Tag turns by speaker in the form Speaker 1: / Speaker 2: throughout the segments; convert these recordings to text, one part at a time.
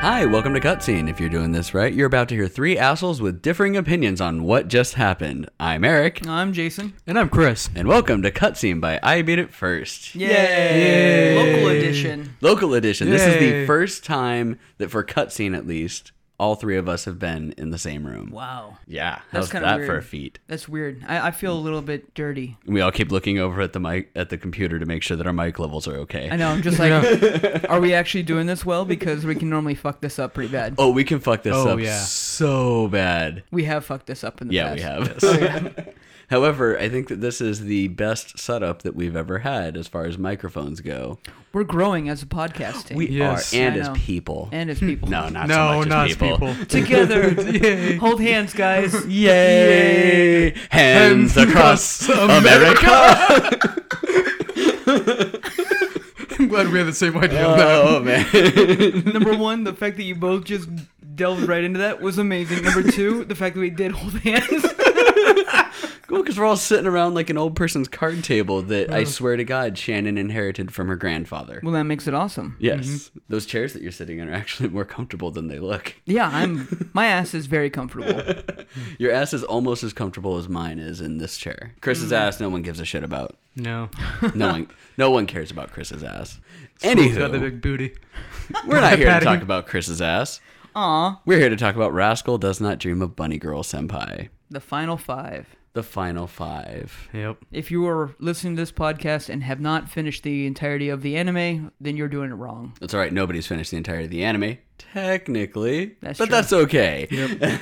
Speaker 1: Hi, welcome to Cutscene. If you're doing this right, you're about to hear three assholes with differing opinions on what just happened. I'm Eric,
Speaker 2: I'm Jason.
Speaker 3: And I'm Chris.
Speaker 1: and welcome to Cutscene by I Beat It First.
Speaker 2: Yay!
Speaker 3: Yay.
Speaker 2: Local edition.
Speaker 1: Local edition. This is the
Speaker 3: Yay.
Speaker 1: first time that for Cutscene, at least, all three of us have been in the same room.
Speaker 2: Wow.
Speaker 1: Yeah,
Speaker 2: That's
Speaker 1: how's
Speaker 2: kinda
Speaker 1: that
Speaker 2: weird.
Speaker 1: for a feat?
Speaker 2: That's weird. I, I feel a little bit dirty.
Speaker 1: We all keep looking over at the mic at the computer to make sure that our mic levels are okay.
Speaker 2: I know. I'm just like, are we actually doing this well? Because we can normally fuck this up pretty bad.
Speaker 1: Oh, we can fuck this
Speaker 3: Oh,
Speaker 1: up
Speaker 3: yeah.
Speaker 1: so bad.
Speaker 2: We have fucked this up in the
Speaker 1: Yeah,
Speaker 2: past.
Speaker 1: we have. However, I think that this is the best setup that we've ever had as far as microphones go.
Speaker 2: We're growing as a podcast team.
Speaker 1: We
Speaker 3: Yes.
Speaker 1: are, and
Speaker 2: I
Speaker 1: as
Speaker 2: know.
Speaker 1: people.
Speaker 2: and as people.
Speaker 1: no, not so
Speaker 3: No,
Speaker 1: much
Speaker 3: not
Speaker 1: as people.
Speaker 2: Together. Hold hands, guys.
Speaker 1: Yay! Hands across America.
Speaker 3: I'm glad we had the same idea on that.
Speaker 1: Oh man.
Speaker 2: Number one, the fact that you both just delved right into that was amazing. Number two, the fact that we did hold hands.
Speaker 1: Cool, because we're all sitting around like an old person's card table that I swear to God Shannon inherited from her grandfather.
Speaker 2: well, that makes it awesome.
Speaker 1: Yes, those chairs that you're sitting in are actually more comfortable than they look.
Speaker 2: Yeah, I'm. My ass is very comfortable.
Speaker 1: Your ass is almost as comfortable as mine is in this chair. Chris's ass, no one gives a shit about.
Speaker 3: No.
Speaker 1: No one, no one cares about Chris's ass.
Speaker 3: He's got the
Speaker 1: Anywho,
Speaker 3: big booty.
Speaker 1: we're not here to
Speaker 3: patting
Speaker 1: talk
Speaker 3: him.
Speaker 1: about Chris's ass.
Speaker 2: Aw,
Speaker 1: We're here to talk about Rascal Does Not Dream of Bunny Girl Senpai,
Speaker 2: the final five.
Speaker 1: the final five.
Speaker 3: Yep.
Speaker 2: If you are listening to this podcast and have not finished the entirety of the anime, then you're doing it wrong.
Speaker 1: That's all right. Nobody's finished the entirety of the anime, technically,
Speaker 2: That's
Speaker 1: but
Speaker 2: true.
Speaker 1: that's okay.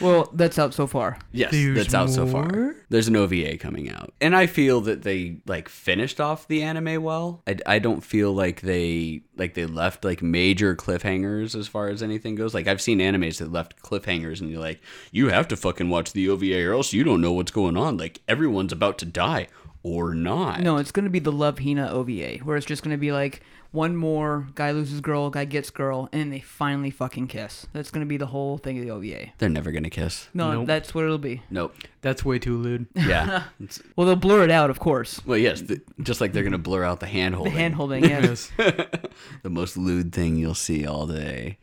Speaker 2: Well, that's out so far.
Speaker 1: Yes,
Speaker 3: There's
Speaker 1: that's out so far.
Speaker 3: more?
Speaker 1: There's an OVA coming out, and I feel that they like finished off the anime well. I, I don't feel like they like they left like major cliffhangers as far as anything goes. Like I've seen animes that left cliffhangers, and you're like, you have to fucking watch the OVA or else you don't know what's going on. Like everyone's about to die or not.
Speaker 2: No, it's going to be the Love Hina OVA, where it's just going to be like one more guy loses girl, guy gets girl, and they finally fucking kiss. That's going to be the whole thing of the OVA.
Speaker 1: They're never gonna kiss.
Speaker 2: No,
Speaker 3: Nope.
Speaker 2: that's what it'll be.
Speaker 1: Nope.
Speaker 3: That's way too lewd.
Speaker 1: Yeah. It's-
Speaker 2: Well, they'll blur it out, of course.
Speaker 1: well, yes. The, just like they're gonna blur out the hand
Speaker 2: The
Speaker 1: holding.
Speaker 2: hand holding, yes.
Speaker 3: Yes.
Speaker 1: the most lewd thing you'll see all day.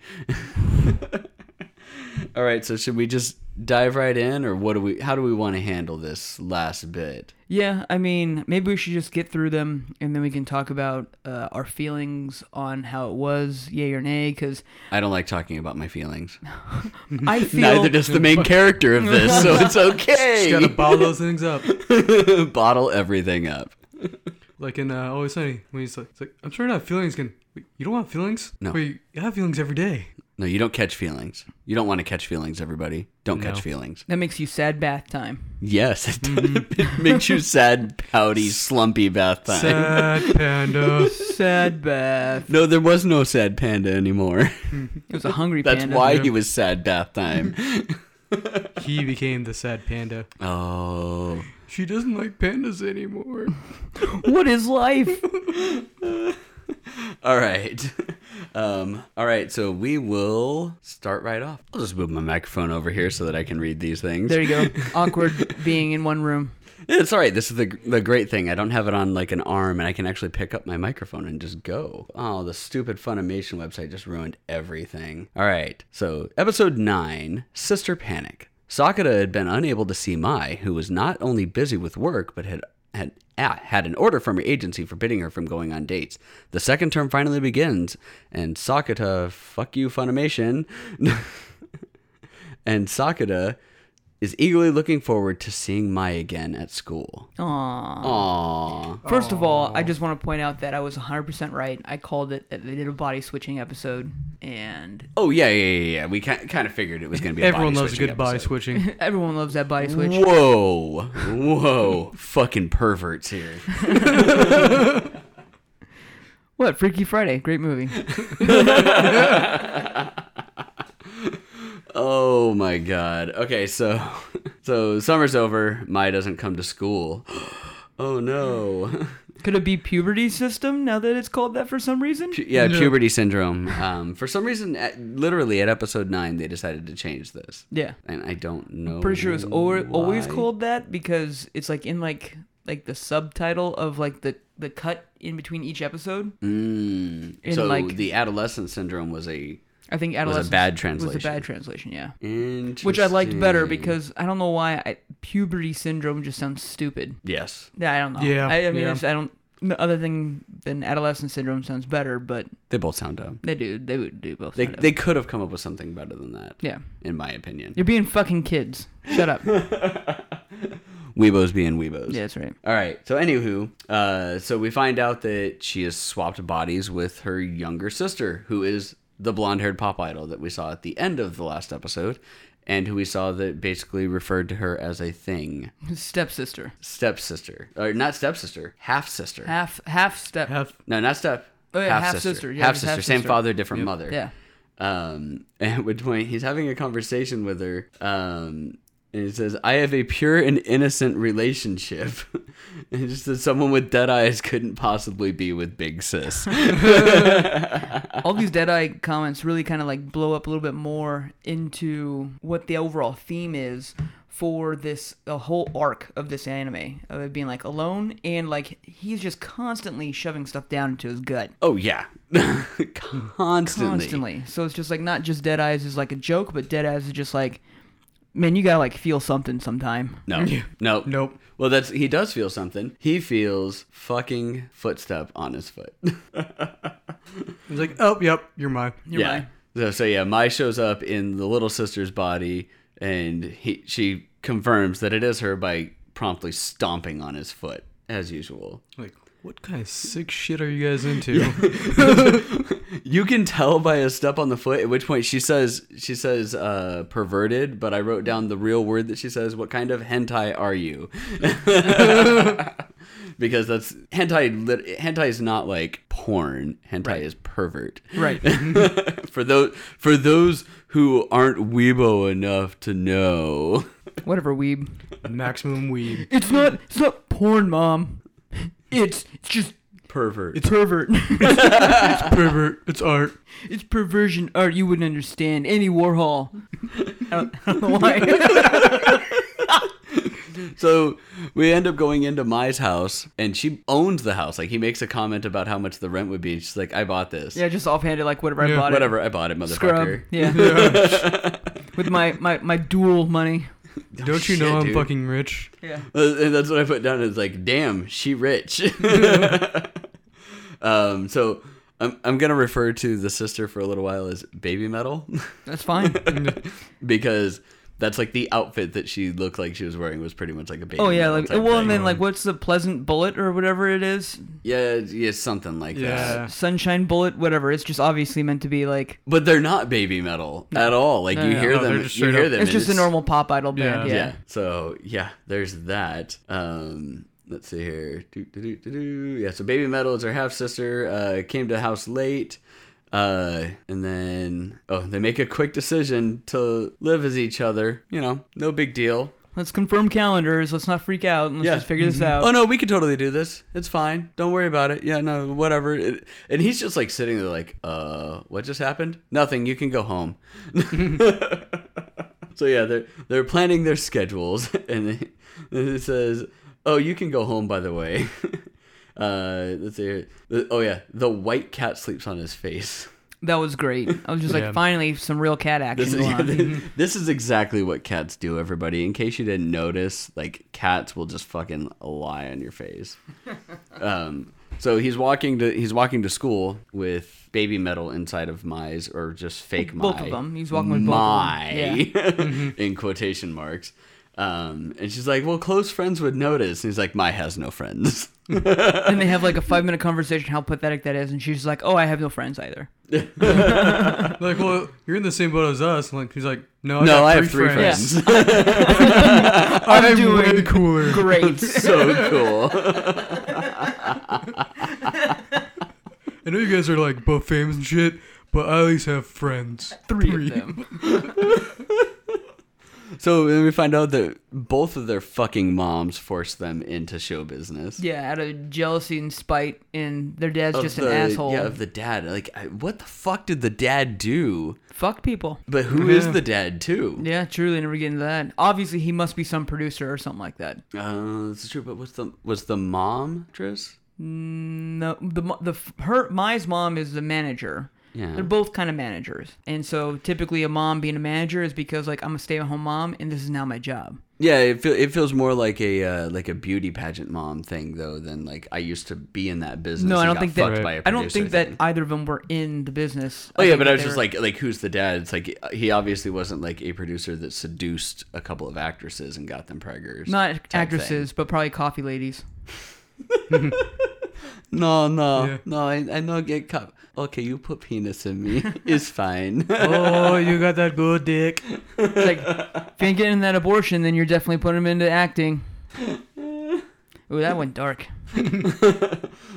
Speaker 1: all right, so should we just dive right in or what do we how do we want to handle this last bit?
Speaker 2: yeah, I mean, maybe we should just get through them, and then we can talk about uh, our feelings on how it was, yay or nay, because
Speaker 1: I don't like talking about my feelings.
Speaker 2: I feel.
Speaker 1: Neither does the main character of this, so it's okay.
Speaker 3: Just gotta bottle those things up.
Speaker 1: Bottle everything up.
Speaker 3: Like in uh, Always Sunny, when he's like, it's like, I'm sure not feelings can. Wait, you don't want feelings?
Speaker 1: No.
Speaker 3: Wait, you have feelings every day.
Speaker 1: No, you don't catch feelings. You don't want to catch feelings, everybody. Don't catch
Speaker 3: No.
Speaker 1: feelings.
Speaker 2: That makes you sad bath time.
Speaker 1: Yes, it, it makes you sad, pouty, slumpy bath time.
Speaker 3: Mm-hmm. Sad panda.
Speaker 2: Sad bath.
Speaker 1: No, there was no sad panda anymore.
Speaker 2: It was a hungry
Speaker 1: That's
Speaker 2: panda.
Speaker 1: why he was sad bath time.
Speaker 3: he became the sad panda.
Speaker 1: Oh.
Speaker 3: She doesn't like pandas anymore.
Speaker 2: What is life?
Speaker 1: All right. Um, all right, so we will start right off. I'll just move my microphone over here so that I can read these things.
Speaker 2: There you go. Awkward being in one room.
Speaker 1: It's all right. This is the, the great thing. I don't have it on like an arm and I can actually pick up my microphone and just go. Oh, the stupid Funimation website just ruined everything. All right. So, episode 9 Sister Panic. Sakata had been unable to see Mai, who was not only busy with work, but had had ah, had an order from her agency forbidding her from going on dates. The second term finally begins, and Sakata, fuck you, Funimation, and Sakata is eagerly looking forward to seeing Mai again at school.
Speaker 2: Aww.
Speaker 1: Aww.
Speaker 2: First of all, I just want to point out that I was 100% right. I called it that they did a body switching episode, and
Speaker 1: Oh yeah, yeah, yeah, yeah. We kind of figured it was gonna be. A body
Speaker 3: Everyone loves a
Speaker 1: switching
Speaker 3: good body
Speaker 1: episode.
Speaker 3: switching.
Speaker 2: everyone loves that body switch.
Speaker 1: Whoa, whoa, fucking perverts here.
Speaker 2: What? Freaky Friday. Great movie.
Speaker 1: Oh my god. Okay, so, so summer's over. Mai doesn't come to school. Oh no.
Speaker 2: Could it be puberty system now that it's called that for some reason?
Speaker 1: Pu- yeah, puberty syndrome. Um, for some reason, at, literally at episode nine, they decided to change this,
Speaker 2: Yeah.
Speaker 1: and I don't know.
Speaker 2: Pretty sure it was always, always
Speaker 1: Oh, why.
Speaker 2: called that because it's like in like like the subtitle of like the the cut in between each episode.
Speaker 1: Mm.
Speaker 2: In,
Speaker 1: So
Speaker 2: like-
Speaker 1: the adolescent syndrome was a
Speaker 2: I think
Speaker 1: was
Speaker 2: adolescence
Speaker 1: a bad
Speaker 2: was
Speaker 1: translation.
Speaker 2: a bad translation. Yeah.
Speaker 1: Interesting.
Speaker 2: Which I liked better because I don't know why I, puberty syndrome just sounds stupid.
Speaker 1: yes,
Speaker 2: Yeah, I don't know.
Speaker 3: Yeah,
Speaker 2: I, I mean,
Speaker 3: yeah.
Speaker 2: it's- I don't. No other thing than adolescent syndrome sounds better, but
Speaker 1: they both sound dumb.
Speaker 2: they do. They would do both.
Speaker 1: They
Speaker 2: kind of.
Speaker 1: they could have come up with something better than that,
Speaker 2: yeah.
Speaker 1: in my opinion.
Speaker 2: You're being fucking kids. Shut up. yeah,
Speaker 1: Weebos being weebos.
Speaker 2: that's right.
Speaker 1: All right. So, anywho, uh, so we find out that she has swapped bodies with her younger sister, who is the blonde-haired pop idol that we saw at the end of the last episode, and who we saw that basically referred to her as a thing
Speaker 2: Stepsister.
Speaker 1: stepsister, or not stepsister, half sister.
Speaker 2: Half half step.
Speaker 3: Have
Speaker 1: no, not step.
Speaker 2: Oh, yeah,
Speaker 1: half-sister.
Speaker 2: half-sister. Yeah,
Speaker 1: half
Speaker 2: just
Speaker 1: sister. Same
Speaker 2: half-sister.
Speaker 1: father, different mother.
Speaker 2: Yeah.
Speaker 1: Um, at which point he's having a conversation with her. Um, and he says, I have a pure and innocent relationship. and he just says, someone with dead eyes couldn't possibly be with Big Sis.
Speaker 2: All these dead eye comments really kind of like blow up a little bit more into what the overall theme is for this the whole arc of this anime of it being like alone and like he's just constantly shoving stuff down into his gut.
Speaker 1: oh, yeah. Constantly.
Speaker 2: constantly. So it's just like not just Dead Eyes is like a joke, but Dead Eyes is just like, man, you gotta like feel something sometime.
Speaker 1: No. No.
Speaker 3: Nope.
Speaker 1: Well, that's he does feel something. He feels fucking footstep on his foot.
Speaker 3: it's like, oh, yep, you're mine.
Speaker 2: You're
Speaker 1: yeah.
Speaker 2: right.
Speaker 1: So, so yeah, Mai shows up in the little sister's body, and he she confirms that it is her by promptly stomping on his foot as usual.
Speaker 3: Like, what kind of sick shit are you guys into?
Speaker 1: You can tell by a step on the foot. At which point she says she says uh, perverted, but I wrote down the real word that she says. What kind of hentai are you? because that's hentai. lit- Hentai is not like porn. Hentai is pervert.
Speaker 2: Right.
Speaker 1: for those for those who aren't weebo enough to know.
Speaker 2: Whatever, weeb.
Speaker 3: Maximum weed.
Speaker 2: It's not. It's not porn, mom. It's it's just
Speaker 1: Pervert.
Speaker 2: it's pervert.
Speaker 3: It's pervert. It's art.
Speaker 2: it's perversion art. You wouldn't understand. Andy Warhol. I don't, I don't know why.
Speaker 1: So we end up going into Mai's house and she owns the house. Like he makes a comment about how much the rent would be. and She's like, I bought this.
Speaker 2: yeah, just offhanded like whatever I
Speaker 3: Yeah,
Speaker 2: bought
Speaker 1: Whatever, I bought it,
Speaker 2: it. Scrub.
Speaker 1: motherfucker.
Speaker 2: Yeah. With my my my dual money.
Speaker 3: Don't you
Speaker 1: shit,
Speaker 3: know I'm
Speaker 1: dude.
Speaker 3: fucking rich?
Speaker 2: Yeah.
Speaker 1: Uh, And that's what I put down. It's like, damn, she rich. um, so I'm, I'm gonna refer to the sister for a little while as baby metal.
Speaker 2: That's fine.
Speaker 1: because that's like the outfit that she looked like she was wearing was pretty much like a baby.
Speaker 2: Oh yeah,
Speaker 1: metal
Speaker 2: like
Speaker 1: type
Speaker 2: well,
Speaker 1: thing.
Speaker 2: and then like what's the pleasant bullet or whatever it is?
Speaker 1: yeah, yeah, something like that.
Speaker 3: Yeah.
Speaker 2: sunshine bullet whatever it's just obviously meant to be like
Speaker 1: But they're not baby metal at all. Like
Speaker 2: No,
Speaker 1: you
Speaker 2: no,
Speaker 1: hear
Speaker 3: no,
Speaker 1: them,
Speaker 3: they're
Speaker 1: you
Speaker 3: just straight
Speaker 1: hear
Speaker 3: up-
Speaker 1: them.
Speaker 2: it's
Speaker 1: and
Speaker 2: just a normal pop idol band yeah,
Speaker 3: Yeah.
Speaker 1: Yeah. So yeah, there's that. Um, let's see here. Do, do, do, do, do. Yeah. So baby metal is her half sister. Uh, came to the house late. Uh, and then oh, they make a quick decision to live as each other. You know, no big deal.
Speaker 2: let's confirm calendars let's not freak out and let's
Speaker 1: Yeah.
Speaker 2: just figure
Speaker 3: Mm-hmm.
Speaker 2: this out
Speaker 1: oh no, we could totally do this. It's fine. Don't worry about it. Yeah, no, whatever. It- and he's just like sitting there, like, uh, what just happened? Nothing. You can go home. so yeah, they're they're planning their schedules, and it- and it says, oh, you can go home. By the way, uh, let's see. Here. The- Oh yeah, the white cat sleeps on his face.
Speaker 2: that was great i was just like
Speaker 3: Yeah.
Speaker 2: finally some real cat action
Speaker 1: This
Speaker 2: going on.
Speaker 1: is, this is exactly what cats do, everybody. In case you didn't notice, like cats will just fucking lie on your face. Um, so he's walking to he's walking to school with baby metal inside of Mai's or just fake Mai.
Speaker 2: Both of them. He's walking with both
Speaker 1: Mai
Speaker 2: of them. Mm-hmm.
Speaker 1: in quotation marks. Um, and she's like, "Well, close friends would notice." And he's like, "Mai has no friends."
Speaker 2: and they have like a five minute conversation how pathetic that is and she's like oh i have no friends either
Speaker 3: Like, well, you're in the same boat as us. Like, he's like,
Speaker 2: Oh,
Speaker 3: no,
Speaker 1: no,
Speaker 3: I, got
Speaker 1: I have three friends.
Speaker 3: I'm,
Speaker 2: doing-
Speaker 3: way cooler.
Speaker 2: great
Speaker 1: so cool.
Speaker 3: I know you guys are like both famous and shit, but I at least have friends.
Speaker 2: three of them
Speaker 1: So then we find out that both of their fucking moms forced them into show business.
Speaker 2: yeah out of jealousy and spite and their dad's
Speaker 1: of
Speaker 2: just
Speaker 1: the-
Speaker 2: an asshole
Speaker 1: Yeah, of the dad. Like, I, what the fuck did the dad do?
Speaker 2: fuck people
Speaker 1: But who is
Speaker 3: Yeah.
Speaker 1: the dad too?
Speaker 2: yeah truly never get into that obviously he must be some producer or something like that
Speaker 1: Uh, it's true. But was the was the mom Tris?
Speaker 2: No, the mo- the f- her Mai's mom is the manager,
Speaker 1: Yeah.
Speaker 2: They're both kind of managers. And so typically a mom being a manager is because like I'm a stay-at-home mom and this is now my job.
Speaker 1: Yeah, it, feel, it feels more like a uh, like a beauty pageant mom thing though than like I used to be in that business.
Speaker 2: No, I
Speaker 1: and
Speaker 2: don't
Speaker 1: got
Speaker 2: think that
Speaker 1: fucked by a
Speaker 2: I don't
Speaker 1: producer
Speaker 2: think
Speaker 1: thing.
Speaker 2: that either of them were in the business.
Speaker 1: Oh yeah,
Speaker 2: think
Speaker 1: but
Speaker 2: that
Speaker 1: I was
Speaker 2: they
Speaker 1: just
Speaker 2: were-
Speaker 1: like, like who's the dad? It's like he obviously wasn't like a producer that seduced a couple of actresses and got them preggers.
Speaker 2: not
Speaker 1: type
Speaker 2: actresses, but probably coffee ladies.
Speaker 1: No, no,
Speaker 3: Yeah.
Speaker 1: no. I, I don't get caught. Okay, you put penis in me. it's fine.
Speaker 3: oh, you got that good dick.
Speaker 2: It's like if you ain't getting that abortion, then you're definitely putting them into acting. Ooh, that went dark.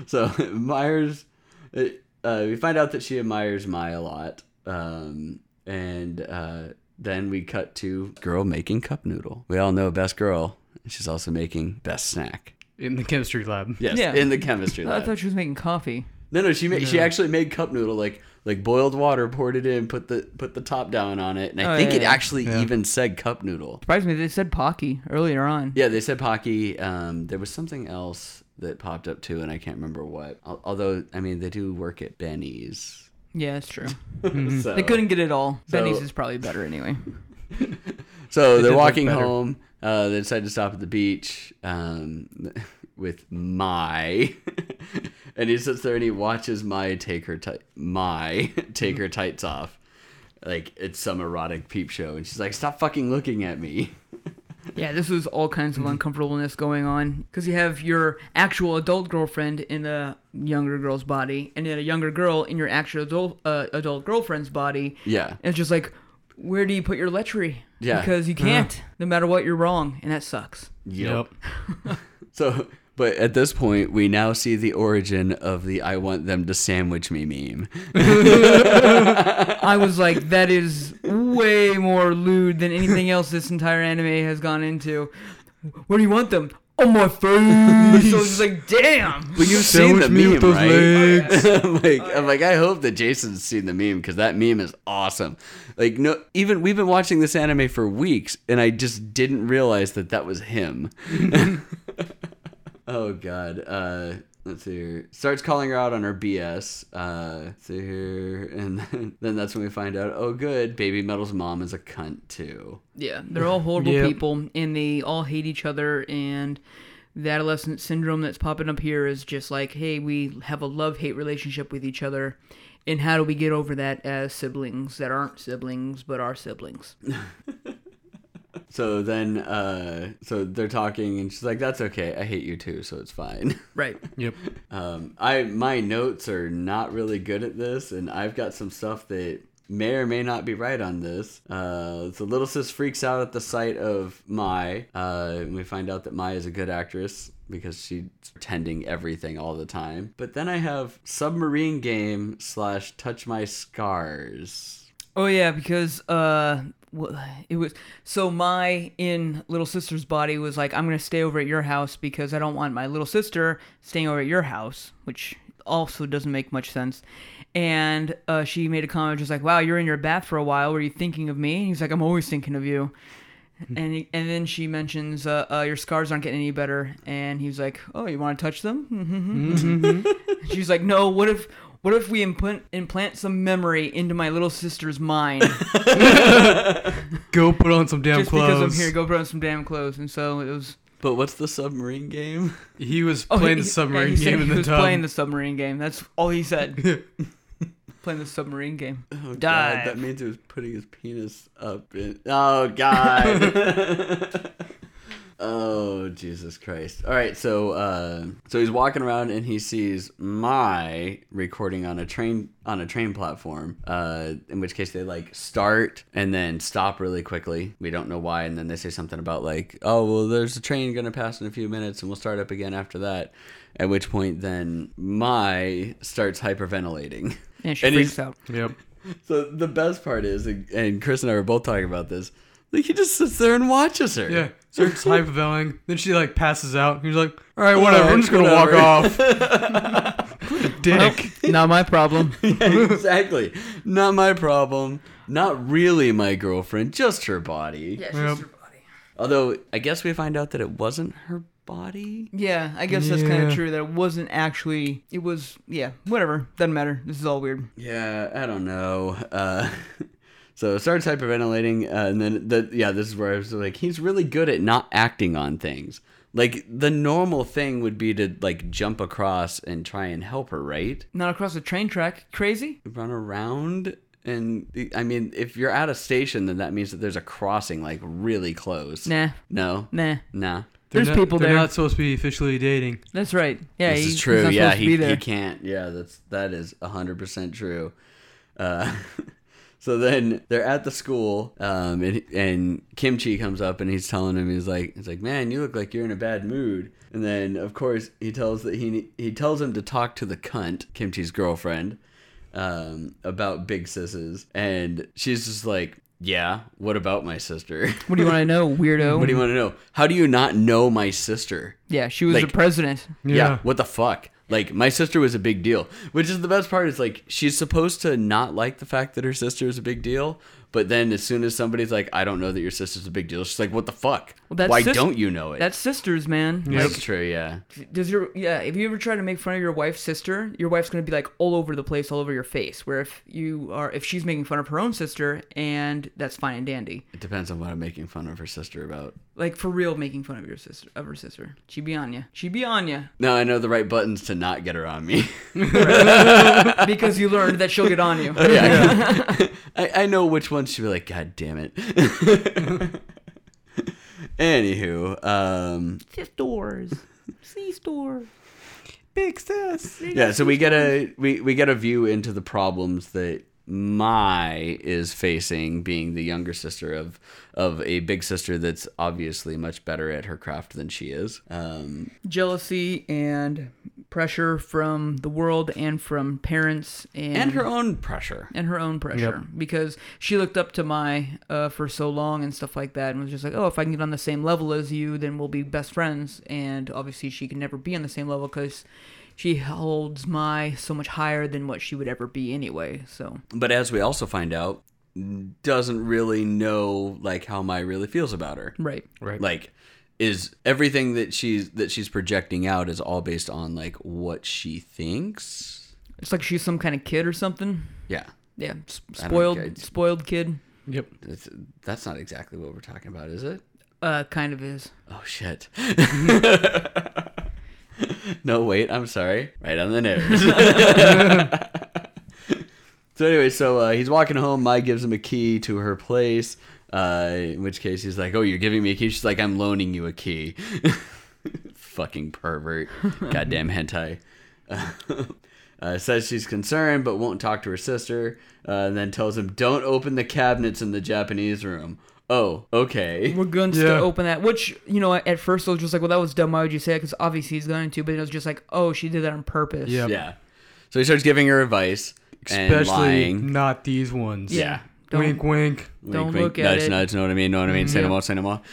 Speaker 1: so Myers, it- uh, we find out that she admires Mai a lot, um, and uh, then we cut to girl making cup noodle. We all know best girl. and She's also making best snack.
Speaker 4: in the chemistry lab.
Speaker 1: Yes,
Speaker 2: Yeah.
Speaker 1: in the chemistry
Speaker 2: I
Speaker 1: lab.
Speaker 2: thought she was making coffee.
Speaker 1: No, no, she ma- she actually made cup noodle like like boiled water, poured it in, put the put the top down on it, and I
Speaker 2: Oh,
Speaker 1: think
Speaker 2: yeah,
Speaker 1: it
Speaker 2: yeah.
Speaker 1: actually even said cup noodle.
Speaker 2: Surprised me they said Pocky earlier on.
Speaker 1: Yeah, they said Pocky. Um, there was something else that popped up too, and I can't remember what. Al- Although, I mean, they do work at Benny's.
Speaker 2: Yeah, that's true.
Speaker 1: so,
Speaker 2: They couldn't get it all.
Speaker 1: So-
Speaker 2: Benny's is probably better anyway.
Speaker 1: so they're
Speaker 4: look
Speaker 1: walking
Speaker 4: better.
Speaker 1: home. Uh, they decide to stop at the beach um, with my, and he sits there and he watches my take her tight my take her tights off, like it's some erotic peep show, and she's like, "Stop fucking looking at me."
Speaker 2: Yeah, this was all kinds of uncomfortableness going on because you have your actual adult girlfriend in a younger girl's body, and then a younger girl in your actual adult uh, adult girlfriend's body.
Speaker 1: Yeah,
Speaker 2: And it's just like, where do you put your lechery?
Speaker 1: Yeah. Uh-huh.
Speaker 2: Because you can't. No matter what, you're wrong, and that sucks.
Speaker 1: Yep. So, but at this point, we now see the origin of the "I want them to sandwich me" meme.
Speaker 2: I was like, that is way more lewd than anything else this entire anime has gone into. Where do you want them? On my face. so it's just like, damn.
Speaker 1: But you've
Speaker 3: Sandwich me with those legs.
Speaker 1: like, I'm like, I hope that Jason's seen the meme because that meme is awesome. Like, no, even we've been watching this anime for weeks, and I just didn't realize that that was him. oh God. Uh, let's see here. Starts calling her out on her BS. Uh, let's see here, and then, then that's when we find out. Oh, good, Baby Metal's mom is a cunt too.
Speaker 2: Yeah, they're all horrible
Speaker 4: Yep.
Speaker 2: people, and they all hate each other. And the adolescent syndrome that's popping up here is just like, hey, we have a love hate relationship with each other, and how do we get over that as siblings that aren't siblings but are siblings?
Speaker 1: So then, uh, so they're talking, and she's like, "That's okay. I hate you too, so it's fine."
Speaker 2: Right.
Speaker 4: Yep.
Speaker 1: Um, I my notes are not really good at this, and I've got some stuff that may or may not be right on this. Uh, so little sis freaks out at the sight of Mai, uh, and we find out that Mai is a good actress because she's pretending everything all the time. But then I have submarine game slash touch my scars.
Speaker 2: Oh yeah, because uh, wh- it was so my in little sister's body was like, I'm gonna stay over at your house because I don't want my little sister staying over at your house, which also doesn't make much sense. And uh, she made a comment just like, "Wow, you're in your bath for a while. Were you thinking of me?" And he's like, "I'm always thinking of you." and he- and then she mentions, uh, uh, "Your scars aren't getting any better." And he's like, "Oh, you want to touch them?" She's like, no. What if what if we implant implant some memory into my little sister's mind
Speaker 3: Go put on some damn
Speaker 2: just because
Speaker 3: clothes.
Speaker 2: I'm here? Go put on some damn clothes. And so it was.
Speaker 1: But what's the submarine game?
Speaker 4: He was
Speaker 2: Oh,
Speaker 4: playing
Speaker 2: he-
Speaker 4: the
Speaker 2: he-
Speaker 4: submarine
Speaker 2: yeah, he said
Speaker 4: game in
Speaker 2: he
Speaker 4: the
Speaker 2: was
Speaker 4: tub.
Speaker 2: Playing the submarine game. That's all he said. playing the submarine game.
Speaker 1: Oh, God,
Speaker 2: Dive.
Speaker 1: that means he was putting his penis up in. Oh God. oh Jesus Christ! All right, so uh, so he's walking around and he sees my recording on a train on a train platform. Uh, in which case they like start and then stop really quickly. We don't know why, and then they say something about like, oh well, there's a train gonna pass in a few minutes, and we'll start up again after that. At which point, then my starts hyperventilating.
Speaker 2: And she
Speaker 1: And he's-
Speaker 2: freaks out.
Speaker 4: Yep.
Speaker 1: So the best part is, and Chris and I were both talking about this. Like he just sits there and watches her.
Speaker 4: Yeah.
Speaker 3: Starts hyperventilating. Then she like passes out. He's like, all right, whatever.
Speaker 2: Oh,
Speaker 3: I'm just gonna
Speaker 1: Whatever.
Speaker 3: walk off. Dick.
Speaker 2: Not my problem.
Speaker 1: exactly. Not my problem. Not really my girlfriend. Just her body.
Speaker 2: Yeah,
Speaker 3: just Yep.
Speaker 2: your
Speaker 3: your
Speaker 2: body.
Speaker 1: Although I guess we find out that it wasn't her body.
Speaker 2: Yeah, I guess that's kind
Speaker 3: Yeah.
Speaker 2: of true. That it wasn't actually. It was. Yeah, whatever. Doesn't matter. This is all weird.
Speaker 1: Yeah, I don't know. Uh, so it starts hyperventilating, uh, and then the yeah, this is where I was like, he's really good at not acting on things. Like the normal thing would be to like jump across and try and help her, right?
Speaker 2: Not across the train track. Crazy.
Speaker 1: Run around. And I mean, if you're at a station, then that means that there's a crossing like really close.
Speaker 2: Nah.
Speaker 1: No.
Speaker 2: Nah.
Speaker 1: Nah.
Speaker 3: They're
Speaker 2: There's
Speaker 3: not-
Speaker 2: people
Speaker 3: they're
Speaker 2: there.
Speaker 3: not supposed to be officially dating.
Speaker 2: That's right. Yeah.
Speaker 1: This
Speaker 2: he-
Speaker 1: is
Speaker 2: he's
Speaker 1: true.
Speaker 2: not
Speaker 1: Yeah,
Speaker 2: supposed to be
Speaker 1: he,
Speaker 2: there.
Speaker 1: he can't. Yeah, that's that is hundred percent true. Uh, so then they're at the school, um, and and Kimchi comes up and he's telling him he's like he's like man, you look like you're in a bad mood. And then of course he tells that he ne- he tells him to talk to the cunt Kimchi's girlfriend um, about big sisses, and she's just like. Yeah, what about my sister?
Speaker 2: What do you want to know, weirdo?
Speaker 1: what do you want to know? How do you not know my sister?
Speaker 2: yeah, she was
Speaker 1: like-
Speaker 2: the president.
Speaker 1: Yeah.
Speaker 3: Yeah.
Speaker 1: What the fuck? Like my sister was a big deal, which is the best part. Is like she's supposed to not like the fact that her sister is a big deal, but then as soon as somebody's like, "I don't know that your sister's a big deal," she's like, "What the fuck?
Speaker 2: Well, that's
Speaker 1: Why
Speaker 2: sis-
Speaker 1: don't you know it?"
Speaker 2: That's sisters, man.
Speaker 1: That's true. Yeah.
Speaker 2: does your yeah if you ever try to make fun of your wife's sister your wife's going to be like all over the place all over your face where if you are if she's making fun of her own sister and that's fine and dandy
Speaker 1: It depends on what I'm making fun of her sister about.
Speaker 2: like for real making fun of your sister of her sister she be on ya she be on ya
Speaker 1: No, I know the right buttons to not get her on me.
Speaker 2: because you learned that she'll get on you
Speaker 1: yeah. I, I know which one she'd be like, God damn it. Anywho, um,
Speaker 2: sisters C store
Speaker 3: Big sis.
Speaker 1: yeah so we get a we, we get a view into the problems that Mai is facing being the younger sister of of a big sister that's obviously much better at her craft than she is um
Speaker 2: jealousy and pressure from the world and from parents and
Speaker 1: and her own pressure
Speaker 2: and her own pressure because she looked up to my uh, for so long and stuff like that and was just like oh if i can get on the same level as you then we'll be best friends and obviously she can never be on the same level because she holds my so much higher than what she would ever be anyway so
Speaker 1: but as we also find out doesn't really know like how Mai really feels about her
Speaker 2: right
Speaker 3: Right.
Speaker 1: like is everything that she's that she's projecting out is all based on like what she thinks
Speaker 2: it's like she's some kind of kid or something
Speaker 1: yeah
Speaker 2: yeah s-
Speaker 1: I don't
Speaker 2: spoiled
Speaker 1: get-
Speaker 2: spoiled kid
Speaker 3: Yep.
Speaker 1: that's, that's not exactly what we're talking about is it
Speaker 2: uh kind of is
Speaker 1: Oh shit. no, wait, I'm sorry. Right on the nose. so anyway, so uh, he's walking home. Mai gives him a key to her place. Uh, in which case he's like, "Oh, you're giving me a key." She's like, "I'm loaning you a key." Fucking pervert. Goddamn hentai. Uh, says she's concerned but won't talk to her sister, uh, and then tells him, "Don't open the cabinets in the Japanese room." Oh, okay.
Speaker 2: we're going
Speaker 3: Yeah.
Speaker 2: to open that which you know at first i was just like well that was dumb why would you say that because obviously he's going to but it was just like oh she did that on purpose
Speaker 3: Yeah.
Speaker 1: Yeah. So he starts giving her advice and
Speaker 3: Especially
Speaker 1: lying.
Speaker 3: not these ones.
Speaker 1: Yeah.
Speaker 2: Don't-
Speaker 3: Wink, wink.
Speaker 1: Wink,
Speaker 2: don't
Speaker 1: wink,
Speaker 2: look at
Speaker 1: nudge,
Speaker 2: it.
Speaker 1: Nudge, know what I mean? Know what I mean? Say no
Speaker 2: yeah.
Speaker 1: more, say no more.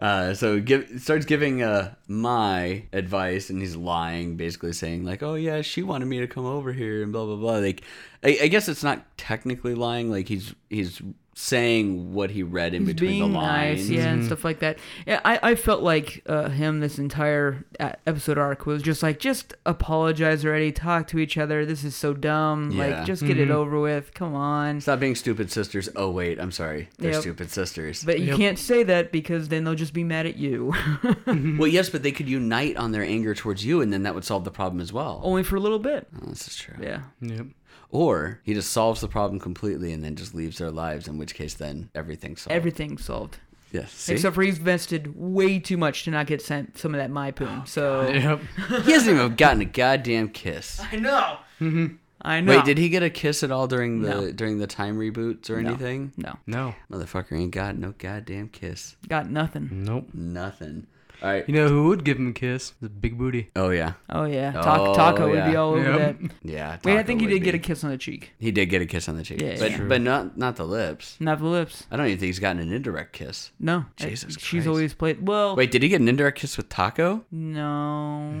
Speaker 1: Uh, so give, starts giving uh, my advice, and he's lying, basically saying like, "Oh yeah, she wanted me to come over here," and blah blah blah. Like, I, I guess it's not technically lying. Like he's he's saying what he read in
Speaker 2: He's
Speaker 1: between
Speaker 2: being
Speaker 1: the lines.
Speaker 2: nice, yeah,
Speaker 3: Mm-hmm.
Speaker 2: and stuff like that. Yeah, I, I felt like uh, him this entire uh, episode arc was just like, just apologize already, talk to each other. This is so dumb.
Speaker 1: Yeah.
Speaker 2: Like, just get
Speaker 3: Mm-hmm.
Speaker 2: it over with. Come on.
Speaker 1: Stop being stupid sisters. Oh wait, I'm sorry. They're
Speaker 2: Yep.
Speaker 1: stupid sisters.
Speaker 2: But you
Speaker 3: Yep.
Speaker 2: can't say that because then they'll just be mad at you.
Speaker 1: well, yes, but they could unite on their anger towards you, and then that would solve the problem as well.
Speaker 2: Only for a little bit.
Speaker 1: Oh, this is true.
Speaker 2: Yeah.
Speaker 3: Yep.
Speaker 1: Or he just solves the problem completely and then just leaves their lives, in which case then everything's solved.
Speaker 2: Everything's solved.
Speaker 1: yes. See?
Speaker 2: Except for he's invested way too much to not get sent some of that my
Speaker 1: Oh,
Speaker 2: poon. so
Speaker 3: Yep.
Speaker 1: he hasn't even gotten a goddamn kiss.
Speaker 2: I know.
Speaker 3: Mm-hmm.
Speaker 2: I know.
Speaker 1: Wait, did he get a kiss at all during the
Speaker 2: No.
Speaker 1: during the time reboots or anything?
Speaker 2: No.
Speaker 3: No.
Speaker 1: Motherfucker ain't got no goddamn kiss.
Speaker 2: Got nothing.
Speaker 3: Nope.
Speaker 1: Nothing. All right.
Speaker 3: You know who would give him a kiss? The big booty.
Speaker 1: Oh yeah.
Speaker 2: Oh yeah. Ta-
Speaker 1: Oh,
Speaker 2: Taco would
Speaker 1: yeah.
Speaker 2: be all over
Speaker 3: Yep.
Speaker 2: that.
Speaker 1: Yeah.
Speaker 2: Wait, I
Speaker 1: Taco
Speaker 2: think he
Speaker 1: would
Speaker 2: did get a
Speaker 1: be.
Speaker 2: kiss on the cheek.
Speaker 1: He did get a kiss on the cheek.
Speaker 2: Yeah,
Speaker 1: but
Speaker 2: yeah.
Speaker 1: but not not the lips.
Speaker 2: Not the lips.
Speaker 1: I don't even think he's gotten an indirect kiss.
Speaker 2: No.
Speaker 1: Jesus
Speaker 2: She's
Speaker 1: Christ.
Speaker 2: always played. Well,
Speaker 1: Wait, did he get an indirect kiss with Taco?
Speaker 2: no.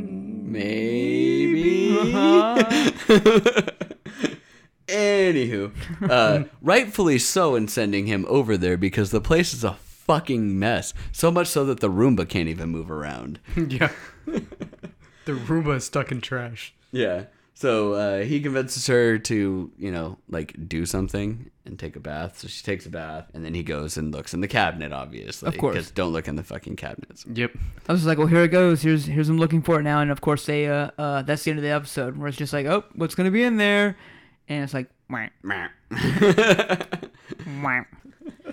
Speaker 1: Maybe.
Speaker 2: Uh-huh.
Speaker 1: Anywho, uh, rightfully so in sending him over there because the place is a fucking mess. So much so that the Roomba can't even move around.
Speaker 3: yeah. the Roomba is stuck in trash.
Speaker 1: Yeah. So uh, he convinces her to, you know, like do something and take a bath. So she takes a bath, and then he goes and looks in the cabinet, obviously.
Speaker 2: Of course.
Speaker 1: 'cause don't look in the fucking cabinets.
Speaker 3: Yep.
Speaker 2: I was just like, well, here it goes. Here's here's I'm looking for it now. And of course, they uh, uh that's the end of the episode where it's just like, oh, what's gonna be in there? And it's like, wah, wah.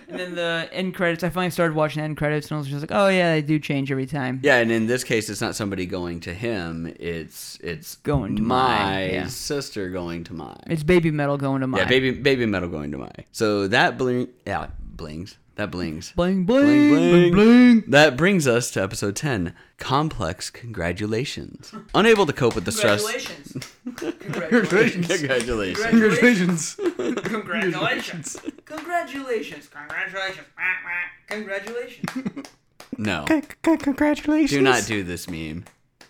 Speaker 2: and then the end credits. I finally started watching end credits, and I was just like, oh yeah, they do change every time.
Speaker 1: Yeah, and in this case, it's not somebody going to him. It's it's
Speaker 2: Going to
Speaker 1: my,
Speaker 2: my, yeah.
Speaker 1: sister going to my.
Speaker 2: It's baby metal going to my
Speaker 1: Yeah, baby baby metal going to my. So that bling yeah blings that blings.
Speaker 2: bling bling
Speaker 1: Bling,
Speaker 3: Bling.
Speaker 1: That brings us to episode 10 Complex Congratulations. Unable to cope with the stress. Congratulations.
Speaker 2: Congratulations.
Speaker 3: Congratulations.
Speaker 2: Congratulations. Congratulations. Congratulations. Congratulations.
Speaker 1: No.
Speaker 3: Congratulations.
Speaker 1: Do not do this meme.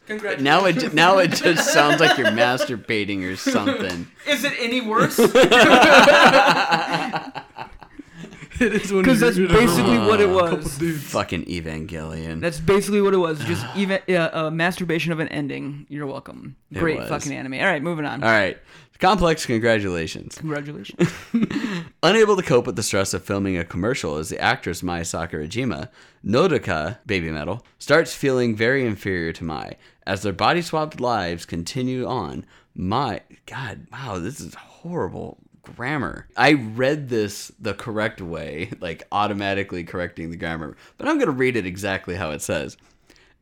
Speaker 2: Congratulations.
Speaker 1: Now it now it just sounds like you're masturbating or something.
Speaker 2: Is it any worse?
Speaker 3: It is one
Speaker 2: Because that's basically what it was.
Speaker 3: dudes.
Speaker 1: Fucking Evangelion.
Speaker 2: That's basically what it was. Just even uh, uh, masturbation of an ending. You're welcome. Great
Speaker 1: was.
Speaker 2: fucking anime. All right, moving on.
Speaker 1: All right. Complex Congratulations.
Speaker 2: Congratulations.
Speaker 1: Unable to cope with the stress of filming a commercial as the actress Mai Sakurajima, Nodoka, Baby Metal, starts feeling very inferior to Mai. As their body swapped lives continue on, Mai. God, wow, this is horrible grammar. I read this the correct way, like automatically correcting the grammar, but I'm going to read it exactly how it says.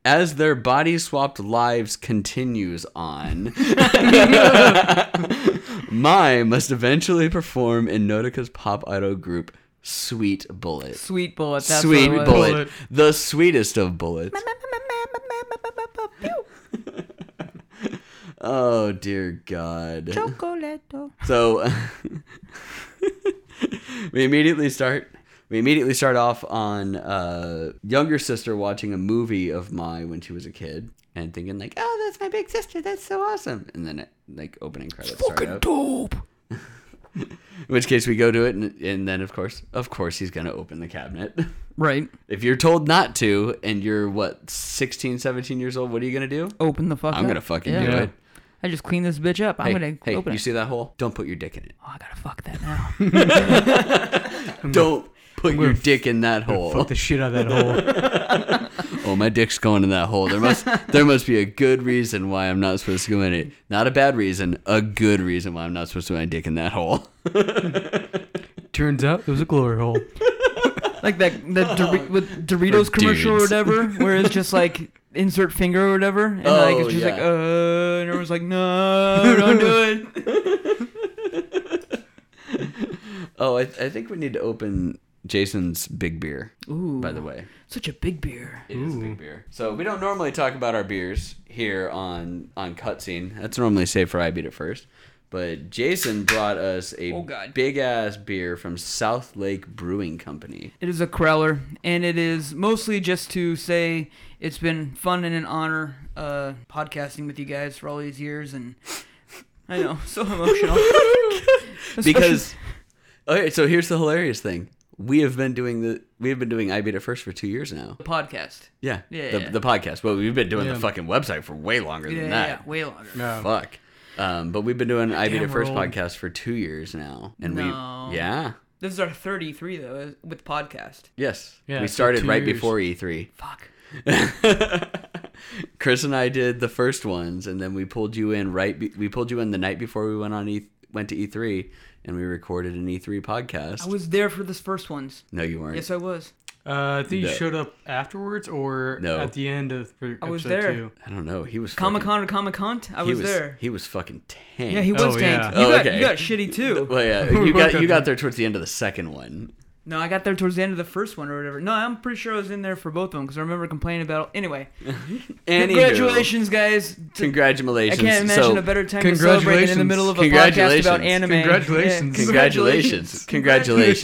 Speaker 1: As their body swapped lives continues on. Mai must eventually perform in Nodoka's pop idol group Sweet Bullet.
Speaker 2: Sweet bullet. That's
Speaker 1: Sweet
Speaker 2: what it
Speaker 1: bullet.
Speaker 2: was.
Speaker 3: Bullet.
Speaker 1: The sweetest of bullets. oh dear god.
Speaker 2: Chocolate.
Speaker 1: So we immediately start we immediately start off on uh younger sister watching a movie of my when she was a kid and thinking like, "Oh, that's my big sister. That's so awesome." And then it, like opening credits start up.
Speaker 2: dope.
Speaker 1: In which case we go to it, and, and then of course, of course, he's gonna open the cabinet.
Speaker 2: Right.
Speaker 1: if you're told not to, and you're what 16, 17 years old, what are you gonna do?
Speaker 2: Open the fuck.
Speaker 1: I'm
Speaker 2: up.
Speaker 1: gonna fucking do
Speaker 2: Yeah.
Speaker 3: Yeah.
Speaker 1: it.
Speaker 2: I just cleaned this bitch up. I'm
Speaker 1: Hey,
Speaker 2: gonna
Speaker 1: hey,
Speaker 2: open
Speaker 1: you
Speaker 2: it.
Speaker 1: see that hole? Don't put your dick in it.
Speaker 2: oh, I gotta fuck that now.
Speaker 1: Don't put your
Speaker 3: gonna
Speaker 1: dick in that hole.
Speaker 3: Fuck the shit out of that hole.
Speaker 1: Oh, my dick's going in that hole. There must there must be a good reason why I'm not supposed to go in it. Not a bad reason, a good reason why I'm not supposed to put my dick in that hole.
Speaker 3: Turns out it was a glory hole.
Speaker 2: like that that Dor- with Doritos commercial or
Speaker 1: dudes.
Speaker 2: whatever, where it's just like insert finger or whatever, and like
Speaker 1: Oh,
Speaker 2: it's just like
Speaker 1: yeah.
Speaker 2: uh, and everyone's like no, don't do it.
Speaker 1: Oh, I, I think we need to open Jason's big beer.
Speaker 2: Ooh,
Speaker 1: By the way,
Speaker 2: such a big beer.
Speaker 1: It is a big beer. So we don't normally talk about our beers here on on cutscene. That's normally safe for I beat it first. But Jason brought us a
Speaker 2: Oh, God.
Speaker 1: big ass beer from South Lake Brewing Company.
Speaker 2: It is a crowler, and it is mostly just to say it's been fun and an honor uh, podcasting with you guys for all these years, and I know so emotional
Speaker 1: Because okay, so here's the hilarious thing. We have been doing the we have been doing I beat it first for two years now.
Speaker 2: the podcast.
Speaker 1: Yeah,
Speaker 2: Yeah,
Speaker 1: The,
Speaker 2: yeah.
Speaker 1: the podcast. Well, we've been doing
Speaker 3: Yeah.
Speaker 1: the fucking website for way longer
Speaker 2: Yeah,
Speaker 1: than
Speaker 2: yeah,
Speaker 1: that.
Speaker 2: yeah, way longer.
Speaker 3: No.
Speaker 1: Fuck. Um, but we've been doing I beat
Speaker 3: Damn,
Speaker 1: it
Speaker 3: we're
Speaker 1: first
Speaker 3: old.
Speaker 1: podcast for two years now, and
Speaker 2: No.
Speaker 1: we yeah.
Speaker 2: This is our 33 though with podcast.
Speaker 1: Yes.
Speaker 3: Yeah,
Speaker 1: we
Speaker 3: so
Speaker 1: started
Speaker 3: two
Speaker 1: right
Speaker 3: years.
Speaker 1: before E E3.
Speaker 2: Fuck.
Speaker 1: Chris and I did the first ones, and then we pulled you in right. Be- we pulled you in the night before we went on E went to E3, and we recorded an E3 podcast.
Speaker 2: I was there for this first ones.
Speaker 1: no, you weren't.
Speaker 2: Yes, I was.
Speaker 3: Uh, I think
Speaker 1: No.
Speaker 3: you showed up afterwards or
Speaker 1: No.
Speaker 3: at the end of for
Speaker 2: I was
Speaker 3: episode
Speaker 2: there.
Speaker 3: two.
Speaker 1: I don't know. He was
Speaker 2: Comic
Speaker 1: fucking-
Speaker 2: Con to Comic Con. I
Speaker 1: He
Speaker 2: was, there.
Speaker 1: He was fucking tanked.
Speaker 2: yeah, he was
Speaker 3: Oh,
Speaker 2: tanked.
Speaker 3: yeah.
Speaker 2: You,
Speaker 1: Oh,
Speaker 2: got,
Speaker 1: okay.
Speaker 2: you got shitty too.
Speaker 1: Well, yeah, you
Speaker 3: We
Speaker 1: got
Speaker 3: both
Speaker 1: you
Speaker 3: got
Speaker 1: got there towards the end of the second one.
Speaker 2: No, I got there towards the end of the first one or whatever. No, I'm pretty sure I was in there for both of them because I remember complaining about. Anyway,
Speaker 1: Anywho,
Speaker 2: congratulations, guys. T- I
Speaker 1: Congratulations.
Speaker 2: can't imagine
Speaker 1: so,
Speaker 2: a better time to celebrate in the
Speaker 3: Congratulations.
Speaker 2: middle of a podcast
Speaker 1: Congratulations.
Speaker 2: about anime.
Speaker 3: Congratulations.
Speaker 2: Yeah.
Speaker 1: Congratulations. Congratulations.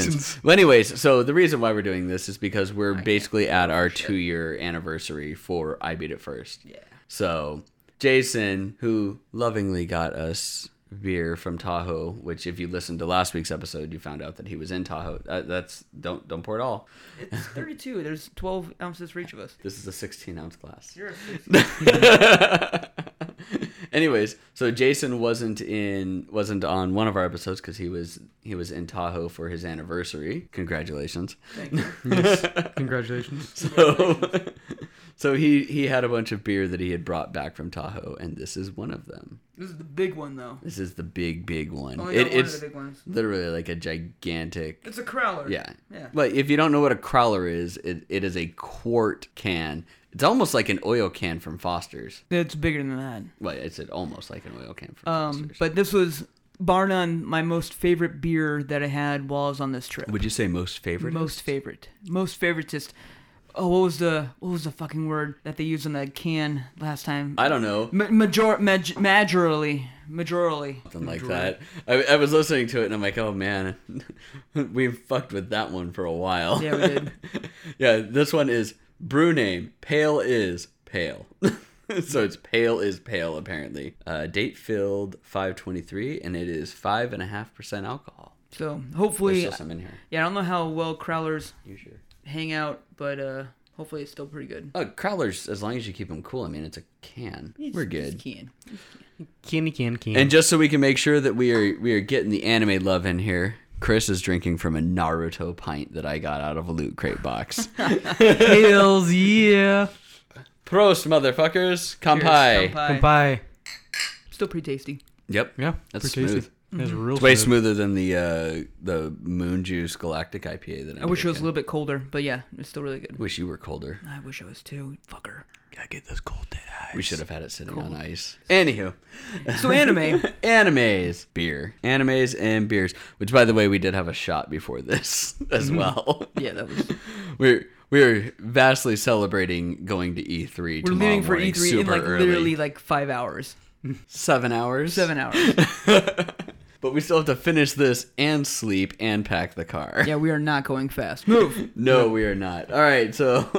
Speaker 3: Congratulations.
Speaker 1: Well, anyways, so the reason why we're doing this is because we're basically at our two year anniversary for I Beat It First.
Speaker 2: Yeah.
Speaker 1: So, Jason, who lovingly got us beer from Tahoe, which if you listened to last week's episode, you found out that he was in Tahoe. Uh, that's don't don't pour it all.
Speaker 2: It's 32. There's 12 ounces for each of us.
Speaker 1: This is a 16 ounce glass.
Speaker 2: You're
Speaker 1: Anyways, so Jason wasn't in wasn't on one of our episodes because he was he was in Tahoe for his anniversary. Congratulations.
Speaker 3: Congratulations.
Speaker 1: So so he he had a bunch of beer that he had brought back from Tahoe, and this is one of them.
Speaker 2: This is the big one though.
Speaker 1: This is the big big one.
Speaker 2: Only
Speaker 1: It-
Speaker 2: Oh, got one
Speaker 1: it's
Speaker 2: of the big ones.
Speaker 1: literally like a gigantic.
Speaker 2: It's a crowler.
Speaker 1: Yeah.
Speaker 2: Yeah.
Speaker 1: But if you don't know what a crowler is, it, it is a quart can. It's almost like an oil can from Foster's.
Speaker 2: It's bigger than that.
Speaker 1: Well, it's said almost like an oil can from
Speaker 2: Um,
Speaker 1: Foster's.
Speaker 2: but this was bar none my most favorite beer that I had while I was on this trip.
Speaker 1: Would you say most favorite?
Speaker 2: most favorite, most favoritist. Oh, what was the what was the fucking word that they used on the can last time?
Speaker 1: I don't know.
Speaker 2: Ma- Major, maj- majorly, majorly.
Speaker 1: Something like that. I, I was listening to it and I'm like, oh man, we've fucked with that one for a while.
Speaker 2: Yeah, we did.
Speaker 1: yeah, this one is brew name. Pale is pale. so it's pale is pale apparently. Uh, date filled 523 and it is five and a half percent alcohol.
Speaker 2: So
Speaker 1: There's
Speaker 2: hopefully,
Speaker 1: still some in here.
Speaker 2: yeah, I don't know how well crowlers
Speaker 1: You sure?
Speaker 2: hang out, but uh, hopefully it's still pretty good.
Speaker 1: Uh, crowlers, as long as you keep them cool. I mean, it's a can. We're good.
Speaker 2: Can.
Speaker 3: Candy can can.
Speaker 1: And just so we can make sure that we are we are getting the anime love in here, Chris is drinking from a Naruto pint that I got out of a loot crate box.
Speaker 3: Hells yeah.
Speaker 1: Prost, motherfuckers!
Speaker 2: Cheers,
Speaker 1: Kampai.
Speaker 2: kanpai.
Speaker 3: Goodbye.
Speaker 2: Still pretty tasty.
Speaker 1: Yep.
Speaker 3: Yeah,
Speaker 1: That's
Speaker 3: pretty tasty.
Speaker 1: smooth.
Speaker 3: That's real
Speaker 1: Way
Speaker 3: smooth.
Speaker 1: smoother than the uh, the Moon Juice Galactic IPA that I'm
Speaker 2: I wish it was a
Speaker 1: drinking.
Speaker 2: little bit colder, but yeah, it's still really good.
Speaker 1: Wish you were colder.
Speaker 2: I wish I was too. Fucker.
Speaker 3: Gotta get this cold dead eye.
Speaker 1: We should have had it sitting on ice. Anywho,
Speaker 2: So anime.
Speaker 1: animes, beer, animes, and beers. Which, by the way, we did have a shot before this as
Speaker 2: Mm-hmm.
Speaker 1: well.
Speaker 2: yeah, that was.
Speaker 1: we're we're vastly celebrating going to E3
Speaker 2: We're
Speaker 1: tomorrow
Speaker 2: leaving for
Speaker 1: morning,
Speaker 2: E3 in
Speaker 1: super
Speaker 2: like
Speaker 1: early.
Speaker 2: literally like five hours,
Speaker 1: seven hours.
Speaker 2: seven hours.
Speaker 1: But we still have to finish this and sleep and pack the car.
Speaker 2: yeah, we are not going fast. Move.
Speaker 1: No, we are not. All right, so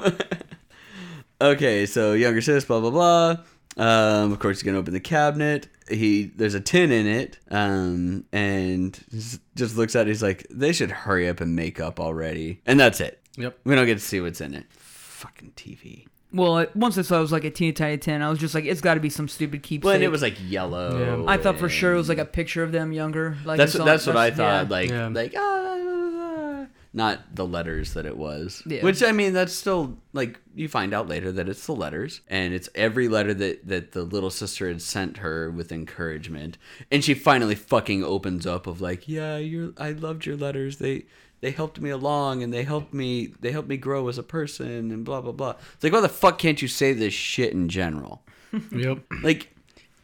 Speaker 1: okay, so younger sis, blah blah blah. Um, of course, he's gonna open the cabinet. He there's a tin in it, um, and just- just looks at. it. He's like, they should hurry up and make up already, and that's it.
Speaker 3: Yep.
Speaker 1: We don't get to see what's in it. Fucking TV.
Speaker 2: Well, I- once I saw it was like a teeny tiny tin, I was just like, it's got to be some stupid keepsake.
Speaker 1: Well, and it was like yellow.
Speaker 3: Yeah.
Speaker 2: I thought for sure it was like a picture of them younger. Like
Speaker 1: That's
Speaker 2: it's all-
Speaker 1: that's what I
Speaker 2: yeah.
Speaker 1: thought. Like
Speaker 3: Yeah.
Speaker 1: like ah, not the letters that it was.
Speaker 2: Yeah.
Speaker 1: Which I mean, that's still like you find out later that it's the letters, and it's every letter that that the little sister had sent her with encouragement, and she finally fucking opens up of like, yeah, you're I loved your letters. They they helped me along and they helped me they helped me grow as a person and blah blah blah. It's like why the fuck can't you say this shit in general?
Speaker 3: Yep.
Speaker 1: like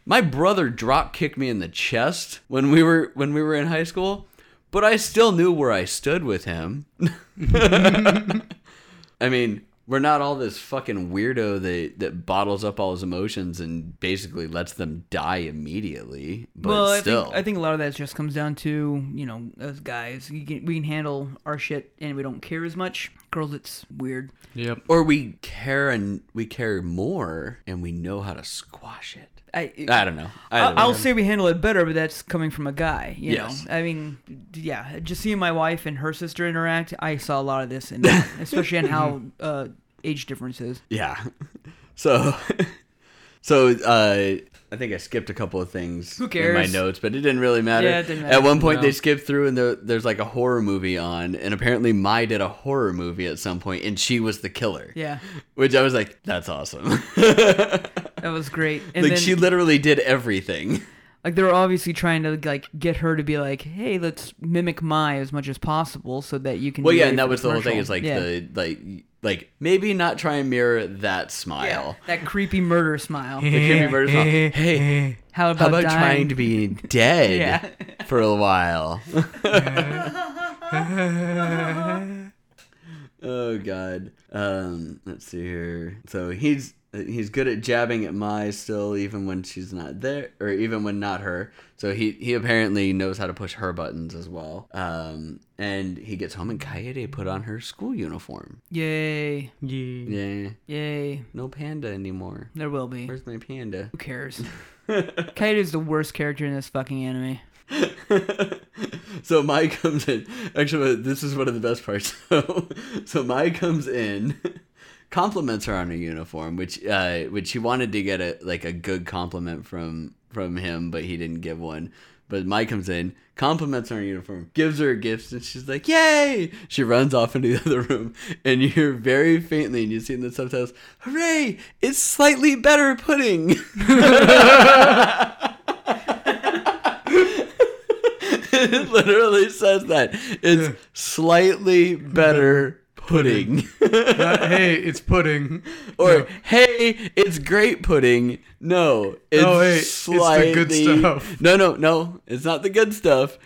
Speaker 1: my brother drop kicked me in the chest when we were when we were in high school but i still knew where i stood with him i mean we're not all this fucking weirdo that that bottles up all his emotions and basically lets them die immediately but
Speaker 2: well, I
Speaker 1: still
Speaker 2: think, I think a lot of that just comes down to you know us guys. You can, we can handle our shit and we don't care as much. Girls, it's weird.
Speaker 3: Yep.
Speaker 1: or we care and we care more and we know how to squash it
Speaker 2: I.
Speaker 1: i don't know I
Speaker 2: I-
Speaker 1: don't know.
Speaker 2: I'll say we handle it better, but that's coming from a guy. You
Speaker 1: Yes.
Speaker 2: know, I mean, yeah. Just seeing my wife and her sister interact, I saw a lot of this, in that, especially in how
Speaker 1: Mm-hmm.
Speaker 2: uh, age differences.
Speaker 1: Yeah. So, so uh, I think I skipped a couple of things
Speaker 2: Who
Speaker 1: in my
Speaker 2: cares?
Speaker 1: notes, but it didn't really matter.
Speaker 2: Yeah, it didn't
Speaker 1: At
Speaker 2: matter.
Speaker 1: one point,
Speaker 3: No.
Speaker 1: they skipped through, and there, there's like a horror movie on, and apparently, Mai did a horror movie at some point, and she was the killer.
Speaker 2: Yeah,
Speaker 1: Which I was like, that's awesome.
Speaker 2: that was great. And
Speaker 1: like
Speaker 2: then,
Speaker 1: she literally did everything.
Speaker 2: like they were obviously trying to like get her to be like, hey, let's mimic my as much as possible so that you can.
Speaker 1: Well,
Speaker 2: be
Speaker 1: yeah,
Speaker 2: ready
Speaker 1: and that
Speaker 2: for
Speaker 1: was the whole thing.
Speaker 2: commercial."
Speaker 1: Is like
Speaker 2: Yeah.
Speaker 1: the like like maybe not try and mirror that smile.
Speaker 2: that creepy murder smile.
Speaker 1: The creepy murder smile. Hey,
Speaker 2: How
Speaker 1: how
Speaker 2: about,
Speaker 1: about
Speaker 2: dying?
Speaker 1: trying to be dead for a while? Oh god. Um, let's see here. So he's he's good at jabbing at Mai still, even when she's not there, or even when not her. So he he apparently knows how to push her buttons as well. Um, and he gets home and Kaede put on her school uniform.
Speaker 2: Yay,
Speaker 3: yeah.
Speaker 1: Yeah,
Speaker 2: yay!
Speaker 1: no panda anymore.
Speaker 2: There will be.
Speaker 1: Where's my panda?
Speaker 2: Who cares? Kaito is the worst character in this fucking anime.
Speaker 1: so Mai comes in. Actually, this is one of the best parts. So, so Mai comes in, compliments her on her uniform, which uh, which she wanted to get a like a good compliment from from him, but he didn't give one. But Mai comes in, compliments her on her uniform, gives her gifts, and she's like, "Yay!" She runs off into the other room, and you hear very faintly, and you see in the subtitles, "Hooray! It's slightly better pudding." it literally says that it's slightly better pudding
Speaker 3: Not, Uh, hey, it's pudding.
Speaker 1: or
Speaker 3: No.
Speaker 1: hey it's great pudding no it's
Speaker 3: No, hey, it's
Speaker 1: slightly
Speaker 3: the good stuff.
Speaker 1: no no no it's not the good stuff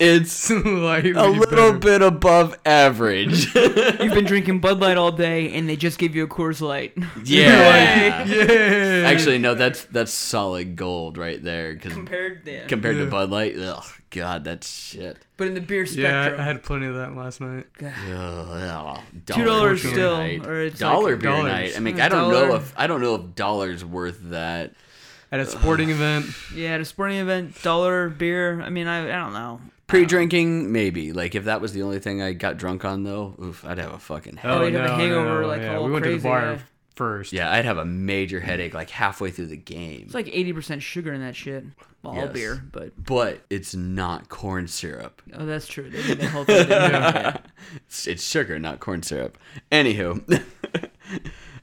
Speaker 1: it's
Speaker 3: slightly
Speaker 1: a little bit above average
Speaker 2: You've been drinking Bud Light all day, and they just give you a Coors Light.
Speaker 1: yeah
Speaker 3: Yeah.
Speaker 1: actually no that's that's solid gold right there 'cause
Speaker 2: Compared to
Speaker 1: compared to
Speaker 3: Yeah.
Speaker 1: bud light ugh, god that's shit
Speaker 2: but in the beer
Speaker 3: Yeah,
Speaker 2: spectrum,
Speaker 3: I had plenty of that last night.
Speaker 1: Ugh, ugh,
Speaker 2: two dollars
Speaker 1: beer
Speaker 2: still,
Speaker 1: night.
Speaker 2: or it's
Speaker 1: dollar
Speaker 2: Like,
Speaker 1: beer
Speaker 3: dollars.
Speaker 1: night. I mean,
Speaker 2: Yeah,
Speaker 1: I don't know
Speaker 2: dollar.
Speaker 1: if I don't know if dollars worth that.
Speaker 3: At a sporting event.
Speaker 2: yeah, at a sporting event, dollar beer. I mean, I, I don't know.
Speaker 1: Pre-drinking, maybe. Like if that was the only thing I got drunk on, though, oof, I'd have a fucking headache.
Speaker 2: Oh, you'd have a hangover, like, all
Speaker 3: we went to
Speaker 2: crazy,
Speaker 3: the bar
Speaker 2: yeah.
Speaker 3: first.
Speaker 1: Yeah, I'd have a major headache like halfway through the game.
Speaker 2: It's like eighty percent sugar in that shit. Well, all
Speaker 1: Yes.
Speaker 2: beer, but
Speaker 1: But it's not corn syrup.
Speaker 2: oh, that's true. They did the whole thing.
Speaker 1: It's, it's sugar, not corn syrup. Anywho,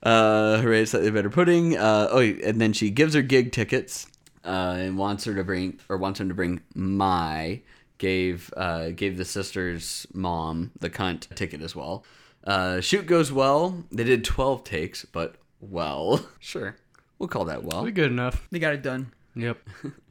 Speaker 1: uh, hooray, slightly better pudding. Uh, oh, and then she gives her gig tickets uh, and wants her to bring or wants him to bring my gave uh, gave the sister's mom the cunt a ticket as well. Uh, shoot goes well. They did twelve takes, but well, sure, we'll call that well.
Speaker 3: Probably good enough.
Speaker 2: They got it done.
Speaker 3: Yep.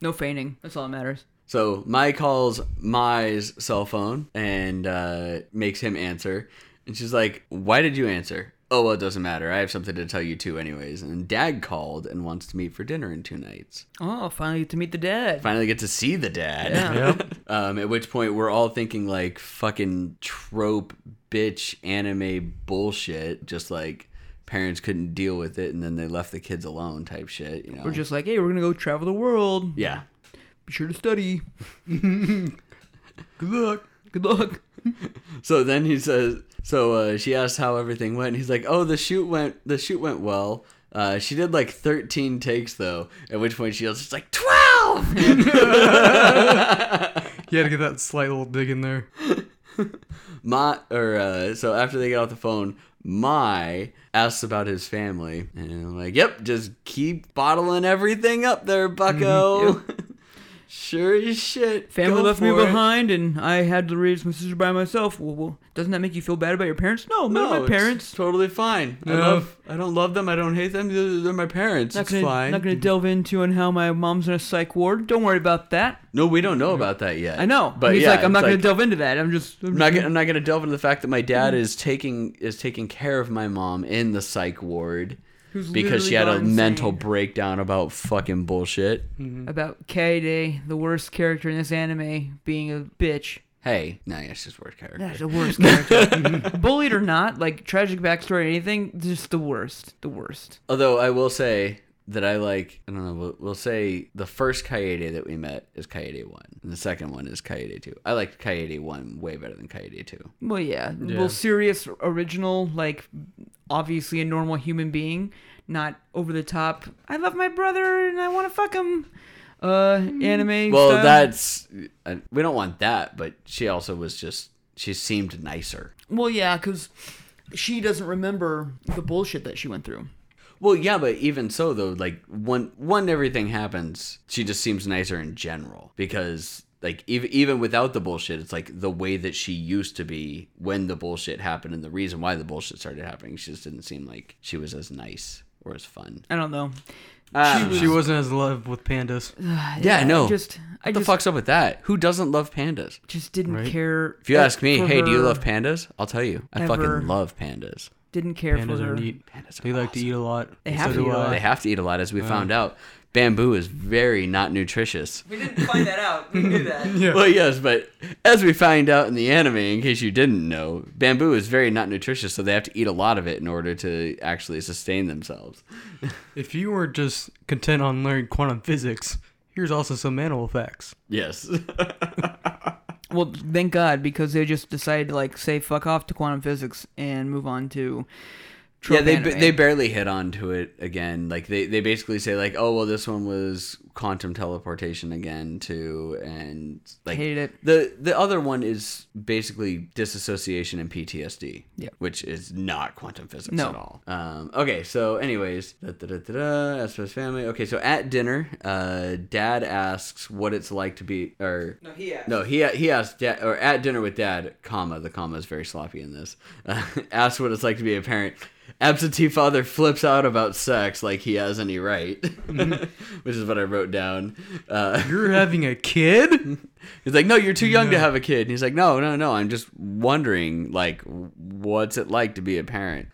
Speaker 2: No feigning. That's all that matters.
Speaker 1: So Mai calls Mai's cell phone and uh, makes him answer. And she's like, Why did you answer? Oh, well, it doesn't matter. I have something to tell you too, anyways. And dad called and wants to meet for dinner in two nights.
Speaker 2: Oh, finally get to meet the dad.
Speaker 1: Finally get to see the dad.
Speaker 2: Yeah.
Speaker 3: Yep.
Speaker 1: um, at which point we're all thinking like fucking trope bitch anime bullshit. Just like parents couldn't deal with it and then they left the kids alone type shit. You know?
Speaker 2: We're just like, hey, we're gonna go travel the world.
Speaker 1: yeah.
Speaker 2: Be sure to study.
Speaker 3: good luck.
Speaker 2: Good luck.
Speaker 1: So then he says, so uh, she asked how everything went. And he's like, oh, the shoot went, the shoot went well. Uh, she did like 13 takes though. At which point she was just like 12.
Speaker 3: You had to get that slight little dig in there.
Speaker 1: My or uh, so after they get off the phone, my asks about his family, and I'm like, yep, just keep bottling everything up there,
Speaker 2: Mm-hmm,
Speaker 1: Bucko. sure as shit.
Speaker 2: Family
Speaker 1: Go
Speaker 2: left me
Speaker 1: for it.
Speaker 2: behind, and I had to raise my sister by myself. Well, well, doesn't that make you feel bad about your parents? No, no, my
Speaker 1: it's
Speaker 2: parents. Uh,
Speaker 1: totally fine. I
Speaker 3: Yeah.
Speaker 1: love. I don't love them. I don't hate them. They're, they're my parents.
Speaker 2: Not
Speaker 1: it's
Speaker 2: gonna,
Speaker 1: fine.
Speaker 2: not gonna delve into on how my mom's in a psych ward. Don't worry about that.
Speaker 1: No, we don't know about that yet.
Speaker 2: I know.
Speaker 1: but
Speaker 2: he's
Speaker 1: yeah,
Speaker 2: like, I'm
Speaker 1: it's
Speaker 2: not
Speaker 1: like-
Speaker 2: gonna delve into Mm-hmm. that. I'm just, I'm
Speaker 1: I'm not gonna, I'm not gonna delve into the fact that my dad is taking is taking care of my mom in the psych ward
Speaker 2: Who's
Speaker 1: because she
Speaker 2: literally
Speaker 1: had a
Speaker 2: gone insane. Mm-hmm.
Speaker 1: mental breakdown about fucking bullshit.
Speaker 2: about Kaede, the worst character in this anime, being a bitch.
Speaker 1: Hey, no, yeah, she's worth character.
Speaker 2: That's the worst character. Bullied or not, like tragic backstory or anything, just the worst. The worst.
Speaker 1: Although I will say that I like I don't know. We'll, we'll say the first Kaede that we met is Kaede one, and the second one is Kaede two. I liked Kaede one way better than Kaede two.
Speaker 2: Well, yeah.
Speaker 3: Yeah.
Speaker 2: Well, serious, original, like obviously a normal human being, not over the top. I love my brother and I want to fuck him. Uh, anime.
Speaker 1: Mm. Well,
Speaker 2: style.
Speaker 1: that's uh, we don't want that, but she also was just she seemed nicer.
Speaker 2: Well, yeah, because she doesn't remember the bullshit that she went through.
Speaker 1: Well, yeah, but even so, though, like when when everything happens, she just seems nicer in general because like even even without the bullshit, it's like the way that she used to be when the bullshit happened and the reason why the bullshit started happening. She just didn't seem like she was as nice or as fun.
Speaker 2: I don't know.
Speaker 1: Ah,
Speaker 3: She wasn't as in love with pandas.
Speaker 1: yeah, I know.
Speaker 2: I just, I
Speaker 1: what the
Speaker 2: just,
Speaker 1: fuck's up with that? Who doesn't love pandas?
Speaker 2: just didn't
Speaker 3: Right.
Speaker 2: care.
Speaker 1: If you ask me,
Speaker 2: for
Speaker 1: hey, do you
Speaker 2: her.
Speaker 1: love pandas? I'll tell you, I
Speaker 2: Ever.
Speaker 1: fucking love pandas.
Speaker 2: Didn't care for
Speaker 3: Pandas
Speaker 2: her.
Speaker 3: are neat.
Speaker 1: Pandas are
Speaker 3: They like to
Speaker 1: awesome.
Speaker 3: eat a lot.
Speaker 2: They have to
Speaker 3: so do
Speaker 2: eat a lot.
Speaker 1: They
Speaker 3: I.
Speaker 1: have to eat a lot, as we found out. bamboo is very not nutritious.
Speaker 4: We didn't find that out. We knew that.
Speaker 3: Yeah.
Speaker 1: Well, yes, but as we find out in the anime, in case you didn't know, bamboo is very not nutritious, so they have to eat a lot of it in order to actually sustain themselves.
Speaker 3: If you were just content on learning quantum physics, here's also some animal facts.
Speaker 1: Yes.
Speaker 2: Well, thank God because they just decided to like say fuck off to quantum physics and move on
Speaker 1: yeah,
Speaker 2: to. trope
Speaker 1: they
Speaker 2: anime.
Speaker 1: they barely hit onto it again. Like they, they basically say like, oh well, this one was quantum teleportation again too, and like
Speaker 2: hated it.
Speaker 1: The the other one is basically disassociation and PTSD,
Speaker 2: Yeah.
Speaker 1: which is not quantum physics
Speaker 2: No.
Speaker 1: at all. Um, okay, so anyways, da, da, da, da, da, as for his family. Okay, so at dinner, uh, Dad asks what it's like to be, or
Speaker 4: No, he asked.
Speaker 1: no, he he asked dad, or at dinner with dad, comma the comma is very sloppy in this. Uh, asked what it's like to be a parent. Absentee father flips out about sex like he has any right, which is what I wrote down. Uh,
Speaker 3: You're having a kid?
Speaker 1: he's like, "No, you're too young to
Speaker 3: No.
Speaker 1: have a kid." And he's like, "No, no, no. I'm just wondering, like, what's it like to be a parent?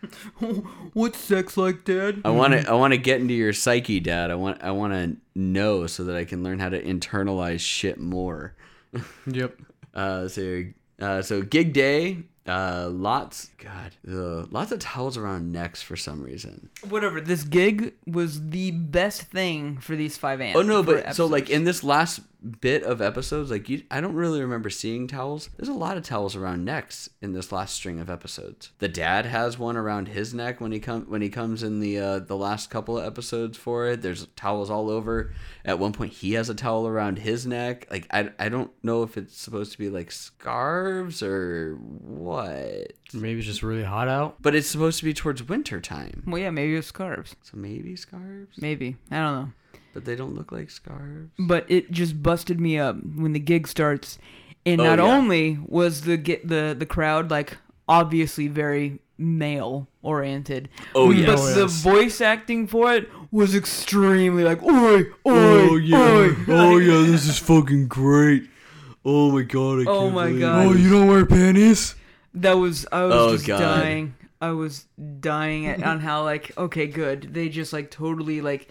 Speaker 3: What's sex like, Dad?
Speaker 1: I want to, I want to get into your psyche, Dad. I want, I want to know so that I can learn how to internalize shit more."
Speaker 3: Yep.
Speaker 1: Uh, so, uh, so gig day. Uh, lots. God, uh, lots of towels around necks for some reason.
Speaker 2: Whatever. This gig was the best thing for these five ants.
Speaker 1: Oh no,
Speaker 2: for
Speaker 1: but so
Speaker 2: episodes.
Speaker 1: like in this last bit of episodes, like you, I don't really remember seeing towels. There's a lot of towels around necks in this last string of episodes. The dad has one around his neck when he come when he comes in the uh, the last couple of episodes for it. There's towels all over. At one point, he has a towel around his neck. Like I, I don't know if it's supposed to be like scarves or what.
Speaker 3: Maybe it's just really hot out.
Speaker 1: but it's supposed to be towards winter time.
Speaker 2: Well, yeah, maybe it was scarves.
Speaker 1: So maybe scarves,
Speaker 2: Maybe I don't know.
Speaker 1: but they don't look like scarves.
Speaker 2: but it just busted me up when the gig starts and
Speaker 1: Oh,
Speaker 2: not
Speaker 1: yeah.
Speaker 2: only was the get the the crowd like obviously very male oriented
Speaker 1: Oh,
Speaker 2: but
Speaker 1: yes.
Speaker 3: Oh,
Speaker 2: the
Speaker 3: yes.
Speaker 2: voice acting for it was extremely like oi oi
Speaker 3: Oh
Speaker 2: oi
Speaker 3: yeah. Oh yeah, this is fucking great. Oh my god, I
Speaker 2: Oh
Speaker 3: can't
Speaker 2: my
Speaker 3: believe
Speaker 2: God.
Speaker 3: Oh, you don't wear panties?
Speaker 2: that was i was
Speaker 1: Oh,
Speaker 2: just
Speaker 1: God.
Speaker 2: dying i was dying at, on how like okay good they just like totally like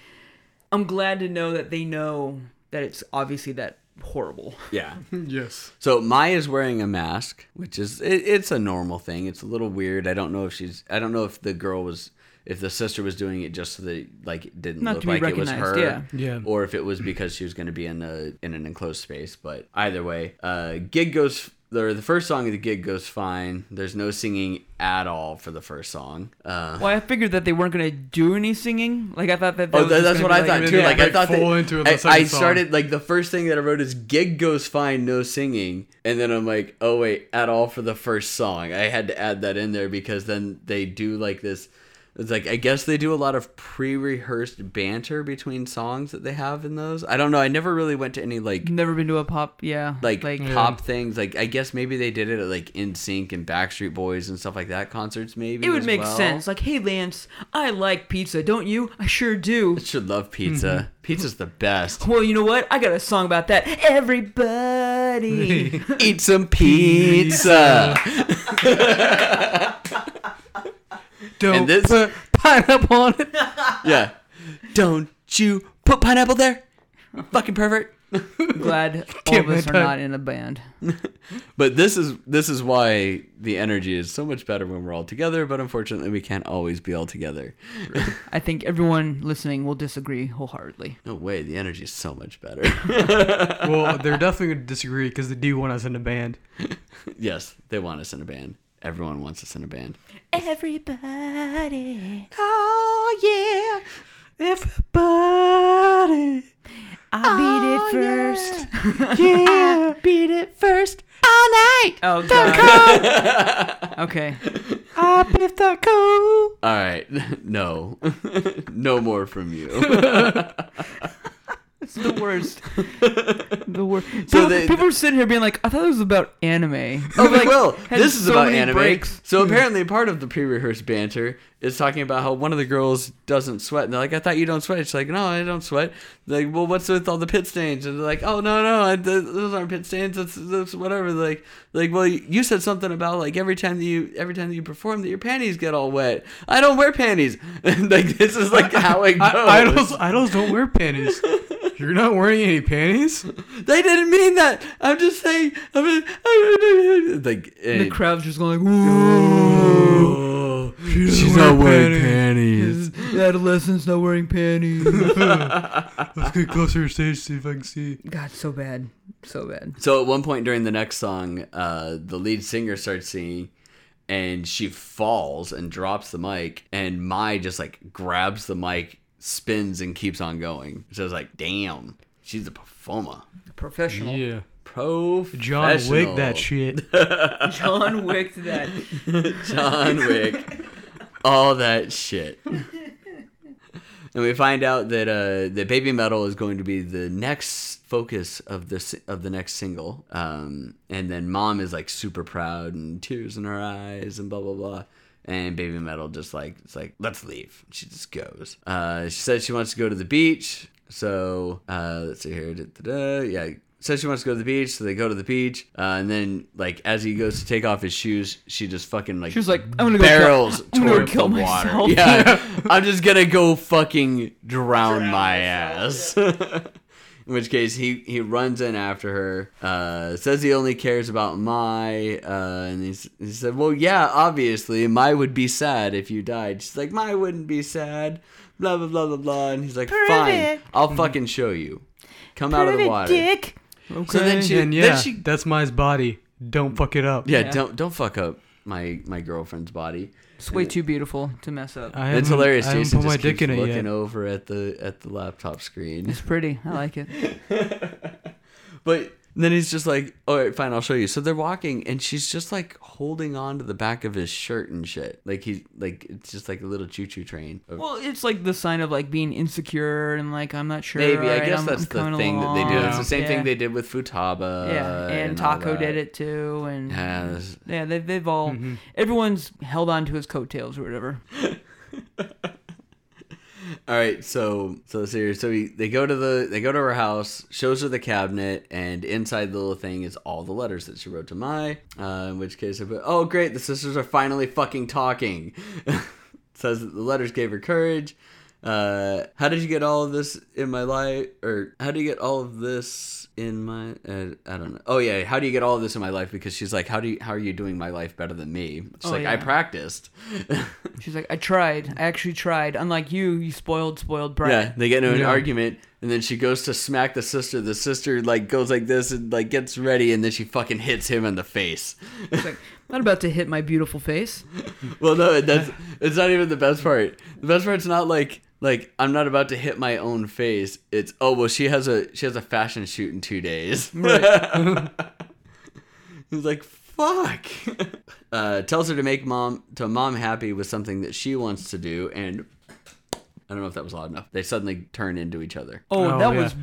Speaker 2: i'm glad to know that they know that it's obviously that horrible
Speaker 1: Yeah.
Speaker 3: Yes.
Speaker 1: So Maya's wearing a mask, which is it, it's a normal thing. It's a little weird. I don't know if she's. I don't know if the girl was. If the sister was doing it just so that like it didn't
Speaker 2: Not
Speaker 1: look
Speaker 2: to be
Speaker 1: like it was
Speaker 2: recognized,
Speaker 1: her,
Speaker 2: yeah.
Speaker 3: Yeah.
Speaker 1: or if it was because she was going to be in a in an enclosed space. But either way, uh, gig goes. The, the first song of the gig goes fine. There's no singing at all for the first song. Uh,
Speaker 2: Well, I figured that they weren't gonna do any singing. Like I thought that. that
Speaker 1: Oh,
Speaker 2: was
Speaker 1: tha-
Speaker 2: just
Speaker 1: that's
Speaker 2: gonna
Speaker 1: what I
Speaker 2: be,
Speaker 1: thought
Speaker 2: like,
Speaker 1: too.
Speaker 3: yeah,
Speaker 1: Like I
Speaker 3: like,
Speaker 1: thought
Speaker 3: fall
Speaker 1: that
Speaker 3: into it the
Speaker 1: I, I
Speaker 3: second song.
Speaker 1: started like the first thing that I wrote is "gig goes fine, no singing," and then I'm like, "Oh wait, at all for the first song." I had to add that in there because then they do like this. It's like I guess they do a lot of pre-rehearsed banter between songs that they have in those. I don't know. I never really went to any like
Speaker 2: never been to a pop. Yeah.
Speaker 1: like,
Speaker 2: Mm, like
Speaker 1: pop things. Like I guess maybe they did it at like In Sync and Backstreet Boys and stuff like that concerts. Maybe
Speaker 2: it would
Speaker 1: as
Speaker 2: make
Speaker 1: well.
Speaker 2: sense. Like, hey Lance, I like pizza, don't you? I sure do.
Speaker 1: Should love pizza.
Speaker 2: Mm-hmm.
Speaker 1: Pizza's the best.
Speaker 2: Well, you know what? I got a song about that. Everybody.
Speaker 1: Eat some pizza.
Speaker 3: Don't
Speaker 1: And this-
Speaker 3: put pineapple on it.
Speaker 1: yeah. Don't you put pineapple there? you Fucking pervert.
Speaker 2: I'm glad all
Speaker 3: Damn
Speaker 2: of us
Speaker 3: it,
Speaker 2: are
Speaker 3: I-
Speaker 2: not in a band.
Speaker 1: But this is this is why the energy is so much better when we're all together, but unfortunately we can't always be all together.
Speaker 2: I think everyone listening will disagree wholeheartedly.
Speaker 1: No way, the energy is so much better.
Speaker 3: well, they're definitely going to disagree because they do want us in a band.
Speaker 1: yes, they want us in a band. Everyone wants us in a band.
Speaker 2: Everybody.
Speaker 1: Oh yeah. Everybody.
Speaker 2: I beat it first.
Speaker 1: Oh, Yeah. beat it first all night.
Speaker 2: Oh god. okay.
Speaker 1: All right. No. no more from you.
Speaker 2: It's the worst. the worst.
Speaker 1: So
Speaker 2: people,
Speaker 1: they-
Speaker 2: people are sitting here being like, I thought it was about anime.
Speaker 1: Oh,
Speaker 2: Like,
Speaker 1: well,
Speaker 2: had
Speaker 1: this is
Speaker 2: so
Speaker 1: about
Speaker 2: many
Speaker 1: anime.
Speaker 2: breaks.
Speaker 1: So apparently, part of the pre-rehearsed banter is talking about how one of the girls doesn't sweat, and they're like, "I thought you don't sweat." She's like, "No, I don't sweat." They're like, well, what's with all the pit stains? And they're like, "Oh no, no, I, th- those aren't pit stains. That's, that's whatever." They're like, like, well, you said something about like every time that you every time that you perform that your panties get all wet. I don't wear panties. And, like this is like how it goes.
Speaker 3: I, idols, idols don't wear panties. You're not wearing any panties.
Speaker 1: They didn't mean that. I'm just saying. I'm, I'm, like
Speaker 2: The
Speaker 1: and-
Speaker 2: crowd's just going like, "Ooh,
Speaker 1: Oh,
Speaker 3: doesn't wear
Speaker 1: panties.
Speaker 2: adolescents not wearing panties."
Speaker 3: Let's get closer to stage see if I can see.
Speaker 2: God, so bad, so bad.
Speaker 1: So at one point during the next song, uh, the lead singer starts singing, and she falls and drops the mic, and Mai just like grabs the mic, spins, and keeps on going. So it's like, damn, she's a performer,
Speaker 2: Professional.
Speaker 3: Yeah,
Speaker 1: professional.
Speaker 3: John Wick that shit.
Speaker 4: John Wick to that.
Speaker 1: John Wick, all that shit. And we find out that uh, that Baby Metal is going to be the next focus of this of the next single. Um, and then Mom is like super proud and tears in her eyes and blah blah blah. And Baby Metal just like it's like let's leave. She just goes. Uh, she said she wants to go to the beach. So uh, let's see here. Da-da-da. Yeah, says she wants to go to the beach, so they go to the beach, uh, and then like as he goes to take off his shoes, she just fucking like
Speaker 2: She was like, "I'm gonna go
Speaker 1: barrels
Speaker 2: Kill, I'm gonna go
Speaker 1: towards
Speaker 2: kill
Speaker 1: the
Speaker 2: myself.
Speaker 1: water. Yeah, I'm just gonna go fucking drown, my ass.
Speaker 4: myself,
Speaker 1: In which case, he, he runs in after her, uh, says he only cares about Mai, uh, and he, s- he said, Well, yeah, obviously, Mai would be sad if you died. She's like, Mai wouldn't be sad, blah, blah, blah, blah, blah. And he's like,
Speaker 2: Prove
Speaker 1: Fine,
Speaker 2: it."
Speaker 1: I'll fucking show you. Come out of the water.
Speaker 2: Dick.
Speaker 3: Okay.
Speaker 1: then she- then
Speaker 3: and yeah,
Speaker 1: she-
Speaker 3: that's my body. Don't fuck it up.
Speaker 1: Yeah,
Speaker 2: Yeah.
Speaker 1: don't don't fuck up my my girlfriend's body.
Speaker 2: It's way too beautiful to mess up.
Speaker 3: I
Speaker 1: It's
Speaker 3: haven't-
Speaker 1: hilarious.
Speaker 3: I haven't
Speaker 1: Jason
Speaker 3: put my
Speaker 1: just
Speaker 3: dick
Speaker 1: keeps
Speaker 3: in it
Speaker 1: looking
Speaker 3: yet.
Speaker 1: over at the at the laptop screen.
Speaker 2: It's pretty. I like it.
Speaker 1: But then he's just like, "All right, fine, I'll show you." So they're walking, and she's just like holding on to the back of his shirt and shit. Like he's like it's just like a little choo choo train. of-
Speaker 2: Well, it's like the sign of like being insecure and like I'm not sure.
Speaker 1: Maybe I
Speaker 2: alright,
Speaker 1: guess
Speaker 2: I'm-
Speaker 1: that's
Speaker 2: I'm
Speaker 1: the
Speaker 2: coming
Speaker 1: thing that they do.
Speaker 2: along.
Speaker 1: It's the same
Speaker 2: Yeah.
Speaker 1: thing they did with Futaba.
Speaker 2: Yeah, and,
Speaker 1: all
Speaker 2: Taco
Speaker 1: that.
Speaker 2: did it too, and
Speaker 1: Yeah, that's-
Speaker 2: yeah, they've they've all everyone's held on to his coattails or whatever.
Speaker 1: All right, so so serious. So he, they go to the they go to her house, shows her the cabinet, and inside the little thing is all the letters that she wrote to Mai. Uh, in which case, I put, oh great, the sisters are finally fucking talking. Says that the letters gave her courage. Uh, how did you get all of this in my life? Or how do you get all of this in my? Uh, I don't know. Oh yeah, how do you get all of this in my life? Because she's like, how do you how are you doing my life better than me? She's
Speaker 2: Oh,
Speaker 1: like, I
Speaker 2: yeah.
Speaker 1: practiced.
Speaker 2: She's like, I tried, I actually tried. Unlike you, you spoiled, spoiled brat.
Speaker 1: Yeah, they get into an
Speaker 3: Yeah.
Speaker 1: argument, and then she goes to smack the sister. The sister like goes like this and like gets ready, and then she fucking hits him in the face.
Speaker 2: She's like, I'm not about to hit my beautiful face.
Speaker 1: well, no, that's it's not even the best part. The best part's not like like I'm not about to hit my own face. It's oh well, she has a she has a fashion shoot in two days. He's like, fuck. uh, tells her to make mom to mom happy with something that she wants to do, and I don't know if that was loud enough. They suddenly turn into each other.
Speaker 2: Oh,
Speaker 3: Oh,
Speaker 2: that
Speaker 3: yeah.
Speaker 2: was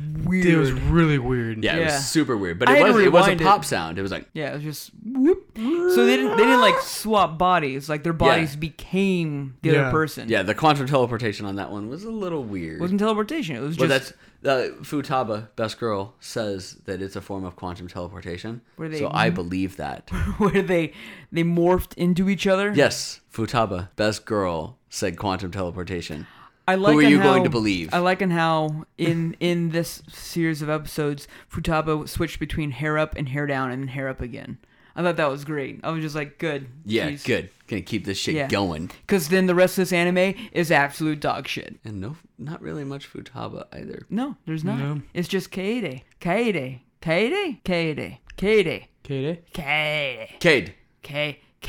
Speaker 2: weird.
Speaker 3: It was really weird.
Speaker 1: Yeah, it
Speaker 2: Yeah.
Speaker 1: was super weird. But
Speaker 2: I
Speaker 1: it
Speaker 2: had to
Speaker 1: was it was a
Speaker 2: rewind it.
Speaker 1: pop sound. It was like
Speaker 2: Yeah, it was just whoop. So they didn't they didn't like swap bodies. Like their bodies became the
Speaker 3: Yeah.
Speaker 2: other person.
Speaker 1: yeah, the quantum teleportation on that one was a little weird.
Speaker 2: It wasn't teleportation. It was
Speaker 1: well,
Speaker 2: just
Speaker 1: that's uh, Futaba, best girl, says that it's a form of quantum teleportation.
Speaker 2: Were they-
Speaker 1: so I believe that.
Speaker 2: where they they morphed into each other.
Speaker 1: yes, Futaba, best girl, said quantum teleportation.
Speaker 2: I like
Speaker 1: are
Speaker 2: in
Speaker 1: you going
Speaker 2: how-
Speaker 1: to believe?
Speaker 2: I like in how in in this series of episodes, Futaba switched between hair up and hair down and hair up again. I thought that was great. I was just like, good.
Speaker 1: Yeah, good. Gonna keep this shit
Speaker 2: Yeah.
Speaker 1: going.
Speaker 2: Because then the rest of this anime is absolute dog shit.
Speaker 1: And no, not really much Futaba either.
Speaker 2: No, there's not.
Speaker 3: No.
Speaker 2: It's just Kaede. Kaede. Kaede. Kaede. Kaede.
Speaker 3: Katie?
Speaker 2: Kaede.
Speaker 1: Cade.
Speaker 2: K.
Speaker 1: I,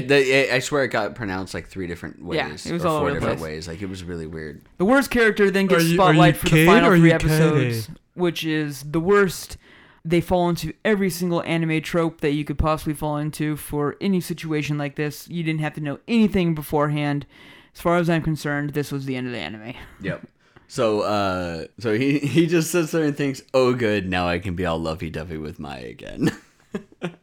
Speaker 2: Kaede.
Speaker 1: the- I I swear it got pronounced like three different ways.
Speaker 2: E. Yeah, it was
Speaker 1: or
Speaker 2: all
Speaker 1: four
Speaker 2: over the
Speaker 1: different
Speaker 2: place.
Speaker 1: ways. Like it was really weird.
Speaker 2: The worst character then gets
Speaker 3: Are you- are you
Speaker 2: spotlight for the
Speaker 3: Kaede
Speaker 2: final
Speaker 3: or are
Speaker 2: three
Speaker 3: you
Speaker 2: episodes, which is the worst. They fall into every single anime trope that you could possibly fall into for any situation like this. You didn't have to know anything beforehand. As far as I'm concerned, this was the end of the anime.
Speaker 1: Yep. So uh so he he just sits there and thinks, "Oh good, now I can be all lovey-dovey with Maya again."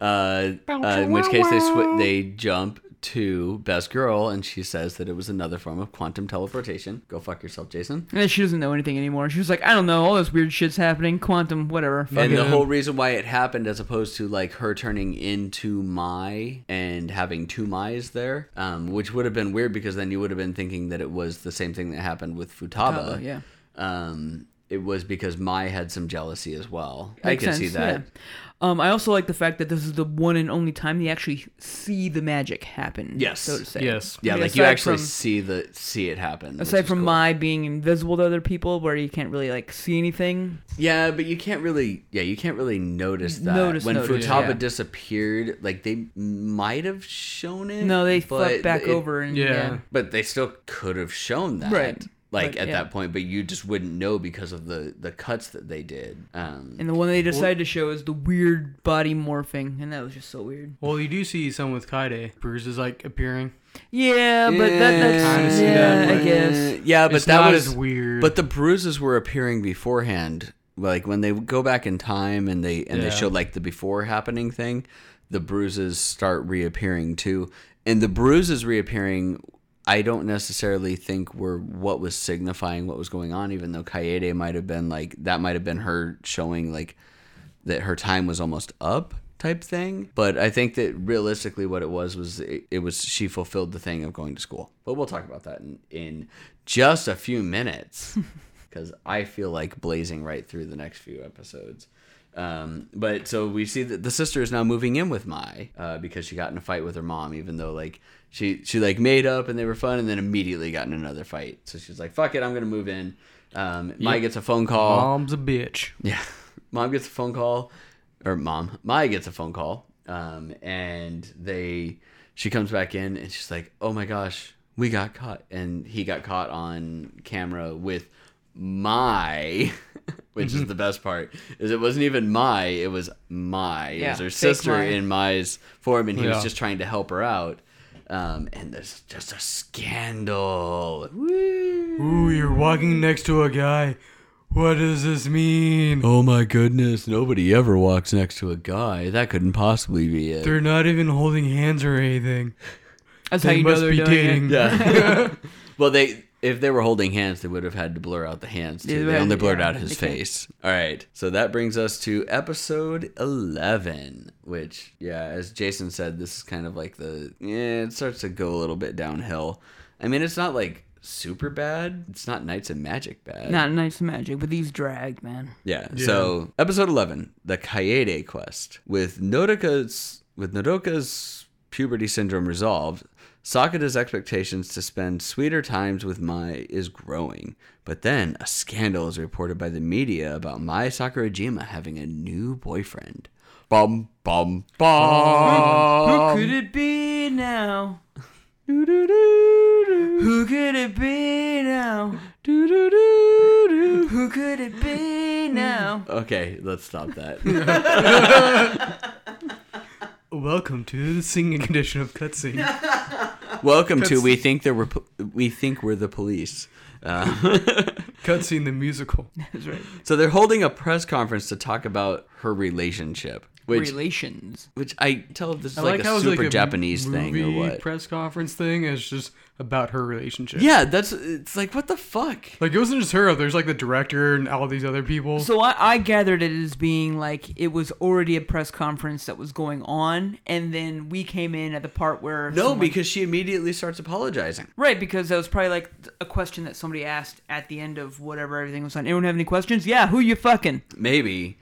Speaker 1: uh, uh in which case they sw- they jump to best girl and she says that it was another form of quantum teleportation. Go fuck yourself, Jason.
Speaker 2: And then she doesn't know anything anymore. She was like, I don't know, all this weird shit's happening, quantum, whatever.
Speaker 1: And the
Speaker 3: Fucking-
Speaker 1: whole reason why it happened, as opposed to like her turning into my and having two Mai's there, um, which would have been weird because then you would have been thinking that it was the same thing that happened with Futaba.
Speaker 2: Futaba, yeah.
Speaker 1: Um, it was because Mai had some jealousy as well. I
Speaker 2: Makes
Speaker 1: can see
Speaker 2: sense,
Speaker 1: that.
Speaker 2: yeah. Um, I also like the fact that this is the one and only time they actually see the magic happen.
Speaker 1: Yes.
Speaker 2: So to say.
Speaker 3: Yes.
Speaker 1: Yeah,
Speaker 2: I mean,
Speaker 1: like you
Speaker 2: aside
Speaker 1: actually
Speaker 2: from-
Speaker 1: see the see it happen. which
Speaker 2: Aside
Speaker 1: is
Speaker 2: from
Speaker 1: cool.
Speaker 2: my being invisible to other people, where you can't really like see anything,
Speaker 1: Yeah, but you can't really yeah, you can't really notice that.
Speaker 2: Notice-
Speaker 1: when
Speaker 2: notice,
Speaker 1: Futaba
Speaker 2: yeah.
Speaker 1: disappeared, like they might have shown it.
Speaker 2: no, they
Speaker 1: Mm. but
Speaker 2: flip back
Speaker 1: it-
Speaker 2: over and
Speaker 3: Yeah.
Speaker 2: yeah.
Speaker 1: But they still could have shown that.
Speaker 2: Right.
Speaker 1: Like
Speaker 2: But,
Speaker 1: at
Speaker 2: yeah.
Speaker 1: that point, but you just wouldn't know because of the the cuts that they did. Um
Speaker 2: And the one they decided to show is the weird body morphing, and that was just so weird.
Speaker 3: Well, you do see someone with Kaide. Bruce is like appearing.
Speaker 2: Yeah, but that,
Speaker 3: Kinda
Speaker 2: that's
Speaker 3: see
Speaker 2: yeah,
Speaker 3: that,
Speaker 2: I
Speaker 3: but-
Speaker 2: guess.
Speaker 1: Yeah, but
Speaker 3: It's
Speaker 1: that
Speaker 3: not
Speaker 1: was
Speaker 3: as weird.
Speaker 1: But the bruises were appearing beforehand. Like when they go back in time and they and they
Speaker 3: Yeah.
Speaker 1: show like the before happening thing, the bruises start reappearing too. And the bruises reappearing, I don't necessarily think were what was signifying what was going on, even though Kaede might have been like that might have been her showing like that her time was almost up type thing. But I think that realistically what it was was it, it was she fulfilled the thing of going to school. But we'll talk about that in, in just a few minutes because I feel like blazing right through the next few episodes. Um, but so we see that the sister is now moving in with Mai uh, because she got in a fight with her mom, even though like she she like made up and they were fun, and then immediately got in another fight. So she's like, "Fuck it, I'm gonna move in." Um, Mai gets a phone call.
Speaker 3: Mom's a bitch.
Speaker 1: Yeah. Mom gets a phone call, or mom, Maya gets a phone call, um, and they, she comes back in and she's like, oh my gosh, we got caught. And he got caught on camera with my, which is the best part, is it wasn't even my, it was my. it
Speaker 2: Yeah,
Speaker 1: was her
Speaker 2: fake
Speaker 1: sister
Speaker 2: Mai.
Speaker 1: in Ma's form, and he was
Speaker 3: Yeah.
Speaker 1: just trying to help her out. Um, and there's just a scandal. Woo.
Speaker 3: Ooh, you're walking next to a guy. What does this mean?
Speaker 1: Oh my goodness, nobody ever walks next to a guy. That couldn't possibly be it.
Speaker 3: They're not even holding hands or anything.
Speaker 2: That's how
Speaker 3: They
Speaker 2: you know
Speaker 3: must
Speaker 2: they're
Speaker 3: be
Speaker 2: doing it.
Speaker 3: dating.
Speaker 1: Yeah. well, they if they were holding hands, they would have had to blur out the hands too.
Speaker 2: Yeah,
Speaker 1: they
Speaker 2: right,
Speaker 1: only blurred
Speaker 2: yeah,
Speaker 1: out his
Speaker 2: they can't-
Speaker 1: face. All right. So that brings us to episode 11, which yeah, as Jason said, this is kind of like the yeah, it starts to go a little bit downhill. I mean, it's not like super bad. It's not Knights of Magic bad.
Speaker 2: Not nice magic, but these dragged, man.
Speaker 1: Yeah. So episode eleven, the Kaede quest, with Nodoka's with Nodoka's puberty syndrome resolved, Sakata's expectations to spend sweeter times with Mai is growing. But then a scandal is reported by the media about Mai Sakurajima having a new boyfriend. Bum bum bum.
Speaker 2: Who could it be now?
Speaker 1: Doo-doo-doo-doo.
Speaker 2: Who could it be now?
Speaker 1: Doo-doo-doo-doo.
Speaker 2: Who could it be now?
Speaker 1: Okay, let's stop that.
Speaker 3: Welcome to the singing condition of cutscene.
Speaker 1: Welcome to we think there were po- we think we're the police. Uh,
Speaker 3: cutscene the musical.
Speaker 2: That's right.
Speaker 1: So they're holding a press conference to talk about her relationship, which
Speaker 2: Relations.
Speaker 1: which I tell this is
Speaker 3: I
Speaker 1: like,
Speaker 3: how
Speaker 1: a
Speaker 3: it's
Speaker 1: super
Speaker 3: like a
Speaker 1: Japanese thing or
Speaker 3: movie
Speaker 1: what?
Speaker 3: Press conference thing. and It's just about her relationship.
Speaker 1: yeah, that's it's like what the fuck.
Speaker 3: Like it wasn't just her. There's like the director and all these other people.
Speaker 2: So I, I gathered it as being like it was already a press conference that was going on, and then we came in at the part where
Speaker 1: No,
Speaker 2: someone-
Speaker 1: because she immediately starts apologizing.
Speaker 2: right because that was probably like a question that somebody asked at the end of whatever everything was on. Anyone have any questions? Yeah, who you fucking?
Speaker 1: Maybe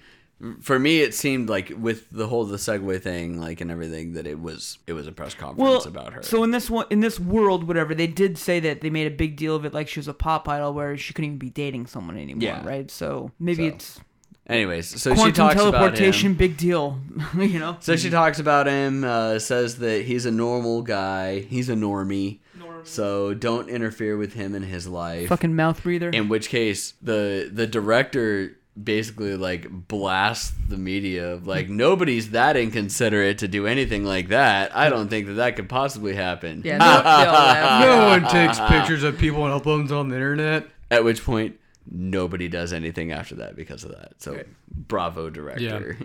Speaker 1: for me it seemed like with the whole the segue thing like and everything that it was it was a press conference about her.
Speaker 2: So in this one, in this world, whatever they did say that they made a big deal of it, like she was a pop idol, where she couldn't even be dating someone anymore,
Speaker 1: Yeah.
Speaker 2: right? So maybe
Speaker 1: So,
Speaker 2: it's
Speaker 1: Anyways, so she
Speaker 2: quantum
Speaker 1: talks about him.
Speaker 2: teleportation, big deal, you know.
Speaker 1: So she talks about him, uh, says that he's a normal guy. He's a normie. So don't interfere with him and his life.
Speaker 2: Fucking mouth breather.
Speaker 1: In which case, the the director basically like blasts the media of like nobody's that inconsiderate to do anything like that. I don't think that that could possibly happen.
Speaker 2: yeah, no, they all laugh.
Speaker 3: no one takes pictures of people and uploads on the internet.
Speaker 1: At which point, nobody does anything after that because of that. So, bravo, director.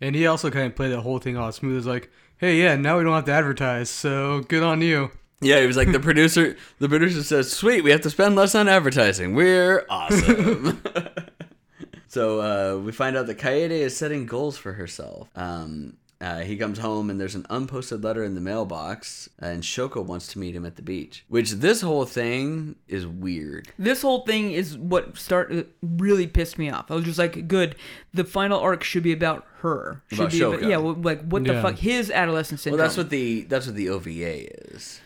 Speaker 3: And he also kind of played that whole thing all smooth. It's like, hey, yeah, now we don't have to advertise, so good on you.
Speaker 1: Yeah, he was like the producer. The producer says, "Sweet, we have to spend less on advertising. We're awesome." so uh, we find out that Kaede is setting goals for herself. Um, uh, he comes home and there's an unposted letter in the mailbox, and Shoko wants to meet him at the beach. Which this whole thing is weird.
Speaker 2: This whole thing is what start uh, really pissed me off. I was just like, good. The final arc should be about her. Should
Speaker 1: About
Speaker 2: be
Speaker 1: Shoko.
Speaker 2: yeah, well, like what the
Speaker 3: Yeah.
Speaker 2: fuck? His adolescent
Speaker 1: Well,
Speaker 2: syndrome.
Speaker 1: that's what the that's what the OVA is.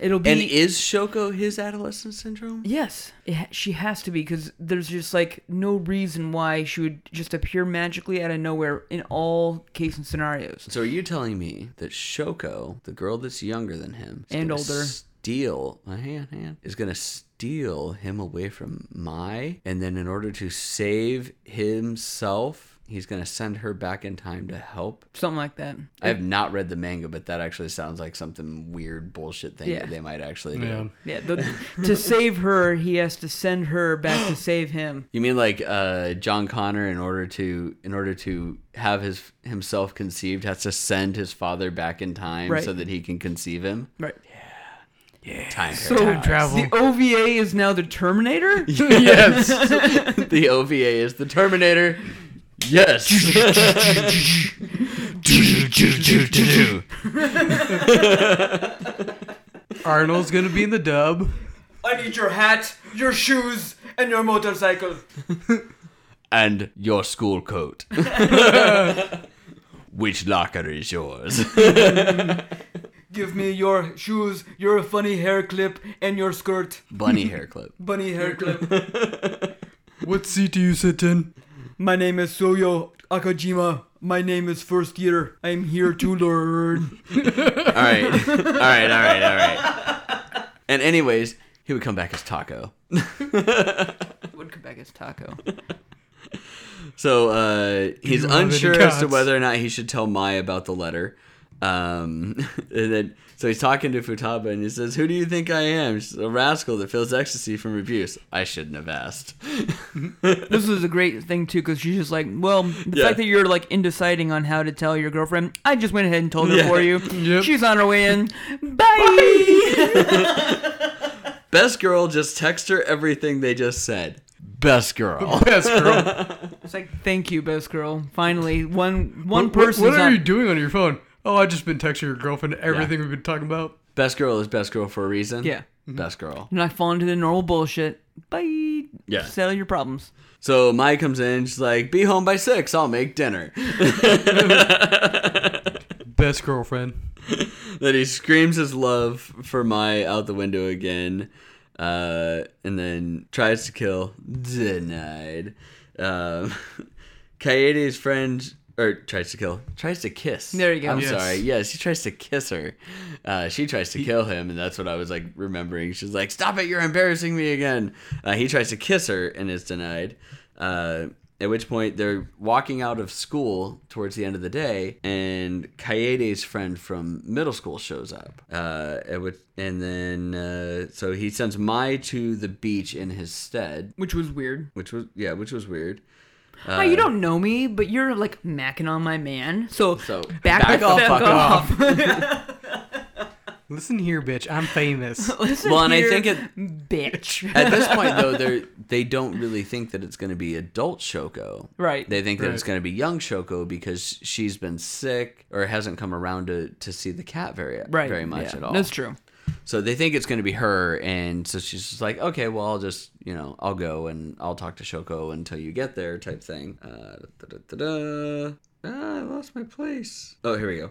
Speaker 2: it'll be.
Speaker 1: And is Shoko his adolescent syndrome?
Speaker 2: Yes, it ha- she has to be because there's just like no reason why she would just appear magically out of nowhere in all case and scenarios.
Speaker 1: So are you telling me that Shoko, the girl that's younger than him, is
Speaker 2: And
Speaker 1: gonna
Speaker 2: older.
Speaker 1: steal my hand, hand is gonna steal him away from Mai, and then in order to save himself, he's gonna send her back in time to help.
Speaker 2: Something like that.
Speaker 1: I have not read the manga, but that actually sounds like something weird bullshit thing
Speaker 2: Yeah.
Speaker 1: that they might actually do.
Speaker 3: Yeah.
Speaker 2: Yeah, the, to save her, he has to send her back to save him.
Speaker 1: You mean like uh, John Connor, in order to in order to have his himself conceived, has to send his father back in time
Speaker 2: Right.
Speaker 1: so that he can conceive him?
Speaker 2: Right.
Speaker 1: Time
Speaker 2: So
Speaker 1: paradox.
Speaker 3: Time travel.
Speaker 2: the OVA is now the Terminator.
Speaker 1: yes. the OVA is the Terminator. Yes.
Speaker 3: Arnold's gonna be in the dub.
Speaker 4: I need your hat, your shoes, and your motorcycle.
Speaker 1: and your school coat. Which locker is yours?
Speaker 4: Give me your shoes, your funny hair clip, and your skirt.
Speaker 1: Bunny hair clip.
Speaker 4: Bunny hair clip.
Speaker 3: What seat do you sit in?
Speaker 4: My name is Soyo Akajima. My name is first year. I'm here to learn.
Speaker 1: All right. All right. All right. All right. And anyways, he would come back as Taco.
Speaker 2: Would come back as Taco.
Speaker 1: So uh, he's
Speaker 3: you have any
Speaker 1: unsure as to
Speaker 3: cats?
Speaker 1: whether or not he should tell Mai about the letter. Um, and then so he's talking to Futaba and he says, "Who do you think I am? She's a rascal that feels ecstasy from abuse. I shouldn't have asked."
Speaker 2: This is a great thing too, because she's just like, well, the
Speaker 1: Yeah.
Speaker 2: fact that you're like indeciding on how to tell your girlfriend, I just went ahead and told her
Speaker 1: Yeah.
Speaker 2: for you.
Speaker 3: Yep.
Speaker 2: She's on her way in. Bye.
Speaker 1: Best girl, just text her everything they just said. Best girl.
Speaker 3: Yes, girl.
Speaker 2: It's like, thank you, best girl. Finally, one one
Speaker 3: What-
Speaker 2: person's
Speaker 3: What, are
Speaker 2: on-
Speaker 3: you doing on your phone? Oh, I just been texting your girlfriend everything we've been talking about.
Speaker 1: Best girl is best girl for a reason.
Speaker 2: Yeah.
Speaker 1: Best girl.
Speaker 2: You're not falling to the normal bullshit. Bye.
Speaker 1: Yeah.
Speaker 2: Settle your problems.
Speaker 1: So Mai comes in, she's like, "Be home by six. I'll make dinner."
Speaker 3: Best girlfriend.
Speaker 1: then he screams his love for Mai out the window again, uh, and then tries to kill. Denied. Um, Kaede's friend or tries to kill, tries to kiss.
Speaker 2: There you go.
Speaker 1: I'm
Speaker 3: Yes.
Speaker 1: sorry. Yes, he tries to kiss her. Uh, she tries to kill him, and that's what I was like remembering. She's like, "Stop it! You're embarrassing me again." Uh, he tries to kiss her and is denied. Uh, at which point they're walking out of school towards the end of the day, and Kaede's friend from middle school shows up. Uh, at which, and then uh, so he sends Mai to the beach in his stead,
Speaker 2: Which was weird.
Speaker 1: which was yeah, which was weird. Uh,
Speaker 2: Hi, you don't know me, but you're like macking on my man. So,
Speaker 1: So
Speaker 2: back,
Speaker 1: back
Speaker 2: the
Speaker 1: off,
Speaker 2: fuck
Speaker 1: fuck
Speaker 2: off.
Speaker 3: Listen here, bitch. I'm famous.
Speaker 2: Listen
Speaker 1: Well, and I
Speaker 2: here,
Speaker 1: think it-
Speaker 2: bitch.
Speaker 1: At this point, though, they they don't really think that it's going to be adult Shoko.
Speaker 2: Right.
Speaker 1: They think that it's
Speaker 3: Right.
Speaker 1: going to be young Shoko because she's been sick or hasn't come around to, to see the cat very
Speaker 2: right.
Speaker 1: very much
Speaker 2: yeah,
Speaker 1: at all.
Speaker 2: That's true.
Speaker 1: So they think it's going to be her, and so she's just like, okay, well, I'll just you know, I'll go and I'll talk to Shoko until you get there, type thing. Uh, da-da-da-da. Ah, I lost my place. Oh, here we go.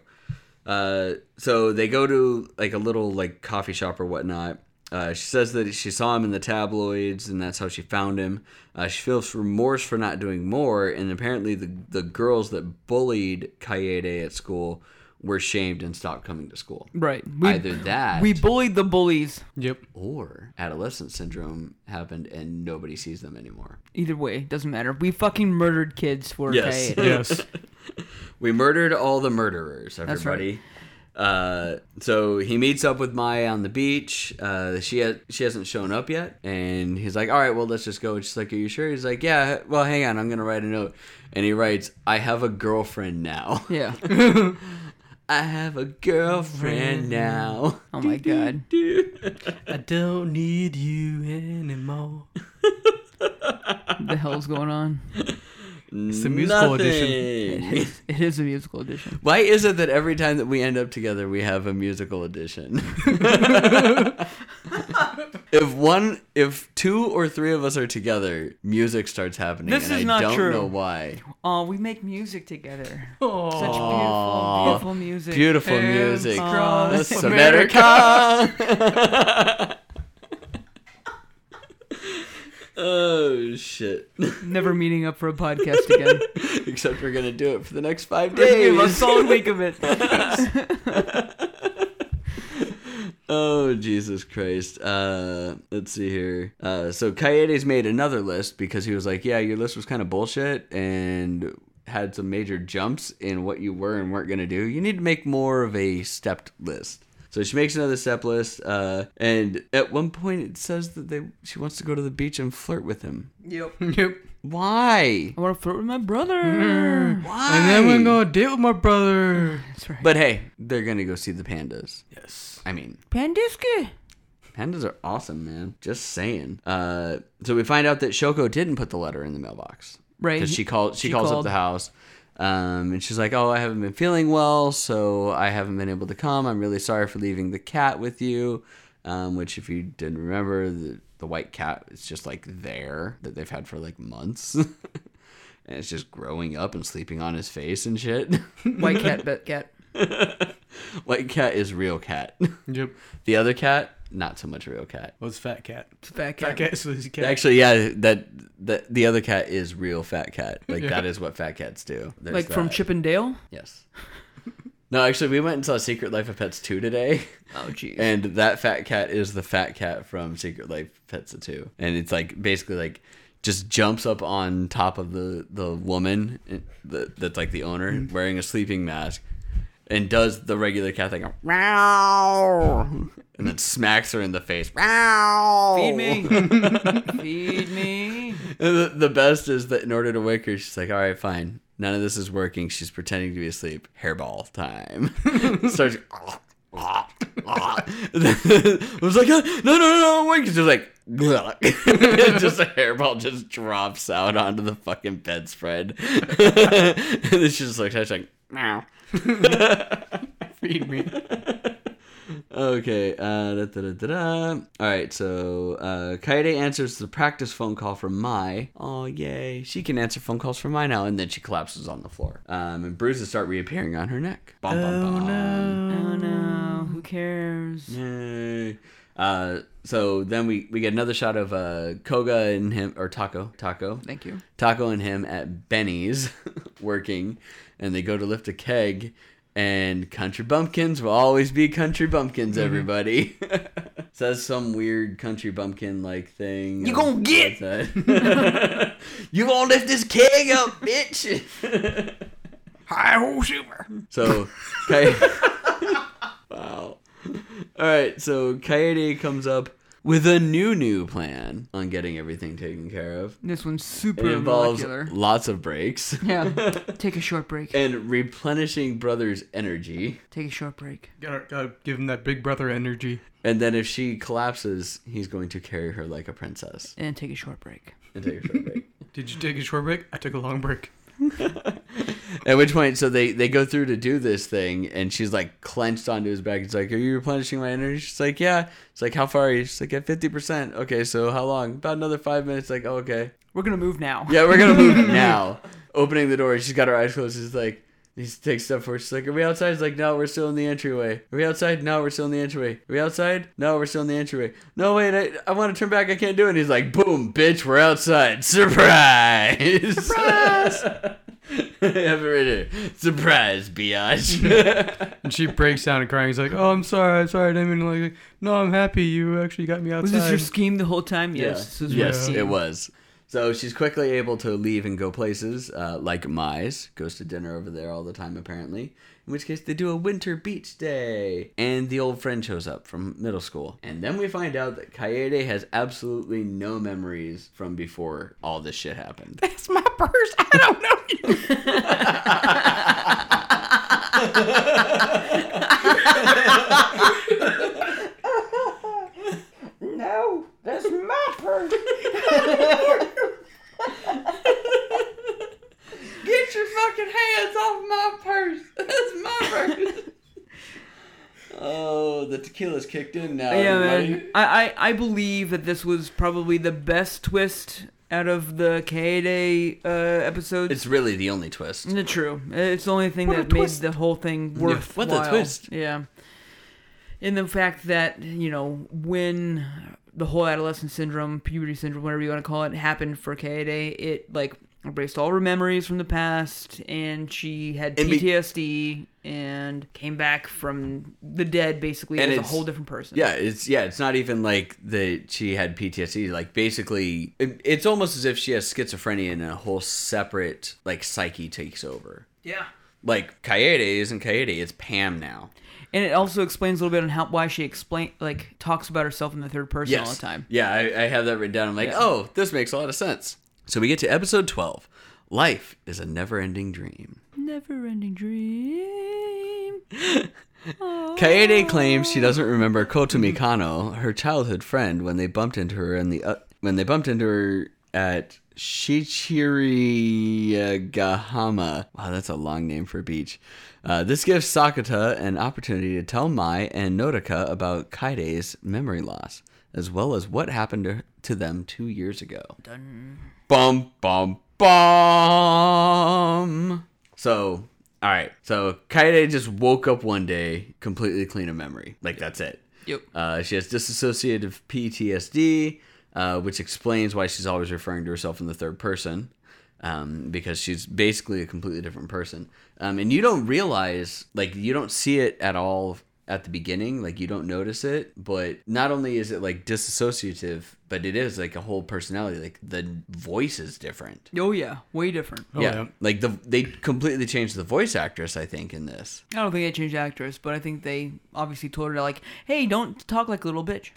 Speaker 1: Uh, so they go to like a little like coffee shop or whatnot. Uh, she says that she saw him in the tabloids, and that's how she found him. Uh, she feels remorse for not doing more, and apparently the the girls that bullied Kaede at school were shamed and stopped coming to school.
Speaker 2: Right. We,
Speaker 1: Either that,
Speaker 2: we bullied the bullies.
Speaker 3: yep.
Speaker 1: or adolescent syndrome happened and nobody sees them anymore.
Speaker 2: Either way, doesn't matter. We fucking murdered kids for
Speaker 1: Yes.
Speaker 2: Kaede.
Speaker 3: Yes.
Speaker 1: We murdered all the murderers,
Speaker 2: That's right.
Speaker 1: everybody. Uh, so he meets up with Maya on the beach. Uh, she ha- she hasn't shown up yet, and he's like, "All right, well, let's just go." And she's like, "Are you sure?" He's like, "Yeah. Well, hang on, I'm gonna write a note." And he writes, "I have a girlfriend now.
Speaker 2: Yeah.
Speaker 1: I have a girlfriend now."
Speaker 2: Oh my god.
Speaker 3: I don't need you anymore.
Speaker 2: What the hell's going on?
Speaker 1: It's
Speaker 3: the musical edition.
Speaker 2: It is a musical edition.
Speaker 1: Why is it that every time that we end up together, we have a musical edition? if one, if two or three of us are together, music starts happening.
Speaker 2: This
Speaker 1: and
Speaker 2: is
Speaker 1: I
Speaker 2: not
Speaker 1: don't
Speaker 2: true.
Speaker 1: know why.
Speaker 2: Oh, we make music together. Such
Speaker 3: Oh,
Speaker 2: beautiful,
Speaker 1: Aw.
Speaker 2: beautiful music.
Speaker 1: Beautiful
Speaker 3: Hands
Speaker 1: music.
Speaker 3: crossed,
Speaker 1: This is
Speaker 3: America.
Speaker 1: America. oh shit!
Speaker 2: Never meeting up for a podcast again.
Speaker 1: Except we're gonna do it for the next five
Speaker 2: Give a
Speaker 1: days.
Speaker 2: solid week of it.
Speaker 1: Oh Jesus Christ! Uh, let's see here. Uh, so Kaede's made another list because he was like, "Yeah, your list was kind of bullshit and had some major jumps in what you were and weren't gonna do. You need to make more of a stepped list." So she makes another step list, uh, and at one point it says that they she wants to go to the beach and flirt with him.
Speaker 2: Yep.
Speaker 3: yep.
Speaker 1: Why?
Speaker 2: I want to flirt with my brother. Mm.
Speaker 1: Why?
Speaker 3: And then we're gonna date with my brother.
Speaker 2: That's right.
Speaker 1: But hey, they're gonna go see the pandas.
Speaker 3: Yes.
Speaker 1: I mean,
Speaker 2: Pandiski.
Speaker 1: Pandas are awesome, man. Just saying. Uh, so we find out that Shoko didn't put the letter in the mailbox.
Speaker 2: Right.
Speaker 1: Because she called. She,
Speaker 2: She
Speaker 1: calls up
Speaker 2: called.
Speaker 1: the house, um, and she's like, "Oh, I haven't been feeling well, so I haven't been able to come. I'm really sorry for leaving the cat with you." Um, which, if you didn't remember, the, the white cat is just like there that they've had for like months, and it's just growing up and sleeping on his face and shit.
Speaker 2: White cat, bet cat.
Speaker 1: white cat is real cat.
Speaker 3: Yep.
Speaker 1: the other cat, not so much real cat.
Speaker 3: What's fat cat?
Speaker 2: Fat cat.
Speaker 3: Fat cat. So he's a cat.
Speaker 1: Actually, yeah, that that the other cat is real fat cat. Like
Speaker 3: Yeah.
Speaker 1: that is what fat cats do. There's
Speaker 2: Like from
Speaker 1: that.
Speaker 2: Chip and Dale?
Speaker 1: Yes. No, actually, we went and saw Secret Life of Pets two today,
Speaker 2: Oh, jeez.
Speaker 1: and that fat cat is the fat cat from Secret Life of Pets two, and it's like basically like just jumps up on top of the the woman in- that that's like the owner
Speaker 2: Mm-hmm.
Speaker 1: wearing a sleeping mask, and does the regular cat thing, "Meow," and then smacks her in the face. "Meow."
Speaker 2: Feed me. Feed me.
Speaker 1: And the, the best is that in order to wake her, she's like, all right, fine. None of this is working. She's pretending to be asleep. Hairball time. Starts. I was like, no, no, no, no, I'm awake. She's just like, just a hairball just drops out onto the fucking bedspread. and then she's just like, she's like, meow.
Speaker 3: Feed me.
Speaker 1: Okay. Uh, da, da, da, da, da. All right. So uh, Kaede answers the practice phone call from Mai. Oh yay! She can answer phone calls from Mai now. And then she collapses on the floor. Um, and bruises start reappearing on her neck. Bum, bum, bum.
Speaker 2: Oh, no. Who cares?
Speaker 1: Yay. Uh, so then we, we get another shot of uh, Koga and him or Taco Taco
Speaker 2: Thank you.
Speaker 1: Taco and him at Benny's working, and they go to lift a keg. And country bumpkins will always be country bumpkins,
Speaker 2: Mm-hmm.
Speaker 1: everybody. Says some weird country bumpkin like thing. You
Speaker 2: gonna get-
Speaker 1: that. you gonna lift this keg up, bitch.
Speaker 3: Hi ho, super.
Speaker 1: So, Kai- wow. All right, so Kaede comes up with a new new plan on getting everything taken care of.
Speaker 2: This one's
Speaker 1: It
Speaker 2: super
Speaker 1: involves
Speaker 2: molecular.
Speaker 1: lots of breaks
Speaker 2: Yeah. Take a short break.
Speaker 1: and replenishing brother's energy.
Speaker 2: Take a short break.
Speaker 3: Gotta, gotta give him that big brother energy.
Speaker 1: And then if she collapses, he's going to carry her like a princess
Speaker 2: And take a short break.
Speaker 1: and take her for a break.
Speaker 3: Did you take a short break? I took a long break.
Speaker 1: At which point, so they they go through to do this thing, and she's like clenched onto his back. It's like, "Are you replenishing my energy?" She's like, "Yeah." It's like, "How far are you?" She's like, "At fifty percent." Okay, so how long? About another five minutes. Like, oh, okay.
Speaker 2: We're going to move now.
Speaker 1: Yeah, we're gonna move now. Opening the door, she's got her eyes closed. She's like, he takes stuff for. her. She's like, "Are we outside?" He's like, "No, we're still in the entryway." Are we outside? No, we're still in the entryway. Are we outside? No, we're still in the entryway. No, wait, I, I want to turn back. I can't do it. And he's like, "Boom, bitch, we're outside. Surprise! Surprise! Have it right here. Surprise, biatch."
Speaker 3: And she breaks down and crying. He's like, "Oh, I'm sorry. I'm sorry. I didn't mean to like. No, I'm happy. You actually got me
Speaker 2: Was
Speaker 3: outside."
Speaker 2: this your scheme the whole time? Yes. This is
Speaker 1: yes,
Speaker 2: my
Speaker 1: it
Speaker 2: scheme.
Speaker 1: was. So she's quickly able to leave and go places, uh, like Mize goes to dinner over there all the time, apparently. In which case, they do a winter beach day, and the old friend shows up from middle school, and then we find out that Kaede has absolutely no memories from before all this shit happened.
Speaker 4: That's my purse. I don't know you. no, that's my purse. Get your fucking hands off my purse. That's my purse.
Speaker 1: Oh, the tequila's kicked in now.
Speaker 4: yeah,
Speaker 1: everybody.
Speaker 4: man. I, I, I believe that this was probably the best twist out of the K Day uh, episodes.
Speaker 1: It's really the only twist.
Speaker 4: It's true. It's the only thing
Speaker 1: What a
Speaker 4: that made
Speaker 1: twist.
Speaker 4: the whole thing worth.
Speaker 1: what a twist.
Speaker 4: Yeah. And the fact that you know when the whole adolescent syndrome, puberty syndrome, whatever you want to call it, happened for Kaede, it like erased all her memories from the past, and she had
Speaker 1: And be-
Speaker 4: PTSD and came back from the dead basically
Speaker 1: And
Speaker 4: as a
Speaker 1: it's-
Speaker 4: whole different person.
Speaker 1: Yeah, it's yeah, it's not even like that she had PTSD. Like basically, it, it's almost as if she has schizophrenia and a whole separate like psyche takes over.
Speaker 4: Yeah.
Speaker 1: Like Kaede isn't Kaede, it's Pam now.
Speaker 4: And it also explains a little bit on how why she explain like talks about herself in the third person all the time.
Speaker 1: Yeah, I, I have that written down. I'm like,
Speaker 4: Yeah.
Speaker 1: oh, this makes a lot of sense. So we get to episode 12. Life is a never-ending dream.
Speaker 4: Never ending dream.
Speaker 1: Kaede claims she doesn't remember Koto Mikano, her childhood friend, when they bumped into her in the uh, when they bumped into her at Shichirigahama. Wow, that's a long name for a beach. Uh, this gives Sakata an opportunity to tell Mai and Nodoka about Kaede's memory loss, as well as what happened to, to them two years ago. Bum bum bum. So, all right. So Kaede just woke up one day completely clean of memory. Like that's it.
Speaker 4: Yep.
Speaker 1: Uh, she has dissociative PTSD, uh, which explains why she's always referring to herself in the third person, um, because she's basically a completely different person. Um, and you don't realize, like, you don't see it at all at the beginning. Like, you don't notice it. But not only is it like dissociative, but it is like a whole personality. Like the voice is different.
Speaker 4: Oh yeah, way different. I
Speaker 1: yeah.
Speaker 3: Oh, yeah.
Speaker 1: like the they completely changed the voice actress. I think in this.
Speaker 4: don't think they changed the actress, but I think they obviously told her like, "Hey, don't talk like a little bitch."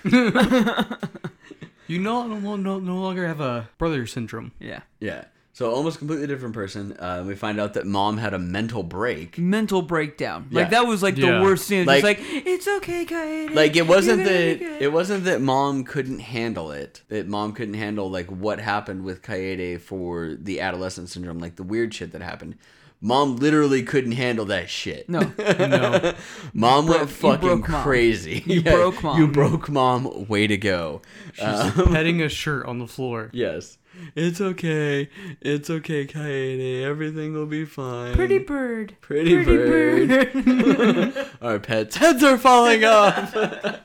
Speaker 3: You no, no, no, no longer have a brother syndrome.
Speaker 4: yeah.
Speaker 1: Yeah. So almost completely different person. Uh, we find out that mom had a mental break.
Speaker 4: Mental breakdown.
Speaker 1: Yeah.
Speaker 4: Like that was like
Speaker 3: Yeah.
Speaker 4: the worst thing. It's just
Speaker 1: Like-
Speaker 4: like it's okay, Kaede.
Speaker 1: Like it wasn't
Speaker 4: You're gonna
Speaker 1: that
Speaker 4: be good."
Speaker 1: it wasn't that mom couldn't handle it. That mom couldn't handle like what happened with Kaede for the adolescent syndrome, like the weird shit that happened. Mom literally couldn't handle that shit.
Speaker 4: no.
Speaker 3: No.
Speaker 1: Mom
Speaker 4: broke-
Speaker 1: went
Speaker 4: you
Speaker 1: fucking
Speaker 4: broke Mom.
Speaker 1: crazy. You
Speaker 4: broke Mom.
Speaker 1: You broke mom. Way to go. Uh,
Speaker 3: petting a shirt on the floor.
Speaker 1: yes. It's okay. It's okay, Kaede. Everything will be fine.
Speaker 4: Pretty bird.
Speaker 1: Pretty, bird. Our pets' heads are falling off.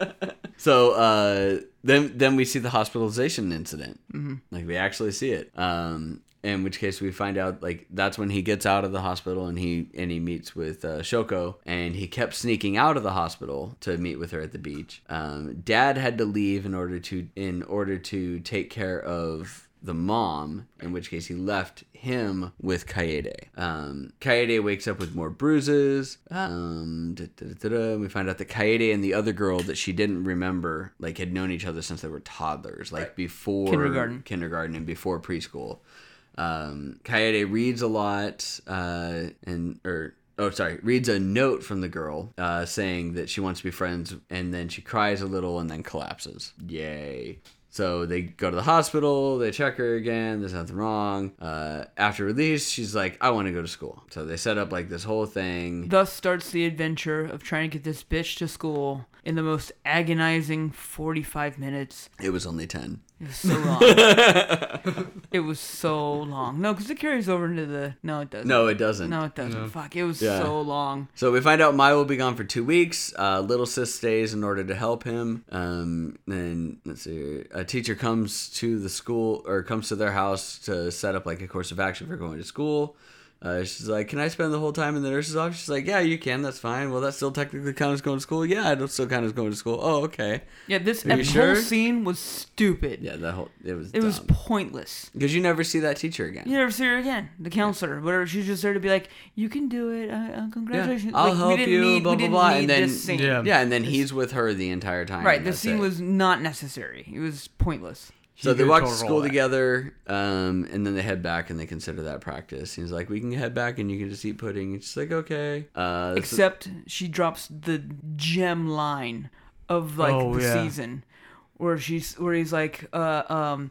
Speaker 1: so uh, then, then we see the hospitalization incident. Mm-hmm. Like we actually see it. Um, in which case, we find out like that's when he gets out of the hospital and he and he meets with uh, Shoko. And he kept sneaking out of the hospital to meet with her at the beach. Um, Dad had to leave in order to in order to take care of the mom, in which case he left him with Kaede. Um, Kaede wakes up with more bruises. Um, da, da, da, da, da. We find out that Kaede and the other girl that she didn't remember, like, had known each other since they were toddlers, like before
Speaker 4: Kindergarten.
Speaker 1: kindergarten and before preschool. Um, Kaede reads a lot, uh, and or oh, sorry, reads a note from the girl uh, saying that she wants to be friends, and then she cries a little and then collapses. Yay. So they go to the hospital, they check her again, there's nothing wrong. Uh, after release, she's like, I want to go to school. So they set up like this whole thing.
Speaker 4: Thus starts the adventure of trying to get this bitch to school in the most agonizing 45 minutes.
Speaker 1: It was only 10.
Speaker 4: It was so long. it was so long. No, because it carries over into the. No, it doesn't.
Speaker 1: No, it doesn't.
Speaker 4: No, it doesn't. Fuck. It was
Speaker 1: Yeah.
Speaker 4: so long.
Speaker 1: So we find out Mai will be gone for two weeks. Uh, little sis stays in order to help him. Um, then let's see, a teacher comes to the school or comes to their house to set up like a course of action for going to school. Uh, she's like, "Can I spend the whole time in the nurse's office?" She's like, "Yeah, you can. That's fine. Well, that still technically counts as going to school. Yeah, it still counts as going to school. Oh, okay.
Speaker 4: Yeah, this
Speaker 1: Are
Speaker 4: that
Speaker 1: you
Speaker 4: whole
Speaker 1: sure?
Speaker 4: scene was stupid.
Speaker 1: Yeah, that whole it was.
Speaker 4: it was pointless.
Speaker 1: because you never see that teacher again.
Speaker 4: You never see her again. The counselor, whatever. She's just there to be like, "You can do it. Uh, uh, congratulations.
Speaker 1: I'll
Speaker 4: Like,
Speaker 1: help
Speaker 4: didn't
Speaker 1: you,
Speaker 4: need-
Speaker 1: blah,
Speaker 4: we
Speaker 1: blah,
Speaker 4: didn't
Speaker 1: blah,
Speaker 4: need
Speaker 1: and then-
Speaker 4: this scene.
Speaker 3: Yeah.
Speaker 1: Yeah, and then he's with her the entire time.
Speaker 4: Right.
Speaker 1: and
Speaker 4: The
Speaker 1: that's
Speaker 4: scene
Speaker 1: it.
Speaker 4: was not necessary. It was pointless.
Speaker 1: So they
Speaker 3: could've
Speaker 1: walk to
Speaker 3: told her all
Speaker 1: school
Speaker 3: that.
Speaker 1: together, um, and then they head back and they consider that practice. He's like, "We can head back and you can just eat pudding." And she's like, "Okay." Uh, so-
Speaker 4: Except she drops the gem line of like
Speaker 3: Oh,
Speaker 4: the
Speaker 3: yeah.
Speaker 4: season, where she's where he's like, uh, um,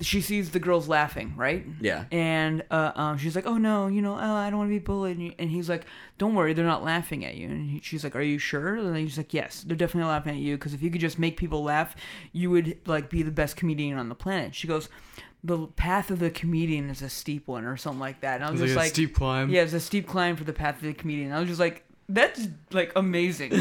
Speaker 4: she sees the girls laughing, right?
Speaker 1: Yeah.
Speaker 4: And uh, um, she's like, "Oh no, you know, oh, I don't want to be bullied." And- And he's like, "Don't worry, they're not laughing at you." And he, she's like, "Are you sure?" And he's like, "Yes, they're definitely laughing at you because if you could just make people laugh, you would like be the best comedian on the planet." She goes, "The path of the comedian is a steep one, or something like that." And I
Speaker 3: It's
Speaker 4: was
Speaker 3: like
Speaker 4: just
Speaker 3: a
Speaker 4: like,
Speaker 3: steep climb.
Speaker 4: yeah, it's a steep climb for the path of the comedian. I was just like, that's like amazing.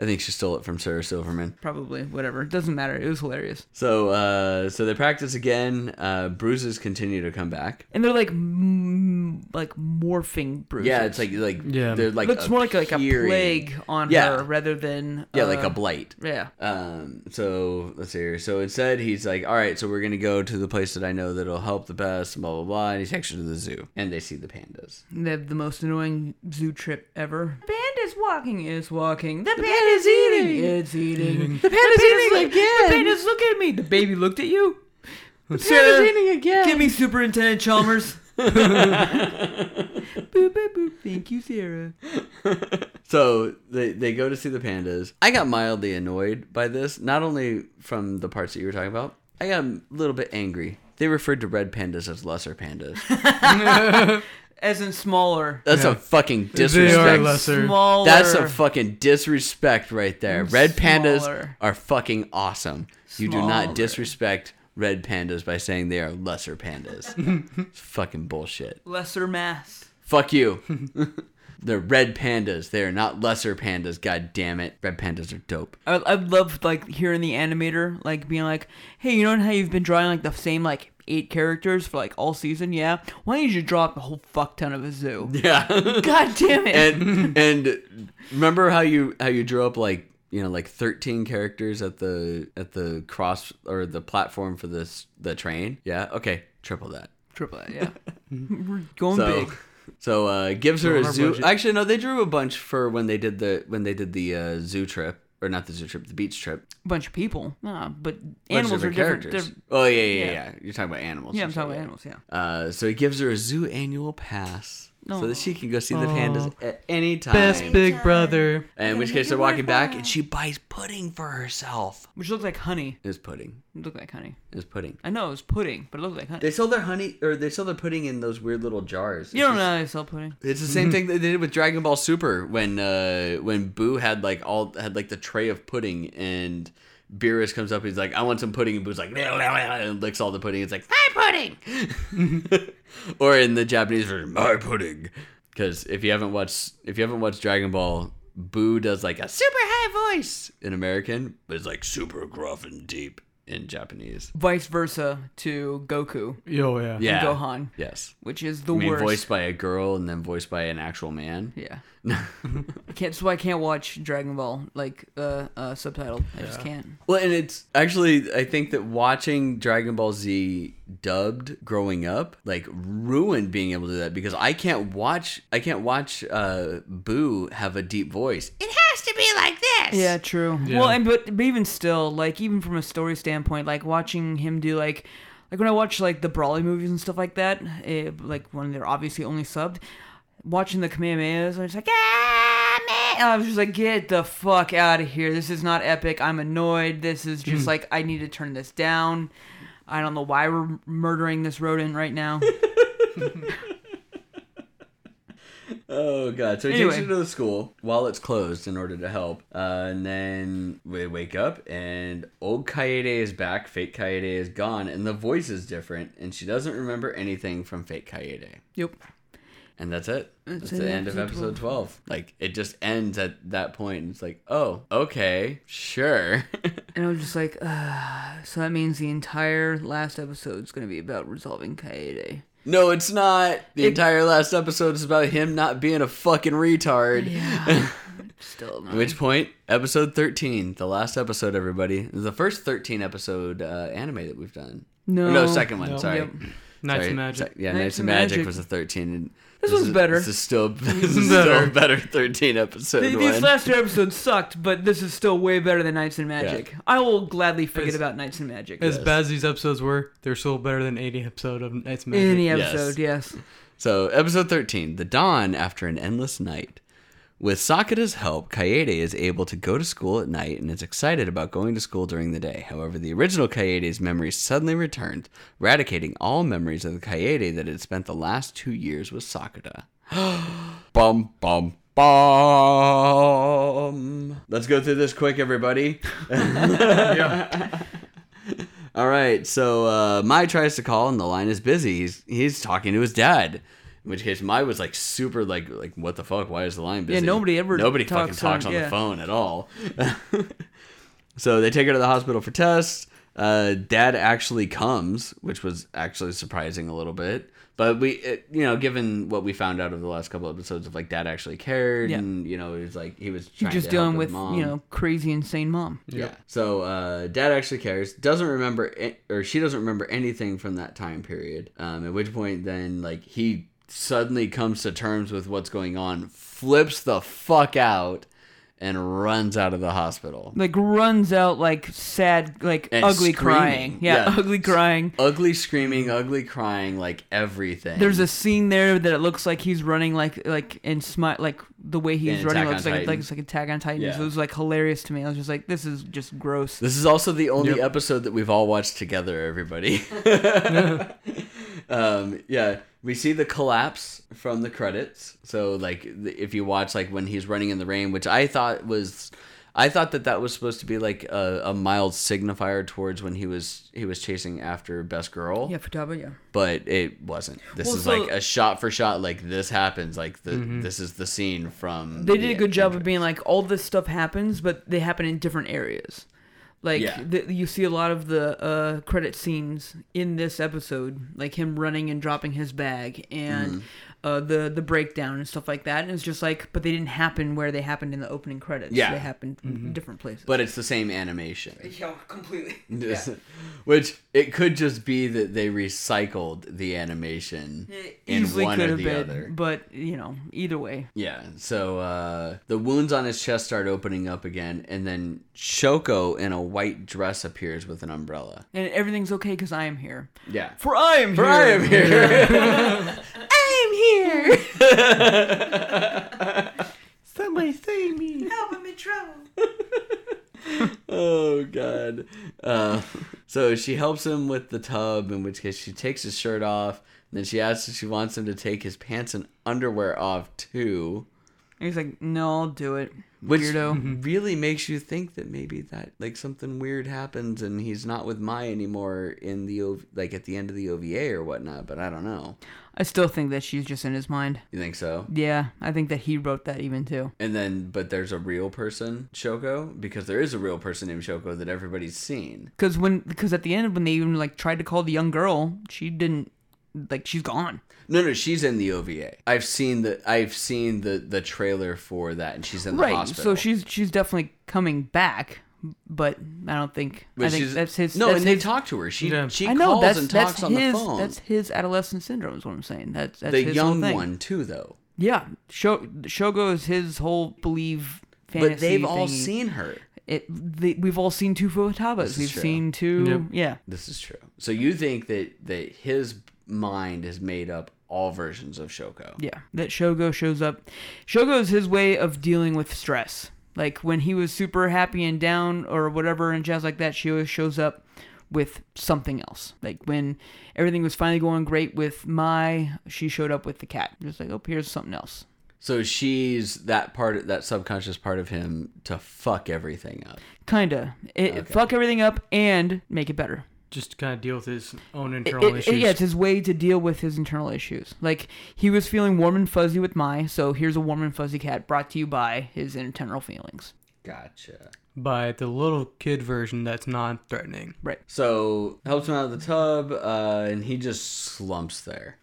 Speaker 1: I think she stole it from Sarah Silverman.
Speaker 4: Probably, whatever. It doesn't matter. It was hilarious.
Speaker 1: So, uh, so they practice again. Uh, bruises continue to come back.
Speaker 4: And they're like, m- like morphing bruises.
Speaker 1: Yeah, it's like like
Speaker 3: Yeah.
Speaker 1: they're like
Speaker 4: looks more like like a
Speaker 1: appearing-
Speaker 4: plague on
Speaker 1: Yeah.
Speaker 4: her rather than
Speaker 1: Yeah,
Speaker 4: uh,
Speaker 1: like a blight.
Speaker 4: yeah.
Speaker 1: Um, so let's see here. So instead, he's like, "All right, so we're gonna go to the place that I know that'll help the best." and Blah blah blah. And he takes her to the zoo, and they see the pandas.
Speaker 4: They have the most annoying zoo trip ever. The panda's walking is walking. The panda's eating. It's eating. The panda's eating again. The panda's look at me. The baby looked at you. The
Speaker 3: Sarah,
Speaker 4: again. Give me Superintendent Chalmers. boop, boop, boop. Thank you, Sarah.
Speaker 1: So they, they go to see the pandas. I got mildly annoyed by this, not only from the parts that you were talking about, I got a little bit angry. They referred to red pandas as lesser pandas.
Speaker 4: As in smaller.
Speaker 1: That's
Speaker 3: Yeah.
Speaker 1: a fucking
Speaker 3: They are
Speaker 1: disrespect.
Speaker 3: less- Lesser.
Speaker 4: Smaller.
Speaker 1: That's a fucking disrespect right there. Red pandas
Speaker 4: smaller.
Speaker 1: are fucking awesome. You do not
Speaker 4: Smaller.
Speaker 1: disrespect red pandas by saying they are lesser pandas. it's fucking bullshit.
Speaker 4: lesser mass.
Speaker 1: Fuck you. They're red pandas. They are not lesser pandas. God damn it. Red pandas are dope.
Speaker 4: I, I love like hearing the animator like being like, "Hey, you know how you've been drawing like the same like eight characters for like all season? Yeah, why don't you just draw up a whole fuck ton of a zoo?
Speaker 1: Yeah.
Speaker 4: God damn it!
Speaker 1: and and remember how you how you drew up like you know like 13 characters at the at the cross or the platform for this the train yeah okay triple that
Speaker 4: Triple A, yeah, We're going
Speaker 1: so
Speaker 4: big.
Speaker 1: so uh gives her
Speaker 3: Go
Speaker 1: a
Speaker 3: on our
Speaker 1: zoo
Speaker 3: budget.
Speaker 1: actually no they drew a bunch for when they did the when they did the uh, zoo trip or not the zoo trip the beach trip
Speaker 4: A bunch of people, nah, but
Speaker 1: Bunch
Speaker 4: animals are
Speaker 1: of
Speaker 4: different. they're-
Speaker 1: oh yeah yeah, yeah
Speaker 4: yeah.
Speaker 1: you're talking about animals
Speaker 4: Yeah,
Speaker 1: or
Speaker 4: I'm talking about
Speaker 1: something.
Speaker 4: animals. Yeah,
Speaker 1: uh so he gives her a zoo annual pass so
Speaker 4: Aw.
Speaker 1: that she can go see the pandas at any time
Speaker 3: Best Big Brother.
Speaker 1: And in which case they're walking back, and she buys pudding for herself.
Speaker 4: which looks like honey.
Speaker 1: It was pudding.
Speaker 4: It looked like honey.
Speaker 1: It was pudding.
Speaker 4: I know it was pudding, but it looked like honey.
Speaker 1: They sell their honey, or they sell their pudding in those weird little jars.
Speaker 4: you don't know how they sell pudding.
Speaker 1: It's the
Speaker 4: Mm-hmm.
Speaker 1: same thing that they did with Dragon Ball Super when uh when Boo had like all had like the tray of pudding and Beerus comes up, he's like, I want some pudding, and Boo's like "Blah, blah, blah," and licks all the pudding, it's like my pudding
Speaker 4: Mm-hmm.
Speaker 1: Or in the Japanese version, my pudding. Because if you haven't watched if you haven't watched Dragon Ball, Boo does like a super high voice in American, but it's like super gruff and deep in Japanese.
Speaker 4: Vice versa to Goku,
Speaker 3: Yo, yeah.
Speaker 1: Yeah.
Speaker 4: Gohan.
Speaker 1: Yes.
Speaker 4: which is the
Speaker 1: I mean,
Speaker 4: worst.
Speaker 1: voiced by a girl and then voiced by an actual man.
Speaker 4: Yeah. I can't. So I can't watch Dragon Ball like uh, uh subtitled. I just can't.
Speaker 1: Well, and it's actually, I think that watching Dragon Ball Z dubbed growing up, like, ruined being able to do that because I can't watch, I can't watch uh, Boo have a deep voice. It has to be like this.
Speaker 4: Yeah, true. Well, and but, but even still, like even from a story standpoint, like watching him do like. Like when I watch like the Brawley movies and stuff like that, eh, like when they're obviously only subbed, watching the Kamehamehas, I'm just like, ah, man. I was just like, get the fuck out of here. This is not epic. I'm annoyed. This is just like, I need to turn this down. I don't know why we're murdering this rodent right now.
Speaker 1: Oh, God. So he takes
Speaker 4: Anyway.
Speaker 1: her to the school while it's closed in order to help. Uh, and then they wake up, and old Kaede is back, fake Kaede is gone, and the voice is different, and she doesn't remember anything from fake Kaede.
Speaker 4: yep.
Speaker 1: And that's it. That's,
Speaker 4: it,
Speaker 1: the end of episode 12. Like, it just ends at that point. And it's like, oh, okay, sure.
Speaker 4: And I was just like, Ugh. so that means the entire last episode's going to be about resolving Kaede.
Speaker 1: No, it's not. The entire last episode is about him not being a fucking retard.
Speaker 4: Yeah. Still not.
Speaker 1: At which point, episode 13, the last episode, everybody, This is the first 13 episode uh, anime that we've done.
Speaker 4: No.
Speaker 1: Or no, second one,
Speaker 3: No.
Speaker 1: sorry.
Speaker 4: Yep.
Speaker 1: Sorry,
Speaker 3: Knights of Magic.
Speaker 1: se- yeah,
Speaker 4: Knights
Speaker 1: Knights,
Speaker 4: of
Speaker 1: of Magic,
Speaker 4: Magic.
Speaker 1: was the 13. and
Speaker 4: This one's
Speaker 1: is,
Speaker 4: better.
Speaker 1: This is still, this
Speaker 3: is
Speaker 1: is still
Speaker 3: better.
Speaker 1: a better 13 episode
Speaker 4: Th-
Speaker 1: one.
Speaker 4: These last two episodes sucked, but this is still way better than Knights and Magic. I will gladly forget
Speaker 3: As-
Speaker 4: about Knights and Magic.
Speaker 3: As bad as these episodes were, they're still better than any episode of Knights of Magic.
Speaker 4: Any
Speaker 1: Yes.
Speaker 4: episode, yes.
Speaker 1: So, episode 13, The Dawn After an Endless Night. With Sakata's help, Kaede is able to go to school at night and is excited about going to school during the day. However, the original Kaede's memories suddenly returned, eradicating all memories of the Kaede that had spent the last two years with Sakata. bum, bum, bum. Let's go through this quick, everybody. All right, so uh, Mai tries to call and the line is busy. He's he's talking to his dad. In which case, Mai was like super like like what the fuck? Why is the line busy?
Speaker 4: nobody ever
Speaker 1: nobody fucking
Speaker 4: talks on-
Speaker 1: talks on
Speaker 4: yeah.
Speaker 1: the phone at all. so they take her to the hospital for tests. Uh, dad actually comes, which was actually surprising a little bit. But we, it, you know, given what we found out over the last couple episodes of like dad actually cared,
Speaker 4: Yeah.
Speaker 1: and you know, he was like he was
Speaker 4: You're
Speaker 1: trying
Speaker 4: just
Speaker 1: to help
Speaker 4: dealing
Speaker 1: his
Speaker 4: with,
Speaker 1: mom.
Speaker 4: you know, crazy, insane mom.
Speaker 1: Yeah. So uh, dad actually cares. Doesn't remember, a- or she doesn't remember anything from that time period. Um, at which point, then like he suddenly comes to terms with what's going on, flips the fuck out, and runs out of the hospital.
Speaker 4: Like, runs out, like, sad, like,
Speaker 1: And
Speaker 4: ugly
Speaker 1: screaming.
Speaker 4: crying. Yeah,
Speaker 1: Yeah.
Speaker 4: ugly crying.
Speaker 1: Ugly screaming, ugly crying, like everything.
Speaker 4: There's a scene there that it looks like he's running like like and smut like the way he's
Speaker 1: In
Speaker 4: running
Speaker 1: Attack
Speaker 4: looks
Speaker 1: on
Speaker 4: like like
Speaker 1: Titan.
Speaker 4: it's like Attack on Titan.
Speaker 1: Yeah.
Speaker 4: So it was like hilarious to me. I was just like, this is just gross.
Speaker 1: This is also the only
Speaker 3: Yep.
Speaker 1: episode that we've all watched together, everybody. um, yeah, we see the collapse from the credits. So, like, th- if you watch, like, when he's running in the rain, which I thought was. I thought that that was supposed to be like a, a mild signifier towards when he was he was chasing after best girl,
Speaker 4: Futaba, yeah.
Speaker 1: but it wasn't. This
Speaker 4: Well,
Speaker 1: is
Speaker 4: so- Mm-hmm.
Speaker 1: like a shot for shot. Like this happens. Like the, this is the scene from.
Speaker 4: They
Speaker 1: the
Speaker 4: did a good job
Speaker 1: intro.
Speaker 4: of being like all this stuff happens, but they happen in different areas. Like
Speaker 1: Yeah.
Speaker 4: the, you see a lot of the uh, credit scenes in this episode, like him running and dropping his bag, and
Speaker 1: Mm-hmm.
Speaker 4: uh, the the breakdown and stuff like that. And it's just like, but they didn't happen where they happened in the opening credits.
Speaker 1: Yeah.
Speaker 4: they happened in different places.
Speaker 1: but it's the same animation.
Speaker 4: yeah, completely.
Speaker 1: Which it could just be that they recycled the animation in
Speaker 4: easily
Speaker 1: one
Speaker 4: could
Speaker 1: or
Speaker 4: have
Speaker 1: the
Speaker 4: been,
Speaker 1: other.
Speaker 4: but you know, either way,
Speaker 1: Yeah. So uh, the wounds on his chest start opening up again, and then Shoko in a white dress appears with an umbrella.
Speaker 4: and everything's okay because I am here.
Speaker 1: Yeah.
Speaker 4: For I am
Speaker 1: For
Speaker 4: here.
Speaker 1: I am here.
Speaker 4: I'm here.
Speaker 3: Somebody save me.
Speaker 1: oh God. Uh, so she helps him with the tub, in which case she takes his shirt off. And then she asks if she wants him to take his pants and underwear off too.
Speaker 4: And he's like, no, I'll do it.
Speaker 1: Which
Speaker 4: Weirdo.
Speaker 1: really makes you think that maybe that like something weird happens and he's not with Mai anymore in the o- like at the end of the OVA or whatnot. But I don't know.
Speaker 4: I still think that she's just in his mind.
Speaker 1: You think so?
Speaker 4: Yeah, I think that he wrote that even too.
Speaker 1: And then, but there's a real person, Shoko, because there is a real person named Shoko that everybody's seen.
Speaker 4: Because when, because at the end when they even like tried to call the young girl, she didn't. Like she's gone.
Speaker 1: No, no, she's in the OVA. I've seen the I've seen the the trailer for that, and she's in the
Speaker 4: Right.
Speaker 1: hospital.
Speaker 4: So she's she's definitely coming back, but I don't think.
Speaker 1: But
Speaker 4: I think
Speaker 1: she's-
Speaker 4: that's his.
Speaker 1: No,
Speaker 4: that's
Speaker 1: and
Speaker 4: his,
Speaker 1: they talk to her. She
Speaker 3: Yeah.
Speaker 1: she
Speaker 4: I know
Speaker 1: calls
Speaker 4: that's
Speaker 1: and
Speaker 4: that's
Speaker 1: talks on
Speaker 4: his
Speaker 1: the phone.
Speaker 4: that's his adolescent syndrome is what I'm saying. That's that's
Speaker 1: the
Speaker 4: his whole
Speaker 1: young
Speaker 4: thing.
Speaker 1: one too, though.
Speaker 4: Yeah, Sho- Shogo is his whole believe. Fantasy
Speaker 1: But they've all
Speaker 4: thingy.
Speaker 1: seen her.
Speaker 4: it. They, we've all seen two Futabas.
Speaker 1: is
Speaker 4: We've
Speaker 1: true.
Speaker 4: seen two.
Speaker 3: Yep.
Speaker 4: Yeah.
Speaker 1: This is true. So you think that that his mind has made up all versions of Shoko?
Speaker 4: Yeah, that Shogo shows up. Shogo is his way of dealing with stress. Like when he was super happy and down or whatever and jazz like that, she always shows up with something else. Like when everything was finally going great with Mai, she showed up with the cat. Just like, oh, here's something else.
Speaker 1: So she's that part, that subconscious part of him to fuck everything up.
Speaker 4: Kinda. It, Fuck everything up and make it better.
Speaker 3: Just to kind of deal with his own
Speaker 4: It-
Speaker 3: internal
Speaker 4: it-
Speaker 3: issues.
Speaker 4: it- yeah, it's his way to deal with his internal issues. Like he was feeling warm and fuzzy with Mai, so here's a warm and fuzzy cat brought to you by his internal feelings.
Speaker 1: Gotcha.
Speaker 3: by the little kid version that's non-threatening.
Speaker 4: Right.
Speaker 1: So helps him out of the tub, uh, and he just slumps there.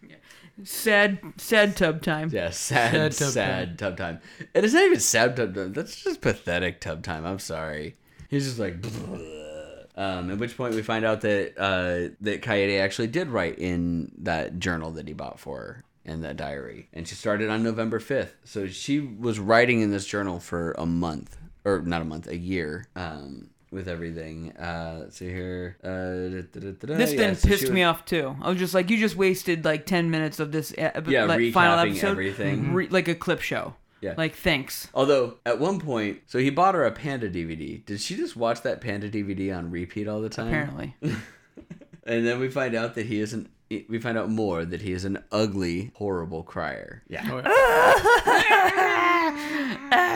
Speaker 4: Sad, sad tub time.
Speaker 1: Yeah, sad,
Speaker 3: Sad tub
Speaker 1: sad tub time. And it's not even sad tub time. That's just pathetic tub time. I'm sorry. He's just like. Um, at which point we find out that uh, that Coyote actually did write in that journal that he bought for her in that diary, and she started on November fifth. So she was writing in this journal for a month, or not a month, a year. Um, with everything. Uh, let's see here. Uh,
Speaker 4: This then pissed me off too. I was just like, you just wasted like ten minutes of this e- epi-
Speaker 1: Yeah,
Speaker 4: like, final
Speaker 1: recapping
Speaker 4: episode,
Speaker 1: everything.
Speaker 4: re- like a clip show.
Speaker 1: Yeah.
Speaker 4: Like thanks.
Speaker 1: Although at one point, so he bought her a Panda DVD. Did she just watch that Panda DVD on repeat all the time?
Speaker 4: Apparently,
Speaker 1: And then we find out that he isn't. We find out more that he is an ugly, horrible crier. Yeah.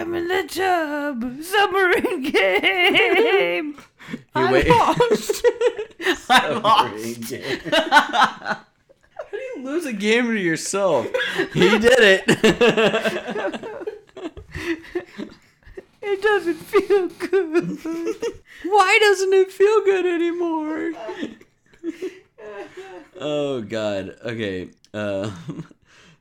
Speaker 4: I'm in the tub, submarine game.
Speaker 1: He
Speaker 4: I'm
Speaker 1: wait-
Speaker 4: lost. I'm lost.
Speaker 1: Submarine game. How do you lose a game to yourself? He did it.
Speaker 4: It doesn't feel good.
Speaker 1: Why doesn't it feel good anymore? oh god. Okay. Um,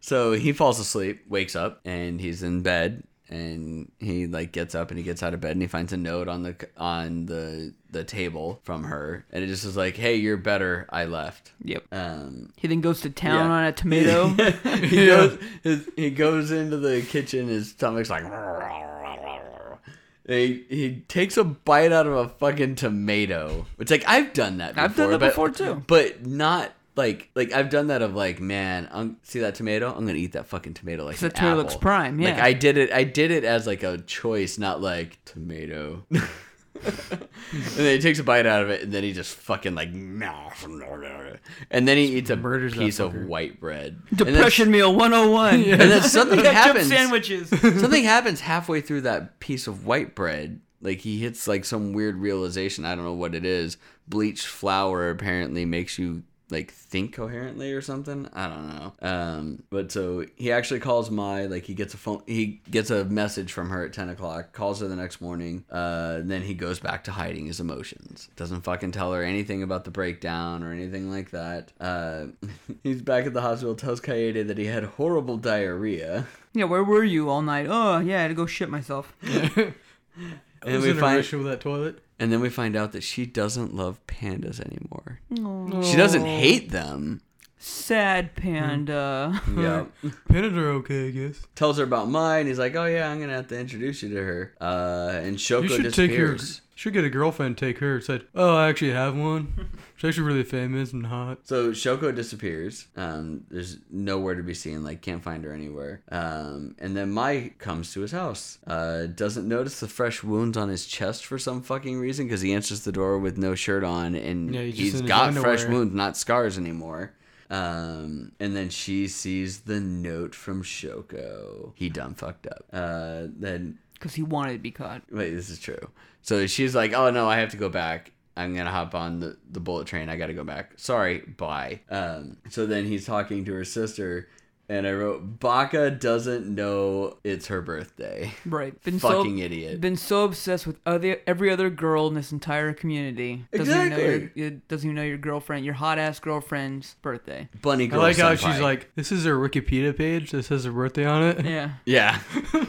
Speaker 1: so he falls asleep, wakes up, and he's in bed. And he like gets up and he gets out of bed and he finds a note on the on the the table from her, and it just is like, "Hey, you're better. I left."
Speaker 4: yep.
Speaker 1: Um,
Speaker 4: He then goes to town
Speaker 1: Yeah.
Speaker 4: on a tomato.
Speaker 1: he goes his, he goes into the kitchen. His stomach's like. He, he takes a bite out of a fucking tomato. It's like I've done that. Before,
Speaker 4: I've done that
Speaker 1: but-
Speaker 4: before, too.
Speaker 1: but not like like I've done that of like man, I'm, see that tomato? I'm gonna eat that fucking tomato like an
Speaker 4: That tomato
Speaker 1: apple.
Speaker 4: looks prime,
Speaker 1: Like
Speaker 4: yeah.
Speaker 1: I did it. I did it as like a choice, not like tomato. and then he takes a bite out of it, and then he just fucking like, and then he eats a
Speaker 3: Murders that
Speaker 1: piece of
Speaker 3: fucker.
Speaker 1: white bread.
Speaker 4: Depression meal 101.
Speaker 1: And then, and then something
Speaker 4: Ketchup
Speaker 1: happens.
Speaker 4: sandwiches.
Speaker 1: Something happens halfway through that piece of white bread. Like he hits like some weird realization. I don't know what it is. Bleached flour apparently makes you like think coherently or something. I don't know. Um, but so he actually calls Mai. Like he gets a phone. He gets a message from her at ten o'clock. Calls her the next morning. Uh, and then he goes back to hiding his emotions. Doesn't fucking tell her anything about the breakdown or anything like that. Uh, he's back at the hospital. Tells Kaede that he had horrible diarrhea.
Speaker 4: Yeah, where were you all night? Oh, yeah, I had to go shit myself.
Speaker 3: And
Speaker 1: we
Speaker 3: was in a
Speaker 1: find-
Speaker 3: relationship with that toilet.
Speaker 1: And then we find out that she doesn't love pandas anymore. She doesn't hate them.
Speaker 4: Sad
Speaker 1: Mm.
Speaker 4: panda.
Speaker 3: Hmm.
Speaker 1: Yeah.
Speaker 3: Pennants are okay, I guess.
Speaker 1: Tells her about mine. He's like, "Oh yeah, I'm gonna have to introduce you to her." Uh, and Shoko
Speaker 3: You should take your.
Speaker 1: disappears.
Speaker 3: Should get a girlfriend. Take her. Said, oh, I actually have one. She's actually really famous and hot.
Speaker 1: So Shoko disappears. Um, there's nowhere to be seen. Like can't find her anywhere. Um, and then Mai comes to his house. Uh, doesn't notice the fresh wounds on his chest for some fucking reason because he answers the door with no shirt on and
Speaker 3: Yeah, he's just
Speaker 1: he's
Speaker 3: in his
Speaker 1: got fresh
Speaker 3: underwear.
Speaker 1: wounds, not scars anymore. Um, and then she sees the note from Shoko. He done fucked up. Uh, then
Speaker 4: Because he wanted to be caught.
Speaker 1: wait, this is true. So she's like, "Oh no, I have to go back. I'm gonna hop on the, the bullet train. I gotta go back. Sorry, bye." Um, so then he's talking to her sister, and I wrote, "Baka doesn't know it's her birthday."
Speaker 4: Right. Been
Speaker 1: Fucking
Speaker 4: so,
Speaker 1: idiot.
Speaker 4: Been so obsessed with other every other girl in this entire community. Doesn't Even know
Speaker 1: Exactly.
Speaker 4: your, it doesn't even know your girlfriend, your hot ass girlfriend's birthday.
Speaker 1: Bunny
Speaker 3: I
Speaker 1: girl.
Speaker 3: like how she's
Speaker 1: senpai.
Speaker 3: like, this is her Wikipedia page. This has her birthday on it.
Speaker 4: Yeah.
Speaker 1: Yeah.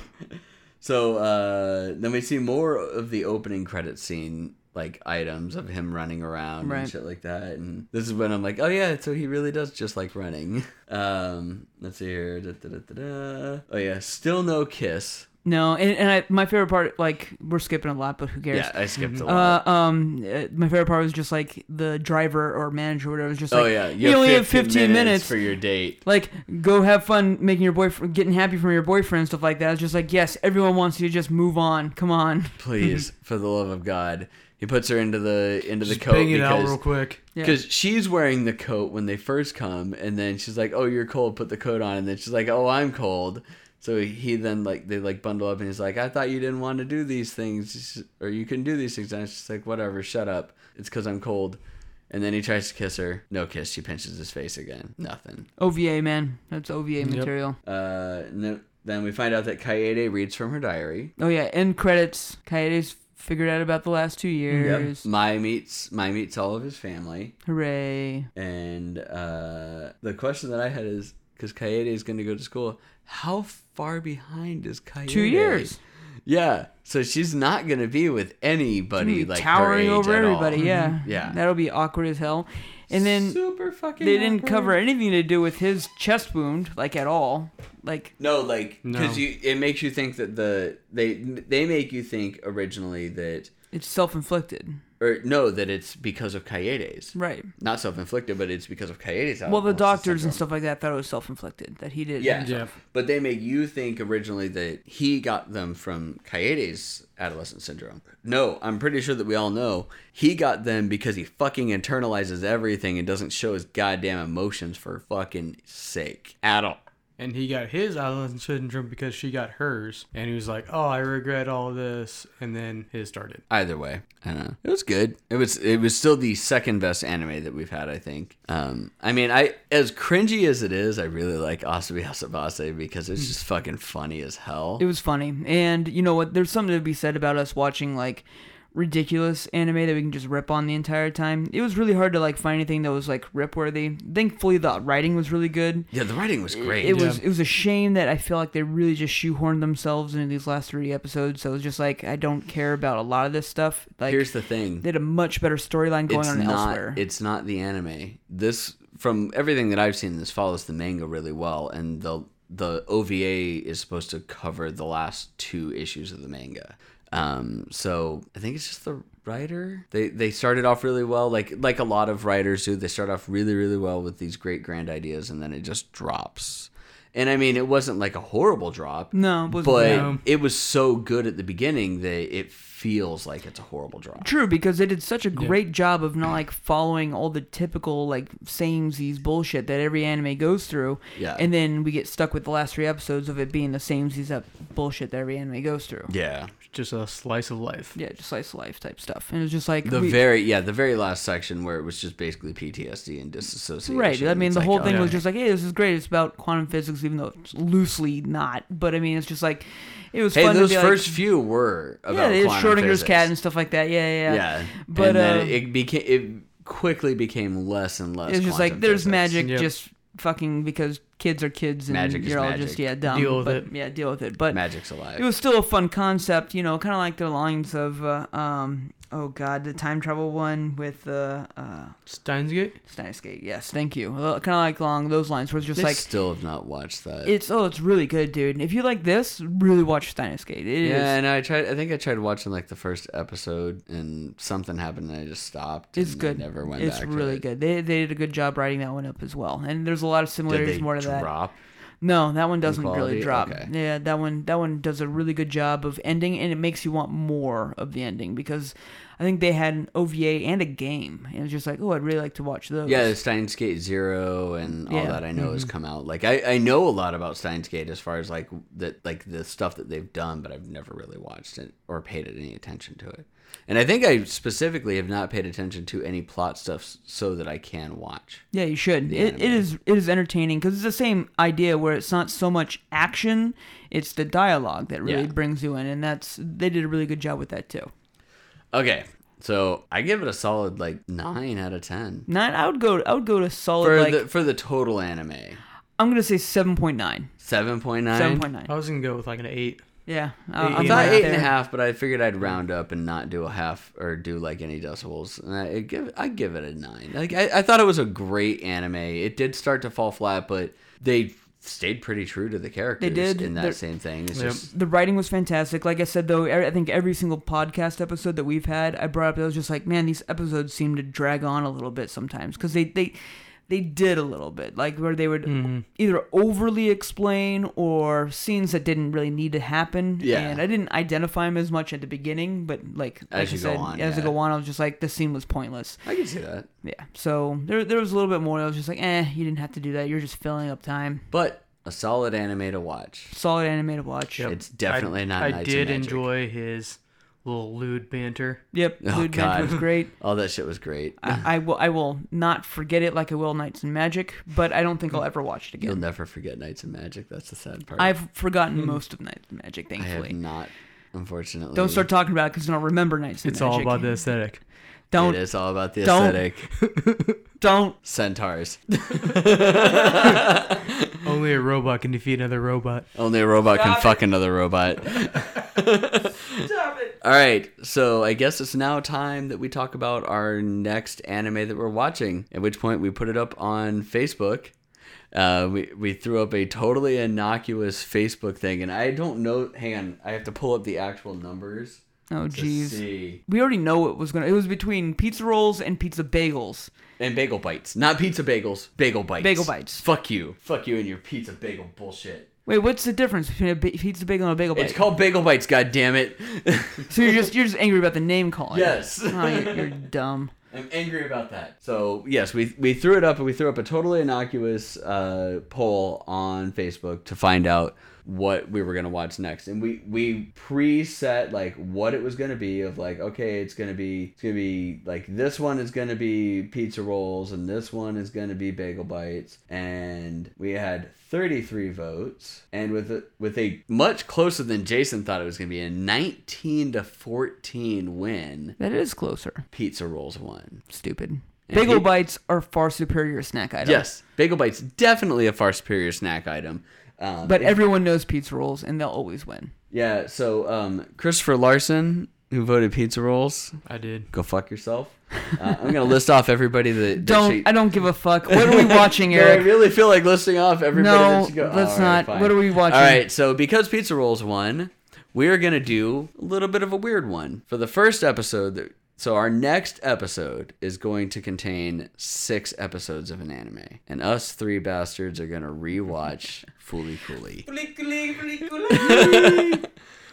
Speaker 1: so uh, then we see more of the opening credit scene, like items of him running around
Speaker 4: Right.
Speaker 1: and shit like that. And this is when I'm like, oh yeah, so he really does just like running. Um, let's see here. Da, da, da, da, da. Oh yeah, still no kiss.
Speaker 4: No, and, and I, my favorite part, like, we're skipping a lot, but who cares?
Speaker 1: Yeah, I skipped a lot.
Speaker 4: Uh, um, uh, my favorite part was just like the driver or manager, or whatever. Was just like,
Speaker 1: oh yeah,
Speaker 4: you, only have 15 minutes.
Speaker 1: for your date.
Speaker 4: like, go have fun making your boyfriend, getting happy from your boyfriend, stuff like that. It's just like, yes, everyone wants you to just move on. Come on.
Speaker 1: Please, for the love of God. He puts her into the into
Speaker 3: Just
Speaker 1: the coat
Speaker 3: bang it out
Speaker 1: because
Speaker 3: real quick.
Speaker 4: Yeah.
Speaker 1: Because she's wearing the coat when they first come, and then she's like, "Oh, you're cold. Put the coat on." And then she's like, "Oh, I'm cold." So he then like they like bundle up, and he's like, "I thought you didn't want to do these things, or you couldn't do these things." And she's like, "Whatever, shut up. It's because I'm cold." And then he tries to kiss her. No kiss. She pinches his face again. Nothing.
Speaker 4: OVA, man. That's OVA material.
Speaker 1: Uh, no, then we find out that Kaede reads from her diary.
Speaker 4: Oh, yeah. End credits. Kaede's figured out about the last two years.
Speaker 1: Mai meets Mai meets all of his family,
Speaker 4: Hooray.
Speaker 1: and uh, the question that I had is because Kaede is going to go to school, how far behind is Kaede?
Speaker 4: Two years.
Speaker 1: Yeah, so she's not going to be with anybody
Speaker 4: Be
Speaker 1: like her
Speaker 4: Mm, towering
Speaker 1: age
Speaker 4: over
Speaker 1: at all. Mm-hmm.
Speaker 4: everybody. Yeah.
Speaker 1: Yeah.
Speaker 4: That'll be awkward as hell. And then
Speaker 1: super fucking.
Speaker 4: they didn't
Speaker 1: awkward.
Speaker 4: cover anything to do with his chest wound, like at all. Like
Speaker 1: No, like
Speaker 3: No.
Speaker 1: because you, it makes you think that the they they make you think originally that
Speaker 4: it's self inflicted.
Speaker 1: or no that it's because of Kaede's,
Speaker 4: Right.
Speaker 1: not self inflicted, but Oh, it's because of Kaede's.
Speaker 4: Well, the
Speaker 1: alcoholism
Speaker 4: doctors
Speaker 1: syndrome.
Speaker 4: and stuff like that thought it was self inflicted that he did. it
Speaker 1: Yeah.
Speaker 3: Yeah.
Speaker 1: But they make you think originally that he got them from Kaede's adolescent syndrome. No, I'm pretty sure that we all know he got them because he fucking internalizes everything and doesn't show his goddamn emotions for fucking sake at all.
Speaker 3: And he got his adolescent syndrome because she got hers, and he was like, "Oh, I regret all this," and then his started.
Speaker 1: Either way, I don't know. It was good. It was it was still the second best anime that we've had, I think. Um, I mean, I as cringy as it is, I really like Asabi Asabase because it's just fucking funny as hell.
Speaker 4: Mm. It was funny. And you know what? There's something to be said about us watching like ridiculous anime that we can just rip on the entire time. It was really hard to like find anything that was like rip worthy. Thankfully the writing was really good.
Speaker 1: yeah, the writing was great.
Speaker 4: It was it was a shame that I feel like they really just shoehorned themselves into these last three episodes. So it was just like I don't care about a lot of this stuff. Like
Speaker 1: Here's the thing.
Speaker 4: they had a much better storyline going on
Speaker 1: not,
Speaker 4: elsewhere.
Speaker 1: It's not the anime. This from everything that I've seen, this follows the manga really well, and the the OVA is supposed to cover the last two issues of the manga. Um, so I think it's just the writer. They they started off really well, like like a lot of writers do. They start off really really well with these great grand ideas, and then it just drops. And I mean, it wasn't like a horrible drop.
Speaker 4: No, it wasn't.
Speaker 1: but
Speaker 3: No.
Speaker 1: it was so good at the beginning that it feels like it's a horrible drop.
Speaker 4: True, because they did such a great job of not like following all the typical like samesies bullshit that every anime goes through.
Speaker 1: Yeah.
Speaker 4: And then we get stuck with the last three episodes of it being the samesies up bullshit that every anime goes through.
Speaker 1: Yeah.
Speaker 3: Just a slice of life.
Speaker 4: Yeah, just slice of life type stuff. And it's just like
Speaker 1: The
Speaker 4: we-
Speaker 1: very yeah, the very last section where it was just basically PTSD and disassociation.
Speaker 4: Right. I mean,
Speaker 1: It's
Speaker 4: the
Speaker 1: like,
Speaker 4: whole thing
Speaker 1: okay.
Speaker 4: was just like, hey, this is great. It's about quantum physics, even though it's loosely not. But I mean, it's just like, it was
Speaker 1: Hey,
Speaker 4: fun
Speaker 1: those
Speaker 4: to be
Speaker 1: first
Speaker 4: like,
Speaker 1: few were
Speaker 4: yeah,
Speaker 1: about
Speaker 4: they had
Speaker 1: quantum
Speaker 4: Schrodinger's
Speaker 1: physics.
Speaker 4: cat and stuff like that. Yeah, yeah.
Speaker 1: yeah,
Speaker 4: But,
Speaker 1: and then
Speaker 4: um,
Speaker 1: it, it became it quickly became less and less.
Speaker 4: It's just
Speaker 1: quantum
Speaker 4: like there's
Speaker 1: physics.
Speaker 4: magic
Speaker 3: Yep.
Speaker 4: just fucking because kids are kids and
Speaker 1: Magic is
Speaker 4: you're all
Speaker 1: magic.
Speaker 4: just yeah dumb.
Speaker 3: Deal with
Speaker 4: but,
Speaker 3: it.
Speaker 4: Yeah, deal with it. But
Speaker 1: Magic's alive.
Speaker 4: it was still a fun concept, you know, kind of like the lines of uh, um oh god, the time travel one with uh, uh
Speaker 3: Steins Gate.
Speaker 4: Steins Gate. Yes, thank you. Kind of like along those lines where it's just
Speaker 1: I
Speaker 4: like
Speaker 1: still have not watched that.
Speaker 4: it's oh it's really good, dude. If you like this, really watch Steins Gate. It is
Speaker 1: yeah, and I tried. I think I tried watching like the first episode, and something happened, and I just stopped.
Speaker 4: It's
Speaker 1: and I
Speaker 4: good.
Speaker 1: Never went
Speaker 4: it's
Speaker 1: back. to
Speaker 4: really
Speaker 1: it.
Speaker 4: good. They, they did a good job writing that one up as well. And there's a lot of
Speaker 1: Did
Speaker 4: similarities
Speaker 1: they
Speaker 4: more to that.
Speaker 1: drop?
Speaker 4: No, that one doesn't
Speaker 1: quality?
Speaker 4: really drop.
Speaker 1: Okay.
Speaker 4: Yeah, that one that one does a really good job of ending and it makes you want more of the ending because I think they had an OVA and a game. And it's just like, oh, I'd really like to watch those.
Speaker 1: Yeah, Steins Gate Zero and all
Speaker 4: Yeah. Mm-hmm.
Speaker 1: that I know has come out. Like I, I know a lot about Steins Gate as far as like that like the stuff that they've done, but I've never really watched it or paid any attention to it. And I think I specifically have not paid attention to any plot stuff s- so that I can watch.
Speaker 4: Yeah, you should. It,
Speaker 1: anime.
Speaker 4: it is it is entertaining because it's the same idea where it's not so much action, it's the dialogue that really
Speaker 1: Yeah.
Speaker 4: brings you in, and that's they did a really good job with that too.
Speaker 1: Okay, so I give it a solid like nine out of ten
Speaker 4: Nine, I would go I would go to solid
Speaker 1: for
Speaker 4: like
Speaker 1: the for the total anime.
Speaker 4: I'm gonna say seven point nine.
Speaker 1: Seven point nine.
Speaker 4: Seven point nine.
Speaker 3: I was gonna go with like an eight.
Speaker 4: Yeah,
Speaker 3: Eight
Speaker 1: I
Speaker 3: and a
Speaker 1: thought
Speaker 3: half.
Speaker 1: eight and a half, but I figured I'd round up and not do a half or do like any decibels. And I it give I give it a nine. Like I, I thought it was a great anime. It did start to fall flat, but they stayed pretty true to the characters.
Speaker 4: did.
Speaker 1: in that
Speaker 4: They're-
Speaker 1: same thing. It's
Speaker 3: Yep.
Speaker 1: just
Speaker 4: the writing was fantastic. Like I said, though, e- I think every single podcast episode that we've had, I brought up. I was just like, man, these episodes seem to drag on a little bit sometimes because they they they did a little bit, like where they would either overly explain or scenes that didn't really need to happen.
Speaker 1: Yeah.
Speaker 4: and I didn't identify them as much at the beginning, but like like
Speaker 1: As
Speaker 4: I
Speaker 1: you go
Speaker 4: said,
Speaker 1: on,
Speaker 4: as I
Speaker 1: yeah.
Speaker 4: go on, I was just like, this scene was pointless.
Speaker 1: I can see that.
Speaker 4: Yeah, so there there was a little bit more. I was just like, eh, you didn't have to do that. You're just filling up time.
Speaker 1: But a solid anime to watch.
Speaker 4: Solid anime to watch. Yep.
Speaker 1: It's definitely
Speaker 3: I,
Speaker 1: not.
Speaker 3: I
Speaker 1: Knights of
Speaker 3: did
Speaker 1: Magic.
Speaker 3: enjoy his little lewd banter.
Speaker 4: Yep.
Speaker 1: Oh,
Speaker 4: Lude
Speaker 1: God.
Speaker 4: Banter was great.
Speaker 1: All that shit was great.
Speaker 4: I, I will I will not forget it like I will Knights and Magic, but I don't think I'll ever watch it
Speaker 1: Mm. You'll
Speaker 4: again.
Speaker 1: never forget Knights and Magic. That's the sad part.
Speaker 3: Mm.
Speaker 4: I've forgotten most of Knights and Magic,
Speaker 1: I have
Speaker 4: thankfully.
Speaker 1: not Unfortunately,
Speaker 4: Don't start talking about it because I don't remember Knights. of
Speaker 3: It's all
Speaker 4: Magic.
Speaker 3: about the aesthetic.
Speaker 1: It
Speaker 4: Don't
Speaker 1: is all about the
Speaker 4: don't-
Speaker 1: aesthetic.
Speaker 4: don't.
Speaker 1: Centaurs.
Speaker 3: Only a robot can defeat another robot.
Speaker 1: Only a robot can fuck another robot. All right, so I guess it's now time that we talk about our next anime that we're watching. At which point we put it up on Facebook. Uh, we we threw up a totally innocuous Facebook thing, and I don't know. Hang on, I have to pull up the actual numbers.
Speaker 4: Oh
Speaker 1: to
Speaker 4: jeez.
Speaker 1: see.
Speaker 4: We already know it was gonna. It was between pizza rolls and pizza bagels.
Speaker 1: And bagel bites, not pizza bagels. Bagel bites.
Speaker 4: Bagel bites.
Speaker 1: Fuck you. Fuck you and your pizza bagel bullshit.
Speaker 4: Wait, what's the difference between a ba- pizza bagel and a bagel
Speaker 1: It's
Speaker 4: bite?
Speaker 1: called bagel bites. God damn it.
Speaker 4: so you're just you're just angry about the name calling.
Speaker 1: yes.
Speaker 4: Oh, you're, you're dumb.
Speaker 1: I'm angry about that. So yes, we we threw it up and we threw up a totally innocuous uh, poll on Facebook to find out what we were gonna watch next, and we we preset like what it was gonna be of like okay, it's gonna be it's gonna be like this one is gonna be pizza rolls and this one is gonna be bagel bites, and we had 33 votes, and with a, with a much closer than Jason thought it was gonna be a 19 to 14 win.
Speaker 4: That is closer.
Speaker 1: Pizza rolls won.
Speaker 4: Stupid.
Speaker 1: And
Speaker 4: bagel
Speaker 1: he-
Speaker 4: bites are far superior snack item.
Speaker 1: Yes, bagel bites definitely a far superior snack item. Um,
Speaker 4: But everyone knows pizza rolls, and they'll always win.
Speaker 1: yeah, so um, Christopher Larson, who voted pizza rolls,
Speaker 3: I did.
Speaker 1: go fuck yourself. Uh, I'm gonna list off everybody that, that
Speaker 4: Don't.
Speaker 1: should-
Speaker 4: I don't give a fuck. What are we watching,
Speaker 1: No, I
Speaker 4: Eric?
Speaker 1: really feel like listing off everybody.
Speaker 4: No,
Speaker 1: that should go.
Speaker 4: let's
Speaker 1: All
Speaker 4: not.
Speaker 1: fine.
Speaker 4: What are we watching?
Speaker 1: All right, so because pizza rolls won, we are gonna do a little bit of a weird one for the first episode. That, so our next episode is going to contain six episodes of an anime, and us three bastards are gonna rewatch Fooly Cooly.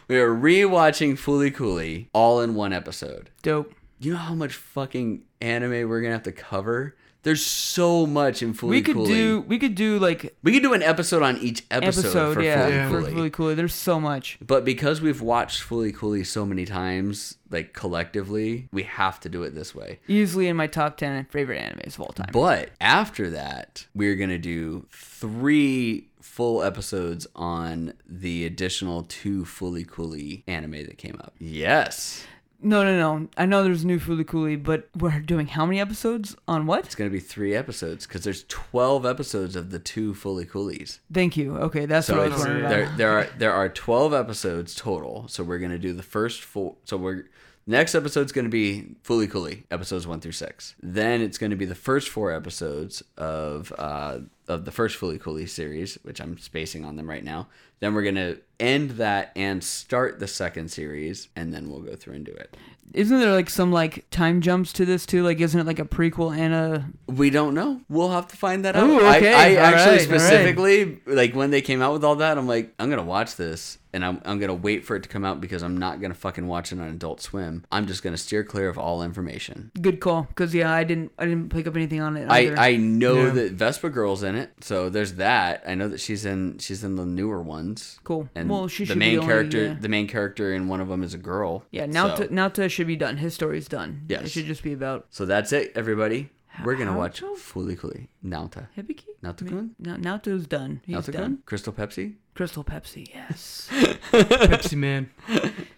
Speaker 1: We are rewatching Fooly Cooly all in one episode
Speaker 4: Dope.
Speaker 1: you know how much fucking anime we're gonna have to cover? There's so much in Fooly
Speaker 4: we could
Speaker 1: Cooly.
Speaker 4: do. We could do like
Speaker 1: we could do an episode on each episode,
Speaker 4: episode.
Speaker 1: for
Speaker 4: yeah,
Speaker 1: Fooly
Speaker 3: Yeah.
Speaker 4: for
Speaker 1: Cooly.
Speaker 4: Fooly Cooly. There's so much.
Speaker 1: But because we've watched Fooly Cooly so many times, like collectively, we have to do it this way.
Speaker 4: Easily in my top ten favorite animes of all time.
Speaker 1: But after that, we're gonna do three full episodes on the additional two Fooly Cooly anime that came up. Yes,
Speaker 4: No, no, no. I know there's new Fooly Cooly, but we're doing how many episodes on what?
Speaker 1: it's gonna be three episodes because there's twelve episodes of the two Fooly Coolies.
Speaker 4: Thank you. Okay, that's
Speaker 1: So
Speaker 4: what I
Speaker 1: it's-
Speaker 4: was wondering
Speaker 1: there,
Speaker 4: about.
Speaker 1: there are there are twelve episodes total. So we're gonna do the first four. So we're next episode's gonna be Fully Cooley episodes one through six. Then it's gonna be the first four episodes of uh, of the first Fully Cooley series, which I'm spacing on them right now. Then we're gonna end that and start the second series, and then we'll go through and do it.
Speaker 4: Isn't there like some like time jumps to this too? Like, isn't it like a prequel and a?
Speaker 1: We don't know. We'll have to find that
Speaker 4: Ooh,
Speaker 1: out.
Speaker 4: okay.
Speaker 1: I, I actually
Speaker 4: All right, all right.
Speaker 1: specifically like when they came out with all that, I'm like, I'm gonna watch this and I'm I'm gonna wait for it to come out because I'm not gonna fucking watch it on Adult Swim. I'm just gonna steer clear of all information.
Speaker 4: Good call, because yeah, I didn't, I didn't pick up anything on it.
Speaker 1: I,
Speaker 4: either.
Speaker 1: I know
Speaker 3: Yeah.
Speaker 1: that Vespa Girl's in it, so there's that. I know that she's in she's in the newer ones.
Speaker 4: Cool.
Speaker 1: And
Speaker 4: Well, she
Speaker 1: the
Speaker 4: should be
Speaker 1: main
Speaker 4: the only-
Speaker 1: character
Speaker 4: yeah.
Speaker 1: the main character in one of them is a girl.
Speaker 4: yeah. Now,
Speaker 1: so,
Speaker 4: to, now to should be done. His story's done. Yeah,
Speaker 1: Yes.
Speaker 4: It should just be about
Speaker 1: so that's it, everybody. We're gonna
Speaker 4: How-
Speaker 1: watch
Speaker 4: how-
Speaker 1: Fully Cooley Nauta.
Speaker 4: Hibiki.
Speaker 1: Nauta-kun?
Speaker 4: Now, Naoto's done. He's done.
Speaker 1: Nauta-kun? Crystal Pepsi?
Speaker 4: Crystal Pepsi. Yes.
Speaker 3: Pepsi Man.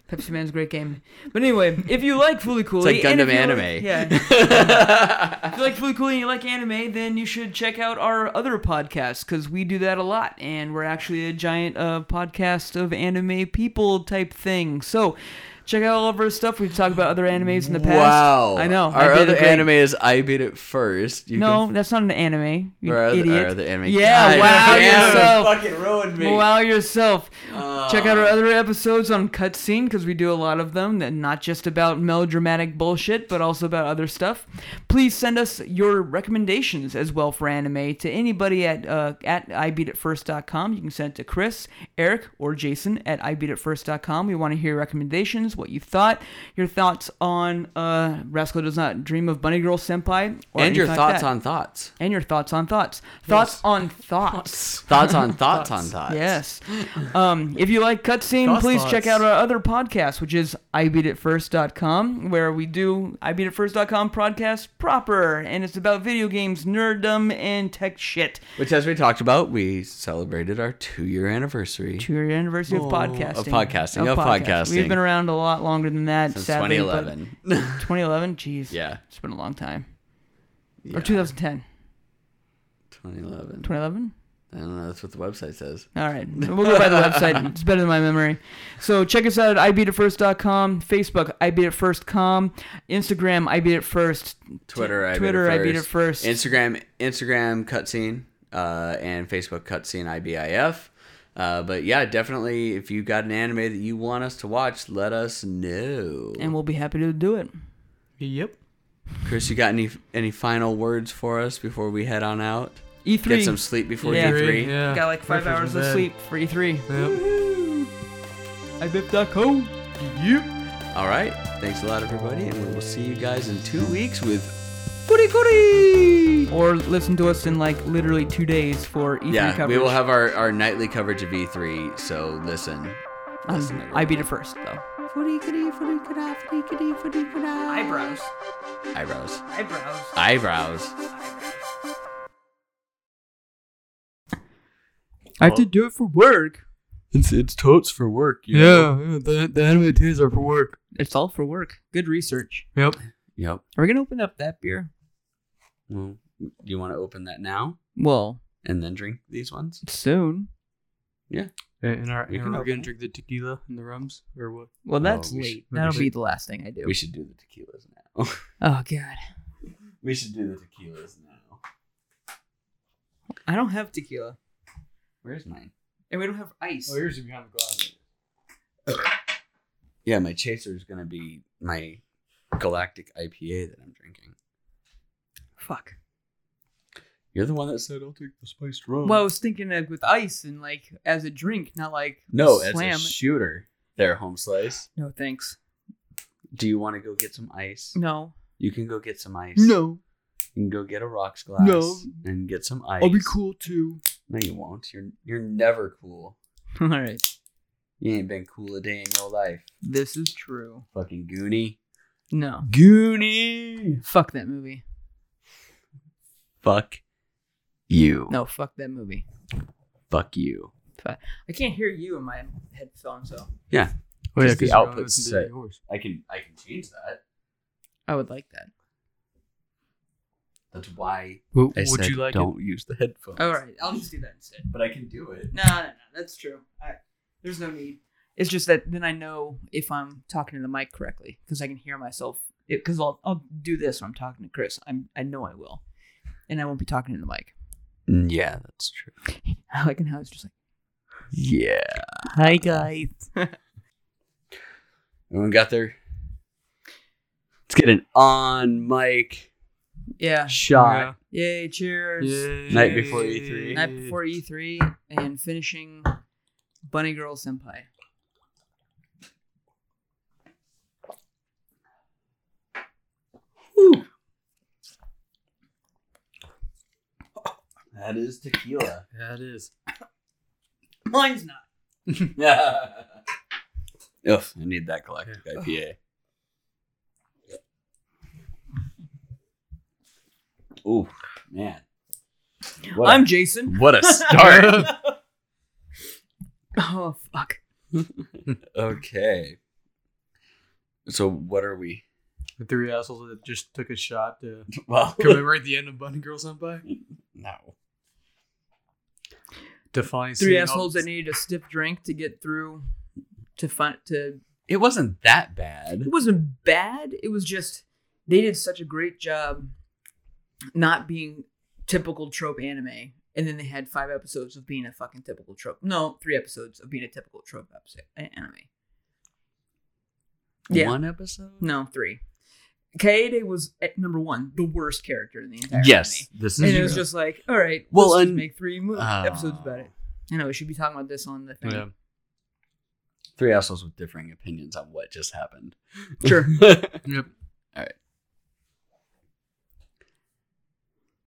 Speaker 4: Pepsi Man's a great game. But anyway, if you like Fooly Cooly,
Speaker 1: like
Speaker 4: and if
Speaker 1: Gundam
Speaker 4: you
Speaker 1: anime.
Speaker 4: like- yeah. if you like Fooly Cooly and you like anime, then you should check out our other podcasts because we do that a lot, and we're actually a giant uh, podcast of anime people type thing. So check out all of our stuff. We've talked about other animes in the past.
Speaker 1: Wow.
Speaker 4: I know. I
Speaker 1: Our
Speaker 4: did a
Speaker 1: other
Speaker 4: great-
Speaker 1: anime is I Beat It First. You
Speaker 4: No,
Speaker 1: can-
Speaker 4: that's not an anime. You
Speaker 1: our, other,
Speaker 4: idiot.
Speaker 1: our other anime.
Speaker 4: Yeah,
Speaker 1: God
Speaker 4: wow
Speaker 1: damn,
Speaker 4: yourself.
Speaker 1: fucking ruined me.
Speaker 4: Wow yourself.
Speaker 1: uh,
Speaker 4: Check out our other episodes on cutscene because we do a lot of them, and not just about melodramatic bullshit, but also about other stuff. Please send us your recommendations as well for anime to anybody at uh, at ibeatitfirst.com. You can send it to Chris, Eric, or Jason at ibeatitfirst.com. We want to hear recommendations. what you thought, your thoughts on uh, Rascal Does Not Dream of Bunny Girl Senpai, or
Speaker 1: and your
Speaker 4: anything like
Speaker 1: thoughts
Speaker 4: that.
Speaker 1: on thoughts.
Speaker 4: and your thoughts on thoughts, thoughts on thoughts.
Speaker 1: Thoughts on thoughts on thoughts.
Speaker 4: Yes. Um, if you like cutscene,
Speaker 3: Thoughts,
Speaker 4: please check out
Speaker 3: thoughts.
Speaker 4: our other podcast, which is ibeatitfirst.com, where we do ibeatitfirst.com podcast proper, and it's about video games, nerddom, and tech shit.
Speaker 1: Which, as we talked about, we celebrated our two-year anniversary.
Speaker 4: Two year anniversary of podcasting.
Speaker 1: Of podcasting, of podcasting.
Speaker 4: We've been around a lot longer than that.
Speaker 1: Since
Speaker 4: sadly, but-
Speaker 1: 2011.
Speaker 4: 2011? Jeez.
Speaker 1: Yeah.
Speaker 4: It's been a long time.
Speaker 1: Yeah.
Speaker 4: Or 2010.
Speaker 1: 2011.
Speaker 4: 2011?
Speaker 1: I don't know. That's what the website says.
Speaker 4: All right. We'll go by the website. It's better than my memory. So check us out at ibeatitfirst.com, Facebook, ibeatitfirst.com, Instagram, ibeatitfirst,
Speaker 1: Twitter, I
Speaker 4: Twitter,
Speaker 1: beat it
Speaker 4: I beat it first.
Speaker 1: Instagram, Instagram cutscene, uh, and Facebook cutscene IBIF. Uh, but yeah, definitely, if you got an anime that you want us to watch, let us know.
Speaker 4: and we'll be happy to do it.
Speaker 3: Yep.
Speaker 1: Chris, you got any any final words for us before we head on out?
Speaker 4: E3.
Speaker 1: Get some sleep before
Speaker 4: Yeah.
Speaker 1: you three.
Speaker 3: Yeah.
Speaker 4: E Got like five
Speaker 3: Breakfast
Speaker 4: hours
Speaker 3: in
Speaker 4: of
Speaker 3: bed.
Speaker 4: sleep for E E3.
Speaker 3: Yep.
Speaker 4: ibeatitfirst.com. Yep.
Speaker 1: All right, thanks a lot, everybody, and we will see you guys in two weeks with E Goody Goody.
Speaker 4: Or listen to us in like literally two days for E3
Speaker 1: Yeah,
Speaker 4: coverage.
Speaker 1: we will have our, our nightly coverage of E3. So listen, listen.
Speaker 4: Um, I
Speaker 1: everybody.
Speaker 4: beat it first, though. Eyebrows.
Speaker 1: eyebrows,
Speaker 4: Eyebrows.
Speaker 1: eyebrows.
Speaker 2: I have to do it for work.
Speaker 5: It's it's totes for work. you know?
Speaker 2: Yeah, yeah, the, the anime days are for work.
Speaker 4: It's all for work. Good research.
Speaker 2: Yep.
Speaker 1: Yep.
Speaker 4: Are we going to open up that beer?
Speaker 1: Well, you want to open that now
Speaker 4: Well,
Speaker 1: and then drink these ones?
Speaker 4: soon.
Speaker 3: And our,
Speaker 1: We
Speaker 3: and
Speaker 1: can
Speaker 3: we're
Speaker 1: open
Speaker 3: gonna
Speaker 1: it.
Speaker 3: drink the tequila and the rums or what?
Speaker 4: Well, that's
Speaker 1: Oh, we
Speaker 4: late.
Speaker 1: should-
Speaker 4: That'll
Speaker 1: we
Speaker 4: be the last thing I do.
Speaker 1: We should do the tequilas now.
Speaker 4: Oh, God.
Speaker 1: we should do the tequilas now.
Speaker 4: I don't have tequila.
Speaker 1: Where's mine?
Speaker 4: And we don't have
Speaker 1: Oh,
Speaker 4: ice.
Speaker 3: Oh, yours is behind the glass.
Speaker 1: Yeah, my chaser is gonna be my galactic IPA that I'm drinking.
Speaker 4: Fuck.
Speaker 1: You're the one that
Speaker 5: Said
Speaker 1: said
Speaker 5: I'll take the spiced
Speaker 1: Oh.
Speaker 5: rum.
Speaker 4: Well, I was thinking like with ice and like as a drink, not like
Speaker 1: no.
Speaker 4: slam.
Speaker 1: As a shooter, there, home slice.
Speaker 4: no, thanks.
Speaker 1: Do you want to go get some ice?
Speaker 4: No.
Speaker 1: You can go get some ice.
Speaker 2: No,
Speaker 1: You can go get a rocks glass.
Speaker 2: No.
Speaker 1: And get some ice.
Speaker 2: I'll be cool too.
Speaker 1: No, you won't. You're you're never cool.
Speaker 4: all right.
Speaker 1: You ain't been cool a day in your life.
Speaker 4: This is true.
Speaker 1: Fucking goonie.
Speaker 4: No.
Speaker 1: Goonie.
Speaker 4: Fuck that movie.
Speaker 1: Fuck you.
Speaker 4: No, fuck that movie.
Speaker 1: Fuck you.
Speaker 4: I can't hear you in my headphones, so
Speaker 3: Oh,
Speaker 1: Just the
Speaker 3: because
Speaker 1: output's set. I can I can change that.
Speaker 4: I would like that.
Speaker 1: That's why
Speaker 3: Would,
Speaker 1: I
Speaker 3: would
Speaker 1: said
Speaker 3: you like it?
Speaker 1: don't use the headphones.
Speaker 4: All right, I'll just do that instead.
Speaker 1: But I can do it.
Speaker 4: No, no, no, that's true. I, there's no need. It's just that then I know if I'm talking to the mic correctly because I can hear myself. Because I'll I'll do this when I'm talking to Chris. I'm I know I will, and I won't be talking to the mic.
Speaker 1: Mm, Yeah, that's true.
Speaker 4: I like how it's just like,
Speaker 1: Yeah.
Speaker 4: hi guys.
Speaker 1: Everyone got their Let's get an on mic
Speaker 4: Yeah.
Speaker 1: shot.
Speaker 4: Yay! Cheers.
Speaker 1: Night before E E3.
Speaker 4: Night before E3 and finishing Bunny Girl Senpai.
Speaker 1: That is tequila.
Speaker 3: Yeah, it is.
Speaker 4: Mine's not.
Speaker 1: Ugh, I need that galactic IPA. Ooh, man. What a-
Speaker 4: I'm Jason.
Speaker 1: what a start.
Speaker 4: Oh fuck.
Speaker 1: okay. So what are we?
Speaker 3: The three assholes that just took a shot to
Speaker 1: Well,
Speaker 3: commemorate the end of Bunny Girl Senpai.
Speaker 1: no.
Speaker 3: To finally
Speaker 4: Three
Speaker 3: see all-
Speaker 4: assholes that needed a stiff drink to get through. To find to
Speaker 1: It wasn't that bad.
Speaker 4: it wasn't bad. It was just they did such a great job not being typical trope anime, and then they had five episodes of being a fucking typical trope. No, three episodes of being a typical trope episode, anime. Yeah.
Speaker 1: One episode?
Speaker 4: No, three. Kaede was at number one, the worst character in the entire
Speaker 1: Yes. This is
Speaker 4: anime. And it was
Speaker 1: true.
Speaker 4: just like, all right,
Speaker 1: Well,
Speaker 4: well, let's just
Speaker 1: and-
Speaker 4: make three mo-
Speaker 1: Oh.
Speaker 4: episodes about it. I know we should be talking about this on the thing.
Speaker 3: Yeah.
Speaker 1: three assholes with differing opinions on what just happened.
Speaker 4: Sure.
Speaker 1: All
Speaker 3: Yep.